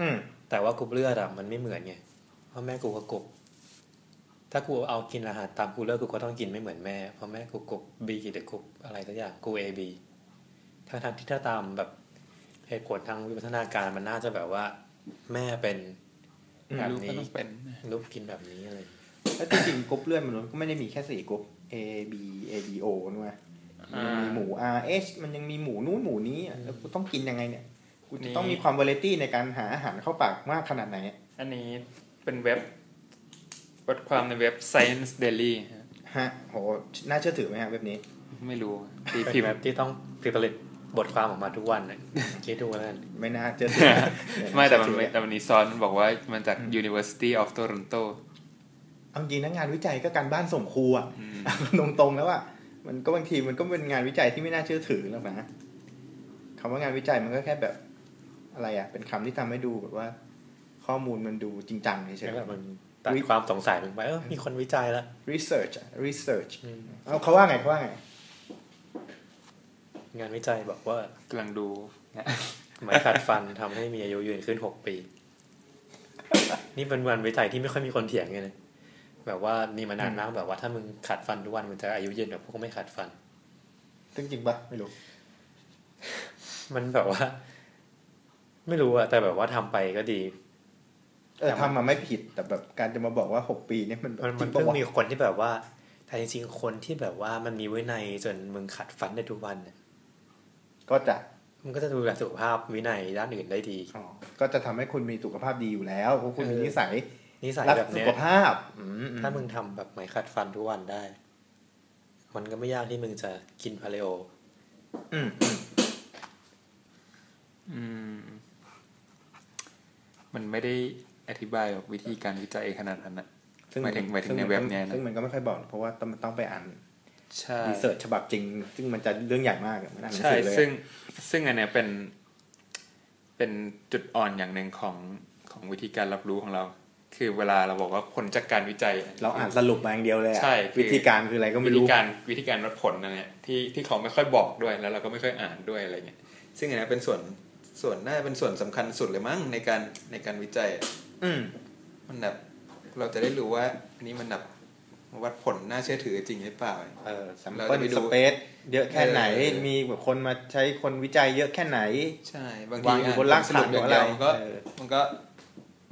Speaker 1: อืม
Speaker 3: แต่ว่ากรุ๊ปเลือดอะมันไม่เหมือนไงเพราะแม่กูก็กรุ๊ปถ้ากูเอากินอาหารตามกรุ๊ปเลือดกูก็ต้องกินไม่เหมือนแม่เพราะแม่กูกรุ๊ป B หรือกรุ๊ปอะไรสักอย่างกู AB ทั้งทางๆที่ถ้าตามแบบเหตุผลทางวิวัฒนาการมันน่าจะแบบว่า แม่เป็น
Speaker 1: อืม
Speaker 3: แบบ
Speaker 4: ลูกก็
Speaker 3: นี้
Speaker 4: ต้องเป็น
Speaker 3: ลูกกินแบบนี้อะไรอย่างเงี้ย
Speaker 1: แล้วจริงๆกรุ๊ปเลือดมนุษย์ก็ไม่ได้มีแค่สี่กรุ๊ป A B A B O นะเว้ยมั
Speaker 2: อ่าน
Speaker 1: มีหมู R H มันยังมีหมูนู้นหมูนี้อ่ะแล้วกูต้องกินยังไงเนี่ยกูจะต้องมีความวาเลตี้ในการหาอาหารเข้าปากมากขนาดไหนอะ
Speaker 2: อันนี้เป็นเว็บบทความในเว็บ Science Daily ฮะ
Speaker 1: ฮะโหน่าเชื่อถือไหมฮะเว็บนี้
Speaker 4: ไม่รู้ตี
Speaker 3: เป็น
Speaker 4: พิม
Speaker 3: แบ
Speaker 4: พ์
Speaker 3: บที่ต้องพิมพ์บทความออกมาทุกวันน่ะคิดดูแล้วกัน
Speaker 1: ไม่น่าเชื่อถือ
Speaker 2: ไม่แต่มันแต่มันนี้ซ้อนมันบอกว่ามันจาก University of Toronto
Speaker 1: เอาจริงนะงานวิจัยก็การบ้านส่งครูอะตรงตรงๆแล้วอะมันก็บางทีมันก็เป็นงานวิจัยที่ไม่น่าเชื่อถือหรอกนะคำว่างานวิจัยมันก็แค่แบบอะไรอะเป็นคำที่ทำให้ดูแบบว่า ข้อมูลมันดูจริงจังเฉย
Speaker 3: แล้วแบบมัน
Speaker 1: ๆ
Speaker 3: ตัด
Speaker 1: อุ๊ย
Speaker 3: ความสงสัยลงไปเออมีคนวิจัยแล้ว
Speaker 1: research อะ research
Speaker 3: อืม
Speaker 1: เอาเขาว่าไงเขาว่าไง
Speaker 3: งานวิจัยบอกว่าก
Speaker 2: ำลังดู
Speaker 3: ไหมขัดฟันทำให้มีอายุยืนขึ้นหกปี นี่เป็นวันวิจัยที่ไม่ค่อยมีคนเถียงไงเลยแบบว่ามีมานานมากแบบว่าถ้ามึงขัดฟันทุกวันมึงจะอายุยืนแบบพวกไม่ขัดฟัน
Speaker 1: จริงจริงปะไม่รู้
Speaker 3: มันแบบว่า ไม่รู้อะแต่แบบว่าทำไปก็ดี
Speaker 1: เออทำมาไม่ผิดแต่แบบการจะมาบอกว่าหกปีเนี่ยมันแบบ
Speaker 3: มัน
Speaker 1: จ
Speaker 3: มั
Speaker 1: ริง
Speaker 3: นเพิ่
Speaker 1: ปะ
Speaker 3: ง
Speaker 1: วะ
Speaker 3: มีคนที่แบบว่า แต่จริงๆคนที่แบบว่ามันมีวินัยจนมึงขัดฟันได้ทุกวันเนี่ย
Speaker 1: ก็จะ
Speaker 3: มันก็จะดูแลสุขภาพวินัยด้านอื่นได้ดี
Speaker 1: อ๋อก็จะทำให้คุณมีสุขภาพดีอยู่แล้วเพราะคุณมีนิสัย
Speaker 3: นิสัย
Speaker 1: รัก
Speaker 3: แบบ
Speaker 1: สุ
Speaker 3: เนี้
Speaker 1: ข
Speaker 3: ย
Speaker 1: ภาพอืม
Speaker 3: ถ้ามึงทำแบบไหมขัดฟันทุกวันได้ มันก็ไม่ยากที่มึงจะกินพาเลโอ
Speaker 1: อืม
Speaker 2: อืมมันไม่ได้อธิบายแบบวิธีการวิจัยขนาดนั้นอะ หมายถึงหมายถึงในเว็บเนี่ยนะ
Speaker 1: ซึ่งมันก็ไม่ค่อยบอก เพราะว่าต้องต้องไปอ่าน
Speaker 2: ใช่
Speaker 1: รีเสิร์ชฉบับจริง ซึ่งมันจะเรื่องใหญ่มากอะมันอ่านหนัง
Speaker 2: ใช่
Speaker 1: สือเลย
Speaker 2: ซึ่งซึ่งอันเนี้ยเป็นเป็นจุดอ่อนอย่างหนึ่งของของวิธีการรับรู้ของเรา คือเวลาเราบอกว่าผลจากการวิจัย
Speaker 1: เราอ่านสรุปมาอย่างเดียวเลยอะ
Speaker 2: ใช่คือ
Speaker 1: วิธีการคืออะไรก็ไม่
Speaker 2: วิธี
Speaker 1: รู้
Speaker 2: การวิธีการวัดผลนั่นแหละที่ที่เขาไม่ค่อยบอกด้วยแล้วเราก็ไม่ค่อยอ่านด้วยอะไรเงี้ย
Speaker 4: ซึ่งอันนี้เป็นส่วนส่วนน่าจะเป็นส่วนสำคัญสุดเลยมั้งในการในการวิจัยอะ
Speaker 1: อืม
Speaker 4: มันแบบเราจะได้รู้ว่าอันนี้มันแบบวัดผลน่าเชื่อถือจริงหรือเปล่า
Speaker 1: เออสัม
Speaker 4: เรา
Speaker 1: เปิล
Speaker 4: จะไปดู
Speaker 1: สเปซเยอะแค่ไหน
Speaker 4: เออ
Speaker 1: มีแบบคนมาใช้คนวิจัยเยอะแค่ไหน
Speaker 4: ใช่บาง
Speaker 1: วา
Speaker 4: ที
Speaker 1: งอยู่บนราก
Speaker 4: สรุป
Speaker 1: ฐาน
Speaker 4: อย่าง
Speaker 1: หรือ
Speaker 4: เดียว
Speaker 1: อะ
Speaker 4: มัน
Speaker 1: ไร
Speaker 4: ก็
Speaker 1: เออ
Speaker 4: มันก็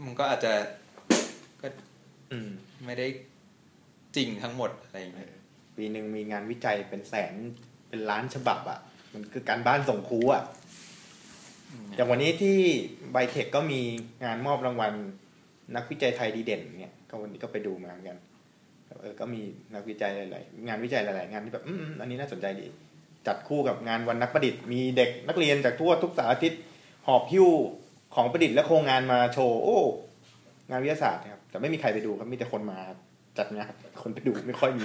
Speaker 4: มันก็อาจจะ
Speaker 1: อืม
Speaker 4: ไม่ได้จริงทั้งหมดอะไรอย่างเงี้ย
Speaker 1: ปีหนึ่งมีงานวิจัยเป็นแสนเป็นล้านฉบับอ่ะ มันคือการบ้านส่งครูอ่ะ อย่างวันนี้ที่ไบเทคก็มีงานมอบรางวัล นักวิจัยไทยดีเด่นเนี่ย ก็วันนี้ก็ไปดูมาเหมือนกันเออก็มีนักวิจัยหลายๆงานวิจัยหลาย ๆ งานที่แบบอืมอันนี้น่าสนใจดี จัดคู่กับงานวันนักประดิษฐ์มีเด็กนักเรียนจากทั่วทุกสารทิศหอบหิ้วของประดิษฐ์และโครงงานมาโชว์โอ้งานวิทยาศาสตร์นะครับแต่ไม่มีใครไปดูครับมีแต่คนมาจัดงานคนไปดูไม่ค่อยมี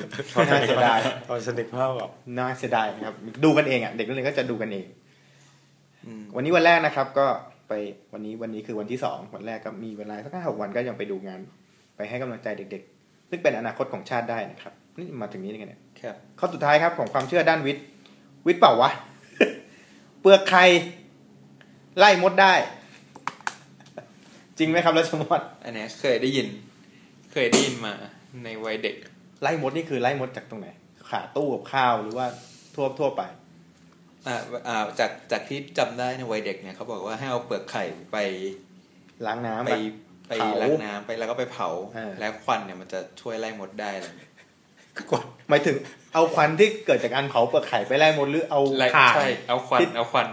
Speaker 1: น่าเสียดาย
Speaker 3: เอาสนิทภาพออก
Speaker 1: น่าเสียดายนะครับ ดูกันเองอ่ะ เด็กนักเรียนก็จะดูกันเอง
Speaker 4: อืม
Speaker 1: วันนี้วันแรกนะครับ ก็ไปวันนี้วันนี้คือวันที่สองวันแรกก็มีเวลาสักห้าหกวันก็ยังไปดูงาน ไปให้กำลังใจเด็กๆ ซึ่งเป็นอนาคตของชาติได้นะครับนี่มาถึงนี้ได้ไงเนี่ย
Speaker 4: ครับ
Speaker 1: ข้อสุดท้ายครับของความเชื่อด้านวิทย์ วิทย์เปล่าวะ เปลือกไข่ไล่มดได้ จริงไหมครับรัชมด
Speaker 4: อันเนี้ยเคยได้ยิน
Speaker 2: เคยได้ยินมาในวัยเด็ก
Speaker 1: ไล่มดนี่คือไล่มดจากตรงไหน ขาตู้กับข้าวหรือว่าทั่วทั่วๆไป
Speaker 4: อ่าอ่าจากจากที่จำได้ในวัยเด็กเนี่ยเขาบอกว่าให้เอาเปลือกไข่ไป
Speaker 1: ล้างน้ำ
Speaker 4: ไป
Speaker 1: อะ
Speaker 4: ไป
Speaker 1: เผา
Speaker 4: ล้างน้ำไปแล้วก็ไปเผา
Speaker 1: เออ
Speaker 4: แล้วควันเนี่ยมันจะช่วยไล่มดได้เลย
Speaker 1: หมายถึงเอาควันที่เกิดจากการเผาเปลือกไข่ไปไล่มดหรือเอา
Speaker 2: ไล่
Speaker 1: ถ่าน
Speaker 2: ใช่เอาควัน
Speaker 1: ที่
Speaker 2: เอาควัน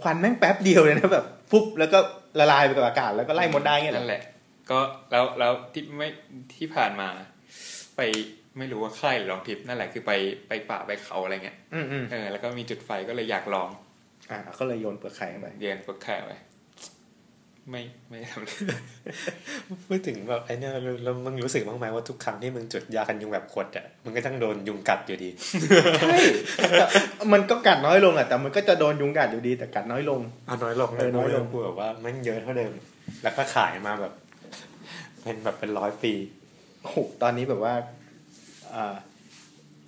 Speaker 1: ควันแม่งแป๊บเดียวเลยนะแบบปุ๊บแล้วก็ละลายไปกับอากาศแล้วก็ไล่มดได้เงี้ยเหร
Speaker 2: นั่
Speaker 1: อ
Speaker 2: นแหละ ก็แล้วแล้วที่ไม่ที่ผ่านมา ไปไม่รู้ว่าใครหรือลองทิพย์นั่นแหละคือไปไปป่าไปเขาอะไรเงี้ย
Speaker 1: อืมอืม
Speaker 2: เออแล้วก็มีจุดไฟก็เลยอยากลอง
Speaker 1: อ่าก็เลยโยนเปลือกไข่ลงไป [laughs]
Speaker 2: เรียนเปลือกไข่ไว้ ไม่ไม่ทำเลย [laughs]
Speaker 3: พูดถึงแบบไอ้เนี่ยแล้วแล้วมึงรู้สึกบ้างไหมว่าทุกครั้งที่มึงจุดยากันยุงแบบขวดอ่ะมึงก็ต้องโดนยุงกัดอยู่ดี
Speaker 1: ใช่ [laughs] แต่มันก็กัดน้อยลงอ่ะแต่มันก็จะโดนยุงกัดอยู่ดีแต่กัดน้อยลง
Speaker 3: เอาน้อยลง
Speaker 1: เออน้อยลง
Speaker 3: กูแบบว่าแมันเยอะเท่าเดิม แล้วก็ขายมาแบบ เป็นแบบเป็นร้อยปี
Speaker 1: โอ้โหตอนนี้แบบว่าอ่า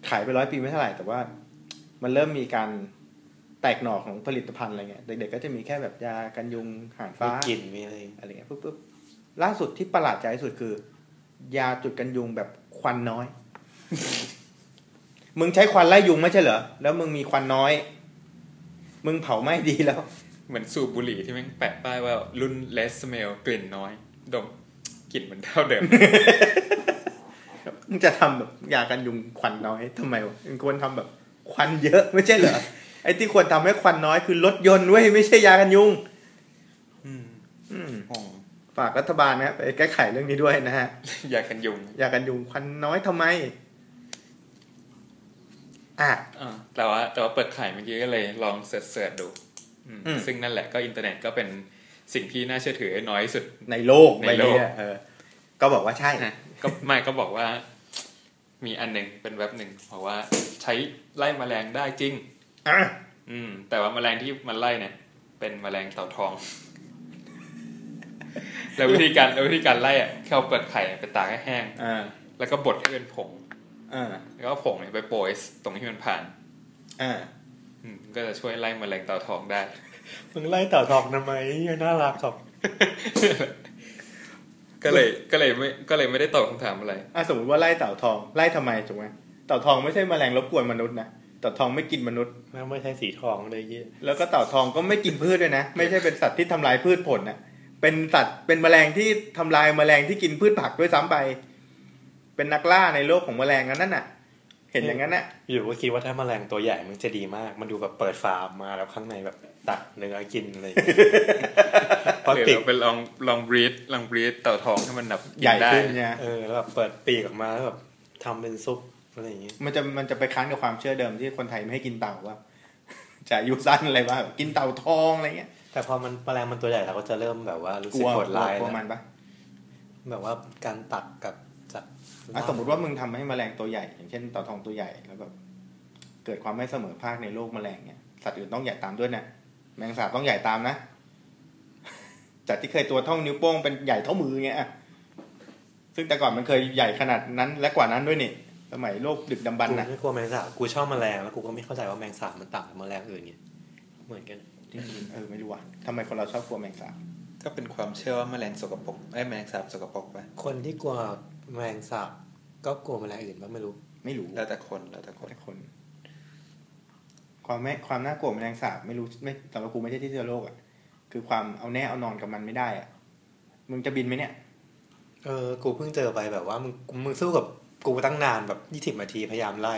Speaker 1: ขายไปร้อยปีไม่เท่าไหร่ แต่ว่า มันเริ่มมีการแตกหน่อของผลิตภัณฑ์อะไรเงี้ยเด็กๆก็จะมีแค่แบบยากันยุงหาง
Speaker 3: มี
Speaker 1: ฟ้า
Speaker 3: กลิ่นมีอะไร
Speaker 1: อะไรเงี้ยปุ๊บปุ๊บล่าสุดที่ประหลาดใจที่สุดคือ ยาจุดกันยุงแบบควันน้อย [laughs] มึงใช้ควันไล่ยุงไม่ใช่เหรอ แล้วมึงมีควันน้อย มึงเผาไหม่ดีแล้ว
Speaker 2: เหมือนสูบบุหรี่ที่แม่งแปะป้ายว่ารุ่น less smell กลิ่นน้อย ดมกลิ่นเหมือนเท่าเดิม [laughs]
Speaker 1: มึงจะทำแบบยากันยุงควันน้อยทำไมวะมึงควรทำแบบควันเยอะไม่ใช่เหรอ ไอ้ที่ควรทำให้ควันน้อยคือรถยนต์เว้ยไม่ใช่ยากันยุง
Speaker 2: อืม
Speaker 1: อืม
Speaker 2: โอ้
Speaker 1: ฝากรัฐบาลนะฮะไปแก้ไขเรื่องนี้ด้วยนะฮะ
Speaker 2: ยากันยุง
Speaker 1: ยากันยุงควันน้อยทำไม อ่ะ
Speaker 2: อ่าแต่ว่าแต่ว่าเปิดขายเมื่อกี้ก็เลยลองเสิร์ชๆดูอืม
Speaker 1: อืม
Speaker 2: ซึ่งนั่นแหละก็อินเทอร์เน็ตก็เป็นสิ่งที่น่าเชื่อถือน้อยสุด
Speaker 1: ในโลก
Speaker 2: ใน
Speaker 1: ใบ
Speaker 2: โลก
Speaker 1: นี้อะเออ ก็บอกว่าใช่
Speaker 2: นะก็ไม่ก็บอกว่า มีอันหนึ่งเป็นเว็บหนึ่งบอกว่าใช้ไล่แมลงได้จริง
Speaker 1: อ่ะ
Speaker 2: อืม แต่ว่าแมลงที่มันไล่เนี่ย เป็นแมลงเต่าทอง [laughs] แล้ววิธีการแล้ววิธีการไล่อ่ะแค่เอาเปลือกไข่ไปตากให้แห้ง
Speaker 1: อ่า
Speaker 2: แล้วก็บดให้เป็นผง
Speaker 1: อ่า
Speaker 2: แล้วก็เอาผงเนี่ยไปโปรยตรงที่มันผ่าน
Speaker 1: อ่า
Speaker 2: อืม ก็จะช่วยไล่แมลงเต่าทองได้ [laughs]
Speaker 3: มึงไล่เต่าทองทำไมยังน่ารักหรอก
Speaker 2: ก็เลยก็เลยไม่ก็เลยไม่ได้ตอบคำถามอะไร
Speaker 1: อ่ะสมมติว่าไล่เต่าทอง ไล่ทำไมถูกไหมเต่าทองไม่ใช่แมลงรบกวนมนุษย์นะ เต่าทองไม่กินมนุษย์
Speaker 3: แม่งไม่ใช่สีทองเลยเหี้ย
Speaker 1: แล้วก็เต่าทองก็ไม่กินพืชด้วยนะ ไม่ใช่เป็นสัตว์ที่ทำลายพืชผลนะเป็นสัตว์ เป็นแมลงที่ทำลายแมลงที่กินพืชผักด้วยซ้ำไป เป็นนักล่าในโลกของแมลงนั่นน่ะ เห็นอย่างนั้นน่ะ
Speaker 3: อยู่ก็คิดว่าถ้าแมลงตัวใหญ่มันจะดีมาก มันดูแบบเปิดฝาออกมาแล้วข้างในแบบตัดเนื้อกินเลย [laughs] พลาส
Speaker 2: เดี๋ยว
Speaker 3: ติก
Speaker 2: เราไปลองลองบรีดลองบรีดเต่าทองให้มันแบบ
Speaker 1: ใหญ่
Speaker 2: ได้
Speaker 1: ขึ้นเนี่ย
Speaker 3: เออแล้วแบบเปิดปีกออกมาแล้วแบบทำเป็นซุปอะไรอย่างงี้
Speaker 1: มันจะมันจะไปค้านกับความเชื่อเดิมที่คนไทยไม่ให้กินเต่า [laughs] ว่า จะอายุสั้นอะไรว่ากินเต่าทองอะไรเงี้ย
Speaker 3: แต่พอมันแมลงมันตัวใหญ่เราก็จะเริ่มแบบว่ารู้
Speaker 1: ก
Speaker 3: สึ
Speaker 1: ลั
Speaker 3: ก
Speaker 1: ว
Speaker 3: โหดร้าย
Speaker 1: กลัว
Speaker 3: แล้
Speaker 1: มั
Speaker 3: วน
Speaker 1: ปะ
Speaker 3: แบบว่าการตักกับจาก
Speaker 1: อ่ะสมมติว่ามึงทำให้แมลงตัวใหญ่ อย่างเช่นเต่าทองตัวใหญ่แล้วแบบเกิดความไม่เสมอภาคในโลกแมลงเนี่ยสัตว์อื่นต้องใหญ่ตามด้วยนะแมงสาบต้องใหญ่ตามนะ จากที่เคยตัวเท่านิ้วโป้งเป็นใหญ่เท่ามือเงี้ยอ่ะซึ่งแต่ก่อนมันเคยใหญ่ขนาดนั้นและกว่านั้นด้วยนี่สมัยโลกดึกดำบรร
Speaker 3: กู
Speaker 1: พ์นะ
Speaker 3: ไม่กลัวแมงสาบกูชอบแมลงแล้วกูก็ไม่เข้าใจว่าแมงสาบมันต่างกับแมลงอื่นไงเหมือนกัน
Speaker 1: จริงๆเออไม่รู้ว่าทำไมคนเราชอบกลัวแมงสาบ
Speaker 4: ก็เป็นความเชื่อว่าแมลงสกปรกไอ้ยแมลงสาบสกปรกไป
Speaker 3: คนที่กลัวแมลงสาบก็กลัวแมลงอื่นบ้างไม่รู้
Speaker 1: ไม่รู้
Speaker 4: แล้วแต่คนแล้วแต่คน
Speaker 1: แต่คน ความไม่ความน่ากลัวของแมลงสาบไม่รู้ไม่สำหรับกูไม่ใช่ที่เจอโลกอ่ะคือความเอาแน่เอานอนกับมันไม่ได้อ่ะมึงจะบินไหมเนี่ย
Speaker 3: เออ กูเพิ่งเจอไปแบบว่ามึงมึงสู้กับกูตั้งนานแบบยี่สิบนาทีพยายามไล่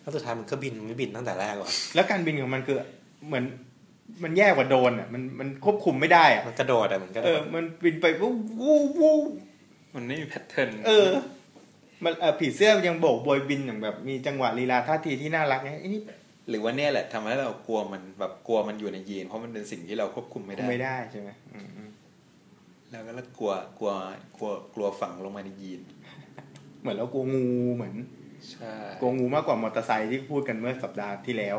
Speaker 3: แล้วสุดท้ายมันก็บินมันไม่บินตั้งแต่แรกว่ะ
Speaker 1: แล้วการบินของมันคือเหมือนมันแย่กว่าโดรนอ่ะมันมันควบคุมไม่ได้อ่ะ
Speaker 3: มันกระโดดอะเหมือนกระ
Speaker 1: เอ
Speaker 3: โด
Speaker 1: อ
Speaker 3: ด
Speaker 1: มันบินไปวู้วู้วู้
Speaker 2: มันไม่มีแพทเทิร์น
Speaker 1: เออ มันเออผีเสื้อยังโบกโบยบินอย่างแบบ มีจังหวะลีลาท่าทีที่น่ารักไงไอ้นี่
Speaker 4: หรือว่าเนี่ยแหละทำให้เรากลัวมันแบบกลัวมันอยู่ในยีน เพราะมันเป็นสิ่งที่เราควบคุมไม่ได้
Speaker 1: ไม่ได้ใช่ไหมอืมอืม
Speaker 4: แล้วก็กลัวกลัวกลัวกลัวฝังลงมาในยีน
Speaker 1: เหมือนเรากลัวงูเหมือน
Speaker 2: ใช่
Speaker 1: กลัวงูมากกว่ามอเตอร์ไซค์ที่พูดกันเมื่อสัปดาห์ที่แล้ว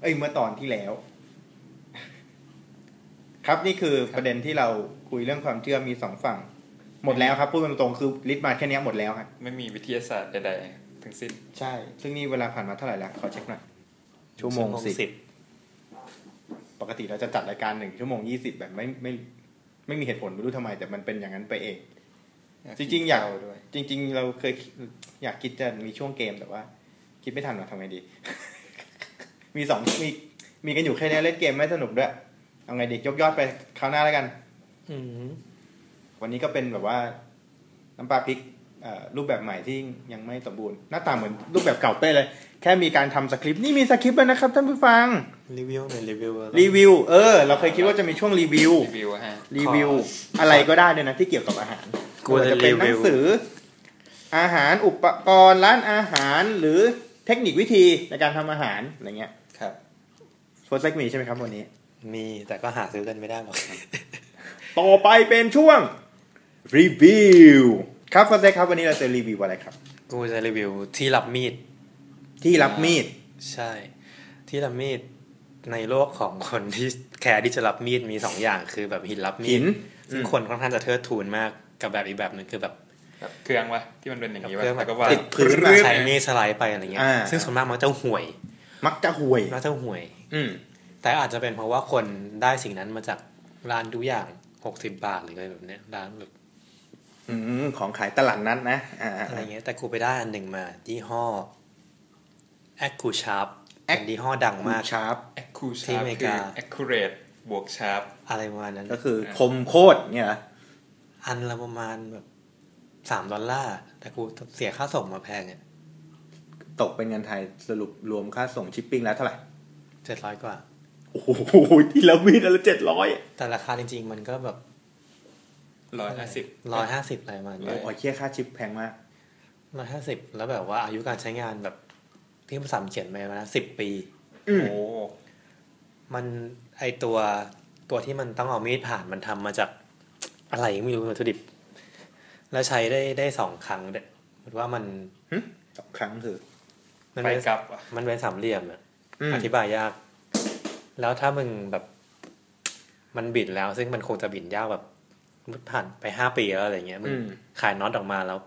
Speaker 1: เอ้ยเมื่อตอนที่แล้ว ครับนี่คือประเด็นที่เราคุยเรื่องความเชื่อมีสองฝั่ง หมดแล้วครับพูดตรงๆคือลิสต์มาแค่เนี้ยหมดแล้วฮะ
Speaker 2: ไม่มีวิทยาศาสตร์ใดๆทั้งสิ้น
Speaker 1: ใช่ ซึ่งนี่เวลาผ่านมาเท่าไหร่แล้ว ขอเช็คหน่อย ชั่วโมงสิบ
Speaker 3: สิบ
Speaker 1: ปกติเราจะจัดรายการหนึ่งชั่วโมงยี่สิบแบบไม่ไม่ไม่มีเหตุผลไม่รู้ทำไม แต่มันเป็นอย่างนั้นไปเอง จริงๆ อยากจริง ๆ เราเคยอยากคิดจะมีช่วงเกมแต่ว่า คิดไม่ทันว่าทำไงดี [laughs] มีสองมีมีกันอยู่แค่เนี้ยเล่นเกมไม่สนุกด้วย เอาไงดียกยอดไปคราวหน้าแล้วกัน
Speaker 3: อืม
Speaker 1: วันนี้ก็เป็นแบบว่า น้ำปลาพริกเอ่อรูปแบบใหม่ที่ยังไม่สมบูรณ์ หน้าตาเหมือนรูปแบบเก่าเป๊ะเลย แค่มีการทำสคริปต์นี่มีสคริปต์แล้วนะครับท่านผู้ฟัง
Speaker 3: รีวิวหน่อยรีวิว
Speaker 1: รีวิว เออ เราเคยคิดว่าจะมีช่วงรีวิว
Speaker 2: รีวิวอะฮะ
Speaker 1: รีวิว อะไรก็ได้ด้วยนะที่เกี่ยวกับอาหาร
Speaker 3: กู
Speaker 1: ไม่ว่า
Speaker 3: จะ
Speaker 1: จะเป็น
Speaker 3: รี
Speaker 1: หนั
Speaker 3: วิ
Speaker 1: ง
Speaker 3: ว
Speaker 1: สือ อาหารอุปกรณ์ร้านอาหารหรือเทคนิควิธีในการทำอาหารอะไรเงี้ย
Speaker 4: ครับ
Speaker 1: โฟร์เซ็กมีใช่ไหมครับวันนี้
Speaker 3: มีแต่ก็หาซื้อกันไม่ได้หรอก
Speaker 1: ต่อไปเป็นช่วงรีวิวครับฟอนเซครับวันนี้เราจะรีวิวอะไรครับ
Speaker 3: กูจะรีวิวที่รับมีด
Speaker 1: ที่รับมีด
Speaker 3: ใช่ ที่รับมีดในโลกของคนที่แคร์ที่จะรับมีดมีสองอย่างคือแบบหินรับมี
Speaker 1: หิ
Speaker 3: ด
Speaker 1: น
Speaker 3: ซึ่ง
Speaker 1: อืม
Speaker 3: คนค่อนข้างจะเทิดทูนมากกับแบบอีกแบบหนึ่งคือแบบ
Speaker 2: แบบเครื่องวะที่มันเป็นอย่างนี้วะ
Speaker 3: เครื่องแบบ
Speaker 2: แล้วก็ว่า
Speaker 1: ติดพื้นมา
Speaker 3: ใช้มีดสไลด์ไปอะไรเงี้ย
Speaker 1: อ่า
Speaker 3: ซึ่งส่วนมากมันจะห่วย
Speaker 1: มักจะห่วย
Speaker 3: มักจะห่วย
Speaker 1: อืม
Speaker 3: แต่อาจจะเป็นเพราะว่าคนได้สิ่งนั้นมาจากร้านทุกอย่างหกสิบบาทหรืออะไรแบบเนี้ยร้านแบบ
Speaker 1: อืมของขายตลาดนัดนะอ่า
Speaker 3: อะไรเงี้ยแต่กูไปได้อันหนึ่งมายี่ห้อแอคคูชาร์ป
Speaker 1: Ac-
Speaker 3: เป็นยี่ห้อดัง
Speaker 1: มาม
Speaker 3: าก
Speaker 1: ชาร์ป
Speaker 2: แอคคู
Speaker 3: ที่
Speaker 2: ชาร์
Speaker 3: อ
Speaker 2: ป
Speaker 3: เมริ
Speaker 2: คื
Speaker 3: กา
Speaker 2: อ accurate บวกชาร์ป
Speaker 3: อะไรประมาณนั้น
Speaker 1: ก็คือคมโคตรเนี่ยเหรอ
Speaker 3: อันละประมาณแบบสามดอลลาร์แต่กูเสียค่าส่งมาแพงเนี่ย
Speaker 1: ตกเป็นเงินไทยสรุปรวมค่าส่งชิปปิ้งแล้วเท่าไหร่
Speaker 3: เจ็ดร้อยกว่า
Speaker 1: โอ้โห [laughs] ที่รับมีดอันละเจ็ดร้อย
Speaker 3: แต่ราคาจริงๆมันก็แบบ
Speaker 2: ร้อยห้าสิบ
Speaker 3: ร้อยห้าสิบอะไรประมาณ
Speaker 2: ร้
Speaker 1: โอ้
Speaker 3: นี้
Speaker 1: ยเคียค่าชิปแพงมาก
Speaker 3: ร้อยห้าสิบแล้วแบบว่าอายุการใช้งานแบบที่ภาษามเขียนไปมาสิบปี
Speaker 1: อืม
Speaker 2: โอ้
Speaker 3: มันไอตัวตัวที่มันต้องเอามีดผ่านมันทำมาจากอะไรก็ไม่รู้วัตถุดิบ แล้วใช้ได้ได้สองครั้งเด็ดว่ามัน
Speaker 1: สองครั้งคือ
Speaker 3: มัน
Speaker 2: ไป
Speaker 3: เป็น
Speaker 2: กลับอะ
Speaker 3: มันเป็นสามเหลี่ยมอะ
Speaker 1: อืม
Speaker 3: อธิบายยาก แล้วถ้ามึงแบบ มันบิดแล้ว ซึ่งมันคงจะบิดยากแบบผ่านไปห้าปีแล้วอะไรเงี้ย มึง
Speaker 1: อืม
Speaker 3: ขายน็อตออกมาแล้ว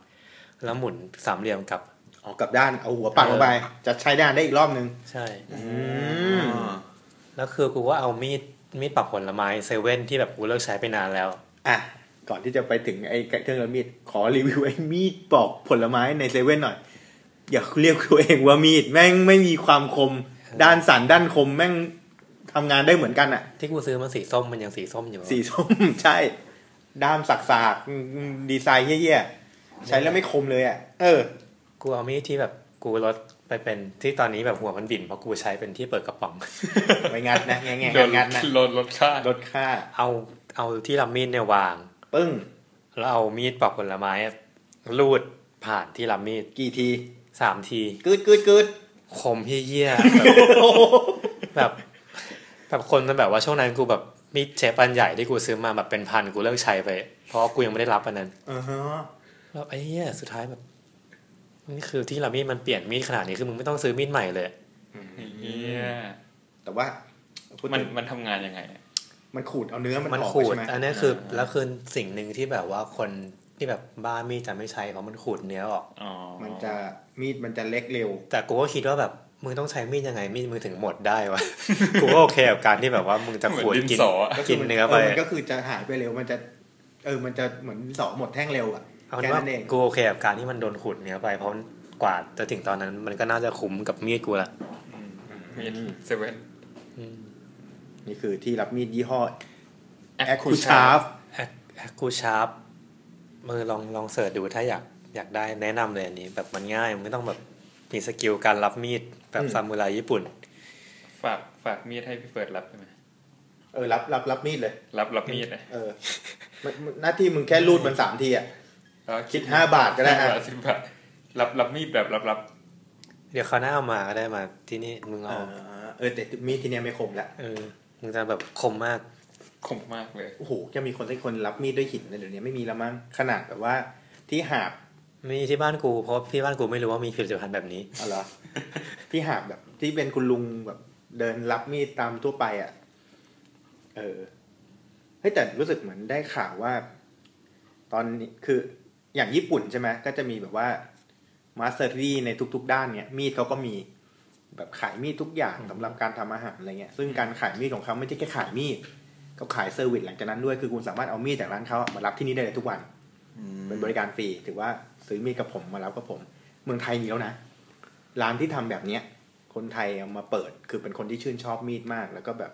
Speaker 3: แล้วหมุนสามเหลี่ยมกลับ
Speaker 1: ออกกลับด้านเอาหัวปักลงไป จะใช้ด้านได้อีกรอบนึง
Speaker 3: ใช่
Speaker 1: อืม
Speaker 4: อ๋อ
Speaker 3: แล้วคือกูก็เอามีดมีดปักผลไม้เซเว่นที่แบบกูเลิกใช้ไปนานแล้ว
Speaker 1: อ่ะ ก่อนที่จะไปถึงไอ้เครื่องรับมีด ขอรีวิวไอ้มีดปอกผลไม้ในเซเว่นหน่อย อย่าเรียกตัวเองว่ามีด แม่งไม่มีความคม ด้านสันด้านคมแม่งทำงานได้เหมือนกันอะ
Speaker 3: ที่กูซื้อมันสีส้มมันยังสีส้มอยู่
Speaker 1: สีส้ม [laughs] ใช่ ด้ามสักๆอืมดีไซน์เยี่ยๆ ใช้แล้วไม่คมเลยอะเออ
Speaker 3: กูเอามีดที่แบบกูลดไปเป็นที่ตอนนี้แบบหัวมันบินเพราะกูใช้เป็นที่เปิดกระป๋อง
Speaker 1: ไว้งัดนะแง่ๆ
Speaker 2: โดน
Speaker 1: งัดนะ
Speaker 2: ลดลดค่า
Speaker 1: ลดค่า
Speaker 3: เอาเอาที่รับมีดเนี่ยวาง
Speaker 1: ปึ้ง
Speaker 3: แล้วเอามีดปอกผลไม้อะลูดผ่านที่รับมีด
Speaker 1: กี่ที
Speaker 3: สามที
Speaker 1: กึดกึดกึด
Speaker 3: คมเยี่ยๆ [laughs] แบบแบบแบบคนมันแบบว่าช่วงนั้นกูแบบมีดเชฟอันใหญ่ที่กูซื้อมาแบบเป็นพันกูเลิกใช้ไป เพราะกูยังไม่ได้รับอันนั้น
Speaker 1: อ่าฮะ
Speaker 3: แล้วไอ้เหี้ยสุดท้ายแบบนี่คือที่เรามีดมันเปลี่ยนมีดขนาดนี้คือมึงไม่ต้องซื้อมีดใหม่เลย
Speaker 2: เฮีย
Speaker 1: แต่ว่ามั
Speaker 2: มัน
Speaker 1: น
Speaker 2: มันทำงานยังไงอะ
Speaker 1: มันขูดเอาเนื้อมัน
Speaker 3: มัน
Speaker 1: ออก
Speaker 3: ขู
Speaker 1: ใช่
Speaker 3: ด
Speaker 1: ไหม
Speaker 3: อันนี้คือแล้วคือสิ่งหนึ่งที่แบบว่าคนที่แบบบ้ามีดจะไม่ใช้เพราะมันขูดเนื้อออก
Speaker 2: อ๋อ
Speaker 1: มันจะมีดมันจะเล็กเร็ว
Speaker 3: แต่กูก็คิดว่าแบบมึงต้องใช้มีดยังไงมีดมึงถึงหมดได้วะ [laughs] กูก็โอเคกับการที่แบบว่ามึงจะ
Speaker 2: เหมื
Speaker 3: ขู
Speaker 2: อ
Speaker 3: ด
Speaker 2: นดิน
Speaker 3: กิน
Speaker 2: สออะ
Speaker 1: ก็
Speaker 3: กินเนื้อไป
Speaker 1: มัก็คือจะหายไปเร็วมันจะ เออมันจะเหมือนสอหมดแท่งเร็วอ่ะ
Speaker 3: เอาเป็
Speaker 1: แค่
Speaker 3: นว่า
Speaker 1: นั้นเอง
Speaker 3: กูโอเคกับการที่มันโดนขุดเนี้ยไปเพราะกว่าจะถึงตอนนั้นมันก็น่าจะคุ้มกับมีดกูละ
Speaker 2: มีเซเว่น
Speaker 1: นี่คือที่รับมีดยี่ห้อ
Speaker 2: แอ
Speaker 1: แอ
Speaker 2: ค
Speaker 1: ค
Speaker 2: คู
Speaker 1: คู
Speaker 2: ชา
Speaker 1: ชา
Speaker 2: ร์
Speaker 1: ร์
Speaker 2: ฟ
Speaker 1: ฟ
Speaker 3: แอคแอคกูชาร์ปมือลองลองเสิร์ชดูถ้าอยากอยากได้แนะนำเลยอันนี้ แบบมันง่ายมันไม่ต้องแบบมีสกิลการรับมีดแบบซามูไรญี่ปุ่น
Speaker 2: ฝากฝากมีดให้พี่เฟิร์ดรับได้ไหม
Speaker 1: เออรับรับรับมีดเลย
Speaker 2: รับรับมีดเลย
Speaker 1: เออมันมันหน้าที่มึงแค่รูดมันสามทีอ่ะ
Speaker 2: แล้ว
Speaker 1: คิดห้าบาทก็ได้
Speaker 2: ห้า
Speaker 1: อ่ะ
Speaker 2: บาทสิบบาทรับรับมีดแบบรับรับ
Speaker 3: เดี๋ยวเขาวหน้าเอามาก็ได้มาที่นี่มึงล
Speaker 1: อ่า
Speaker 3: อง
Speaker 1: เออแต่มีดทีเนี้ยไม่คมละ
Speaker 3: เออมึงจะแบบคมมาก
Speaker 2: คมมากเลย
Speaker 1: โอ้โหจะมีคนสักคนรับมีดด้วยหินนะเดี๋ยวนี้ไม่มีแล้วมั้งขนาดแบบว่าที่หาบ
Speaker 3: มีที่บ้านกูเพราะที่บ้านกูไม่รู้ว่ามีผลิตภัณฑ์แบบนี้
Speaker 1: อ๋อเหรอ ที่หาบแบบที่เป็นคุณลุงแบบเดินรับมีดตามทั่วไปอะ่ะ เออเฮ้ยแต่รู้สึกเหมือนได้ข่าวว่า ตอนนี้คืออย่างญี่ปุ่นใช่ไหมก็จะมีแบบว่ามาสเตอรี่ในทุก ๆ ด้านเนี่ย มีดเขาก็มีแบบขายมีดทุกอย่างสำหรับการทำอาหารอะไรเงี้ย ซึ่งการขายมีดของเขาไม่ใช่แค่ขายมีดเขาขายเซอร์วิสหลังจากนั้นด้วยคือคุณสามารถเอามีดจากร้านเขามารับที่นี่ได้เลยทุกวัน
Speaker 4: อืม
Speaker 1: เป็นบริการฟรีถือว่าซื้อมีดกับผมมารับกับผม เมืองไทยมีแล้วนะ ร้านที่ทำแบบเนี้ย คนไทยเอามาเปิดคือเป็นคนที่ชื่นชอบมีดมาก แล้วก็แบบ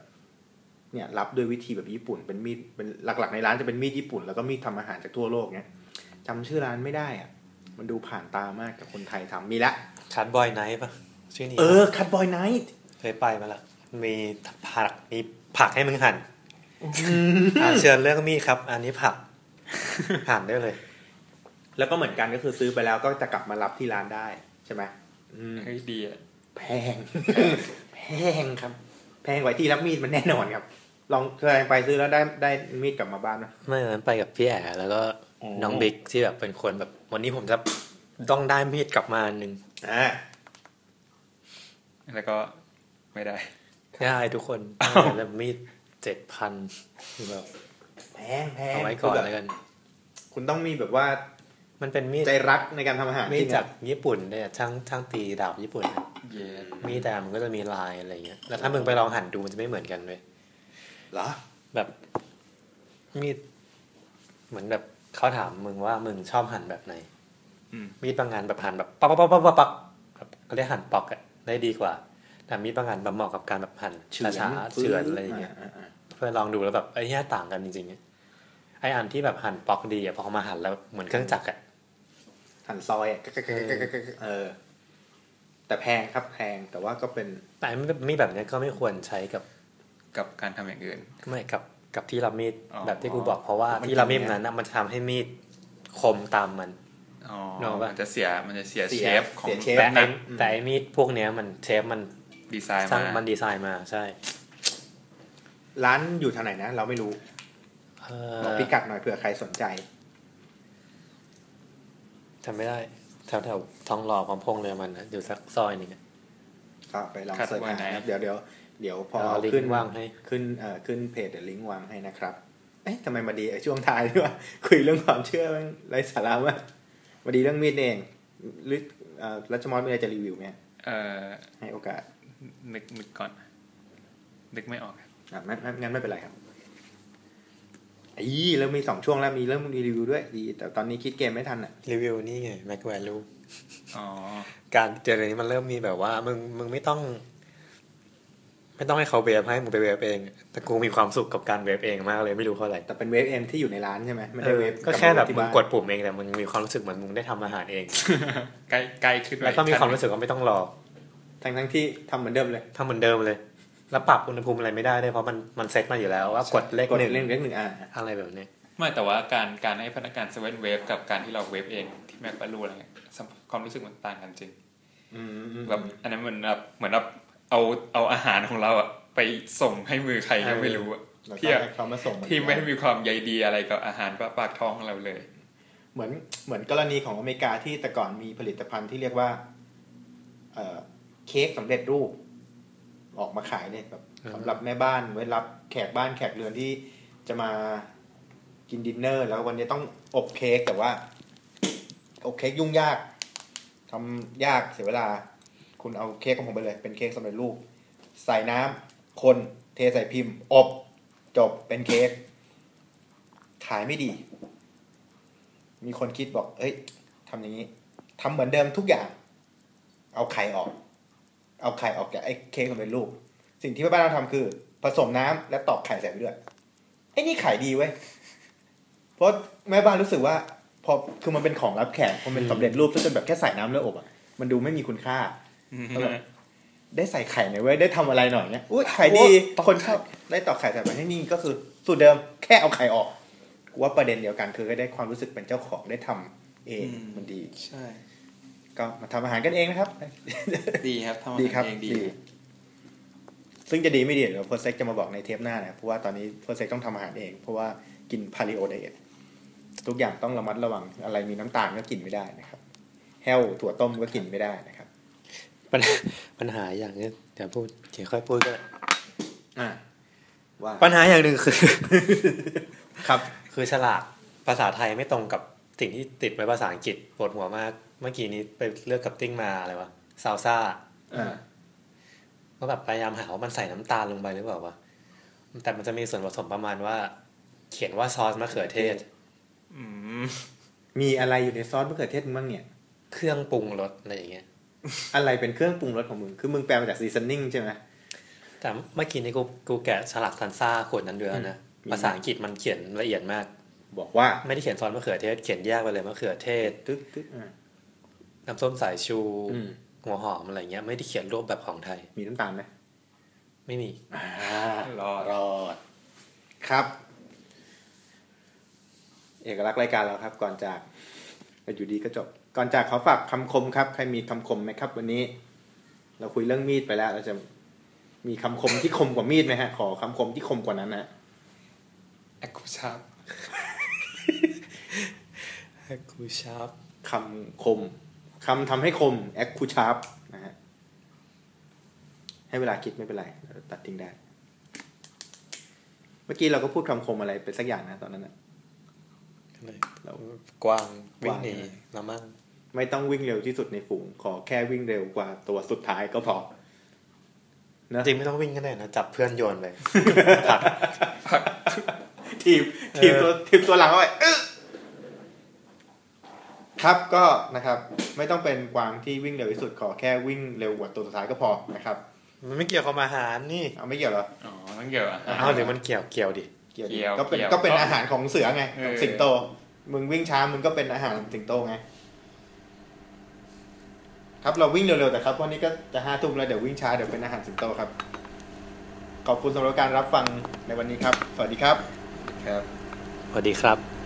Speaker 1: เนี่ย รับด้วยวิธีแบบญี่ปุ่น เป็นมีดเป็นหลักๆในร้านจะเป็นมีดญี่ปุ่น แล้วก็มีดทำอาหารจากทั่วโลกเนี้ยจำชื่อร้านไม่ได้อ่ะ มันดูผ่านตามากกับคนไทยทำมีละ
Speaker 3: คัดบอยไนท์ปะชื่อนี้
Speaker 1: เอ
Speaker 3: ปะ
Speaker 1: อคัตบอยไนท์
Speaker 3: เคยไปมาละ มีผัก มีผักให้มึงหั่นอ่ะเชิญเรื่องมีดครับ อันนี้ผัก หั่นได้เลย
Speaker 1: แล้วก็เหมือนกันก็คือซื้อไปแล้วก็จะกลับมารับที่ร้านได้ใช่ไหมอืม
Speaker 2: เฮ้ยดีอะ
Speaker 1: แพง แพงครับ แพงกว่าที่รับมีดมันแน่นอนครับ ลองเคยไปซื้อแล้วได้ได้มีดกลับมาบ้านนะ
Speaker 3: ไม่วันนั้นไปกับพี่แอ๋แล้วก็
Speaker 1: อ๋อ
Speaker 3: น้องบิ๊กที่แบบเป็นคนแบบ วันนี้ผมจะต้องได้มีดกลับมาอันหนึ่ง
Speaker 1: อ่า
Speaker 2: แล้วก็ไม่ได้
Speaker 3: ได้ทุกคนแล้วมีดเจ็ดพันแบบ
Speaker 1: แพงแพง
Speaker 3: เอาไว้ก่อ
Speaker 1: คือ
Speaker 3: นแล้ว
Speaker 1: แบบ
Speaker 3: กัน
Speaker 1: คุณต้องมีแบบว่า
Speaker 3: มันเป็นมีด
Speaker 1: ใจรักในการทำอาหาร
Speaker 3: มีด
Speaker 1: จริงๆ
Speaker 3: จากญี่ปุ่นเนี่ยช่างช่างตีดาบญี่ปุ่นนะ
Speaker 2: เย็น
Speaker 3: มีดดาบมันก็จะมีลายอะไรเงี้ยแล้วถ้ามึงไปลองหั่นดูมันจะไม่เหมือนกันเลย
Speaker 1: เหรอ
Speaker 3: แบบมีดเหมือนแบบเขาถามมึงว่ามึงชอบหั่นแบบไหน
Speaker 2: อืม
Speaker 3: มีดบางงานแบบหั่นแบบปักปักปักปักปักปักแบบเขาเรียกหั่นปอกอะได้ดีกว่า แต่มีดบางงานแบบเหมาะกับการแบบหั่นช้าๆเฉือนอะไรอย่างเงี้ย
Speaker 1: าๆ
Speaker 3: เพื่อลองดูแล้วแบบไอ้เนี่ยต่างกันจริงๆเนี่ยไอ้อันที่แบบหั่นปอกดีอะพอเอามาหั่นแล้วแบบเหมือนเครื่องจักรอะ
Speaker 1: ๆหั่นซอยอะเออ แต่แพงครับแพงแต่ว่าก็เป็น
Speaker 3: แต่ไอ้มีดแบบเนี้ยก็ไม่ควรใช้กับ
Speaker 2: กับการทำอย่างอื่น
Speaker 3: ไม่กับกับที่เรามีด
Speaker 2: อ๋อ
Speaker 3: แบบที่กูบอกเพราะว่าที่เรามีดนั้นอะมันจะทำให้มีดคมตามมัน
Speaker 2: อ๋อ
Speaker 3: เนอะวะ
Speaker 2: มันจะเสียมันจะเสียเชฟของ
Speaker 1: เสียเชฟ
Speaker 3: แต่ไอ้
Speaker 1: นะอืม
Speaker 3: แต่ไอ้มีดพวกเนี้ยมันเชฟมัน
Speaker 2: ดีไซน์
Speaker 3: สร้างมั
Speaker 2: มา
Speaker 3: นดีไซน์มาใช่
Speaker 1: ร้านอยู่ทางไหนนะ เราไม่รู้
Speaker 3: เอ
Speaker 1: บอก
Speaker 3: อ
Speaker 1: พิกัดหน่อยเผื่อใครสนใจ
Speaker 3: ทำไม่ได้แถวแถวๆทองหล่อความพงษ์เลยมันนะอยู่สักซอยหนึ่งอะ
Speaker 1: ก็ไปลอง
Speaker 2: คัด
Speaker 1: เสิร์ชหา
Speaker 2: ไว้ไหน
Speaker 1: นะครับเดี๋ยวเดี๋ยวเดี๋ยวพอ
Speaker 3: เอาลิงก์
Speaker 1: ขึ้น
Speaker 3: วางให้
Speaker 1: ขึ้นเอ่อขึ้นเพจเดี๋ยวลิงก์วางให้นะครับ เอ๊ะทำไมมาดีไอ้ช่วงท้ายที่ว่า คุยเรื่องความเชื่อแม่งไร้สาระมากมาดีเรื่องมีดเองหรือเอ่อรัชมอนมีอะไรจะรีวิวไหม
Speaker 2: เอ่อ
Speaker 1: ให้โอกาส
Speaker 2: นึกนึกก่อน นึกไม่ออก
Speaker 1: อ่ะไม่ไม่งั้นไม่เป็นไรครับอีเริ่มมีสองช่วงแล้วมีเริ่มมีรีวิวด้วยดี แต่ตอนนี้คิดเกมไม่ทันอ่ะ
Speaker 3: รีวิวนี่ไงแม็กแวลู
Speaker 2: อ๋อ
Speaker 3: การเจอเดี๋ยวนี้มันเริ่มมีแบบว่า มึงมึงไม่ต้อง ไม่ต้องให้เขาเวฟให้มึงไปเวฟเอง แต่กูมีความสุขกับการเวฟเองมากเลยไม่รู้เพราะอะไร
Speaker 1: แต่เป็นเวฟเอ็มที่อยู่ในร้านใช่ไหมไม่
Speaker 3: เอ
Speaker 1: ได้
Speaker 3: อ
Speaker 1: เวฟ
Speaker 3: ก็แค่แบบ
Speaker 1: ที่
Speaker 3: มึง
Speaker 1: น
Speaker 3: กดปุ่มเองแต่มึงมีความรู้สึกเหมือนมึงได้ทำอาหารเอง
Speaker 2: ใกล้ใกล้ขึ้นไป
Speaker 3: แล้วก็มีความรู้สึกว่าไม่ต้องรอ
Speaker 1: ทั้งทั้งที่ทำเหมือนเดิมเลย
Speaker 3: ทำเหมือนเดิมเลย แล้วปรับอุณหภูมิอะไรไม่ได้ด้วยเพราะมันมันเซ็ตมาอยู่แล้วว่ากดเลข
Speaker 1: กด
Speaker 3: หนึ่ง
Speaker 1: เล่นเล่นหนึ่งอ่ะ
Speaker 3: อะไรแบบนี้
Speaker 2: ไม่แต่ว่าการการให้พนักงานเซเว่นเวฟกับการที่เราเวฟเองที่แม็กบาลูอะไรเงี้ยสัมผัสความรู้สึกมันต่างกันจริง
Speaker 1: อืมอืม
Speaker 2: แบบอันนั้นมันแบบเหมือนแบบเอาเอาอาหารของเราอะไปส่งให้มือใครก็ไม่รู้อะ
Speaker 1: แล้วก็
Speaker 2: ที่แบบ
Speaker 1: ให้เขามาส่งเหอน
Speaker 2: ที่
Speaker 1: กัน
Speaker 2: ไม่มีความใยดีอะไรกับอาหารปากท้องของเราเลย
Speaker 1: เหมือนเหมือนกรณีของอเมริกาที่แต่ก่อนมีผลิตภัณฑ์ที่เรียกว่า เอ่อเค้กสำเร็จรูป ออกมาขายเนี่ยแบบ
Speaker 3: อืม
Speaker 1: สำหรับแม่บ้านไว้รับแขกบ้านแขกเรือนที่จะมากินดินเนอร์ แล้ววันนี้ต้องอบเค้กแต่ว่า อบเค้กยุ่งยากทำยากเสียเวลา คุณเอาเค้กของผมไปเลย เป็นเค้กสำเร็จรูป ใส่น้ำคนเทใส่พิมพ์ อบจบเป็นเค้กขายไม่ดี มีคนคิดบอก เอ้ยทำอย่างนี้ทำเหมือนเดิมทุกอย่าง เอาไข่ออก เอาไข่ออกจากไอ้เค้กสำเร็จรูป สิ่งที่แม่บ้านเราทำคือ ผสมน้ำและตอกไข่ใส่ไปด้วยไอ้นี่ขายดีเว้ย เพราะแม่บ้านรู้สึกว่า พอคือมันเป็นของรับแขกพอมันเป็นสำเร็จรูปแล้วจนแบบแค่ใส่น้ำแล้วอบอ่ะ มันดูไม่มีคุณค่า ได้ใส่ไข่หน่อยเว้ยได้ทำอะไรหน่อยเนี่ยอุ้ยไข่ดี
Speaker 2: โอ้ตอกไข่
Speaker 1: คนชอบได้ตอกไข่แต่ไปให้นี่ก็คือสูตรเดิมแค่เอาไข่ออกกูว่าประเด็นเดียวกันคือได้ความรู้สึกเป็นเจ้าของได้ทำเอง
Speaker 2: อืม
Speaker 1: มันดี
Speaker 4: ใช่
Speaker 1: ก็มาทำอาหารกันเองนะครับ
Speaker 4: ดีครับทำอา
Speaker 1: ดีค
Speaker 4: หา
Speaker 1: รับ
Speaker 4: รเองดี
Speaker 1: ซึ่งจะดีไม่ดีเดี๋ยวเพอร์เซ็กจะมาบอกในเทปหน้านะเพราะว่าตอนนี้เพอร์เซ็กต้องทำอาหารเอง เพราะว่ากินพา l ิโอ i ด t ทุกอย่างต้องระมัดระวังอะไรมีน้ำตาลก็กินไม่ได้นะครับแห้วถั่วต้มก็กินไม่ได้นะครับ
Speaker 3: ปัญหา [laughs] ปัญหาอย่างหนึงเดี๋ยวพูดเดี๋ยวค่อยพูดก็ได้
Speaker 1: อ่าว่า
Speaker 3: ปัญหาอย่างหนึ่งคือ
Speaker 1: ครับ
Speaker 3: [laughs] คือฉลากภาษาไทยไม่ตรงกับสิ่งที่ติดไว้ภาษาอังกฤษปวดหัวมาก เมื่อกี้นี้ไปเลือกกับติ้งมาอะไรวะซาวซ่า
Speaker 1: อ่า
Speaker 3: ก็แบบพยายามหาว่ามันใส่น้ำตาลลงไปหรือเปล่าวะแต่มันจะมีส่วนผสมประมาณว่า เขียนว่าซอสมะเขือเทศ
Speaker 2: อืม
Speaker 1: มีอะไรอยู่ในซอสมะเขือเทศมึงบ้างเนี่ย
Speaker 3: เครื่องปรุงรสอะไรอย่างเงี้ย
Speaker 1: อะไรเป็นเครื่องปรุงรสของมึง คือมึงแปลมาจากซีซันนิ่งใช่ไหม
Speaker 3: แต่เมื่อกี้นี้กูกูแกะฉลากซันซ่าขวดนั้นเดือนนะ
Speaker 1: อืม
Speaker 3: ภาษาอังกฤษมันเขียนละเอียดมาก
Speaker 1: บอกว่า
Speaker 3: ไม่ได้เขียนซอสมะเขือเทศเขียนแยกไปเลยมะเขือเทศ
Speaker 1: ตึ๊ดตึ๊ดอ่า
Speaker 3: น้ำส้มสายชู
Speaker 1: อืม
Speaker 3: หัวหอมอะไรเงี้ยไม่ได้เขียนรูปแบบของไทย
Speaker 1: มีน้ำตาลไหม
Speaker 3: ไม่มี
Speaker 1: อ่าร
Speaker 2: อ
Speaker 1: รอด ครับ เอกลักษณ์รายการเราครับ ก่อนจากแต่อยู่ดีก็จบ ก่อนจากขอฝากคำคมครับ ใครมีคำคมไหมครับ วันนี้ เราคุยเรื่องมีดไปแล้ว เราจะ มีคำคมที่คมกว่ามีดไหมฮะ ขอคำคมที่คมกว่านั้นนะ
Speaker 2: แอคคูชาร์ป
Speaker 3: กูชาร์ป
Speaker 1: คำคมคำทำให้คมแอคคูชาร์ปนะฮะ ให้เวลาคิดไม่เป็นไรเดี๋ยวตัดทิ้งได้ เมื่อกี้เราก็พูดคำคมอะไรไปสักอย่างนะตอนนั้นนะ
Speaker 3: อะไร
Speaker 1: แล้ว
Speaker 3: กวางวิ่งหนีละมั่ง
Speaker 1: ไม่ต้องวิ่งเร็วที่สุดในฝูง ขอแค่วิ่งเร็วกว่าตัวสุดท้ายก็พอ นะ
Speaker 3: จริงไม่ต้องวิ่งก็ได้นะจับเพื่อนโยนไป
Speaker 1: ทีมทีมตัวทีมตัวหลังเอาไว้อื้อครับก็นะครับ ไม่ต้องเป็นกวางที่วิ่งเร็วที่สุดขอแค่วิ่งเร็วกว่าตัวสุดท้ายก็พอนะครับ
Speaker 3: มันไม่เกี่ยวกับอาหารนี่
Speaker 1: เอาไม่เกี่ยวเหรอ
Speaker 2: อ๋อต้องเกี่ยวอ่ะ
Speaker 3: อ้าวหรือมันเกี่ยวเกี่ยวดิ
Speaker 1: เกี่ยวดิ
Speaker 2: เกี่ยว
Speaker 1: ก็เป็น
Speaker 2: เกี่ยว
Speaker 1: ก็เป็น
Speaker 2: ก็
Speaker 1: อาหารของเสือไง
Speaker 2: เออ
Speaker 1: ของสิงโต มึงวิ่งช้ามึงก็เป็นอาหารของสิงโตไง ครับเราวิ่งเร็วๆแต่ครับวันนี้ก็จะห้าทุ่มแล้วเดี๋ยววิ่งช้าเดี๋ยวเป็นอาหารสิงโตครับ ขอบคุณสำหรับการรับฟังในวันนี้ครับ สวัสดีครับ
Speaker 4: ครับ
Speaker 3: สวัสดีครับ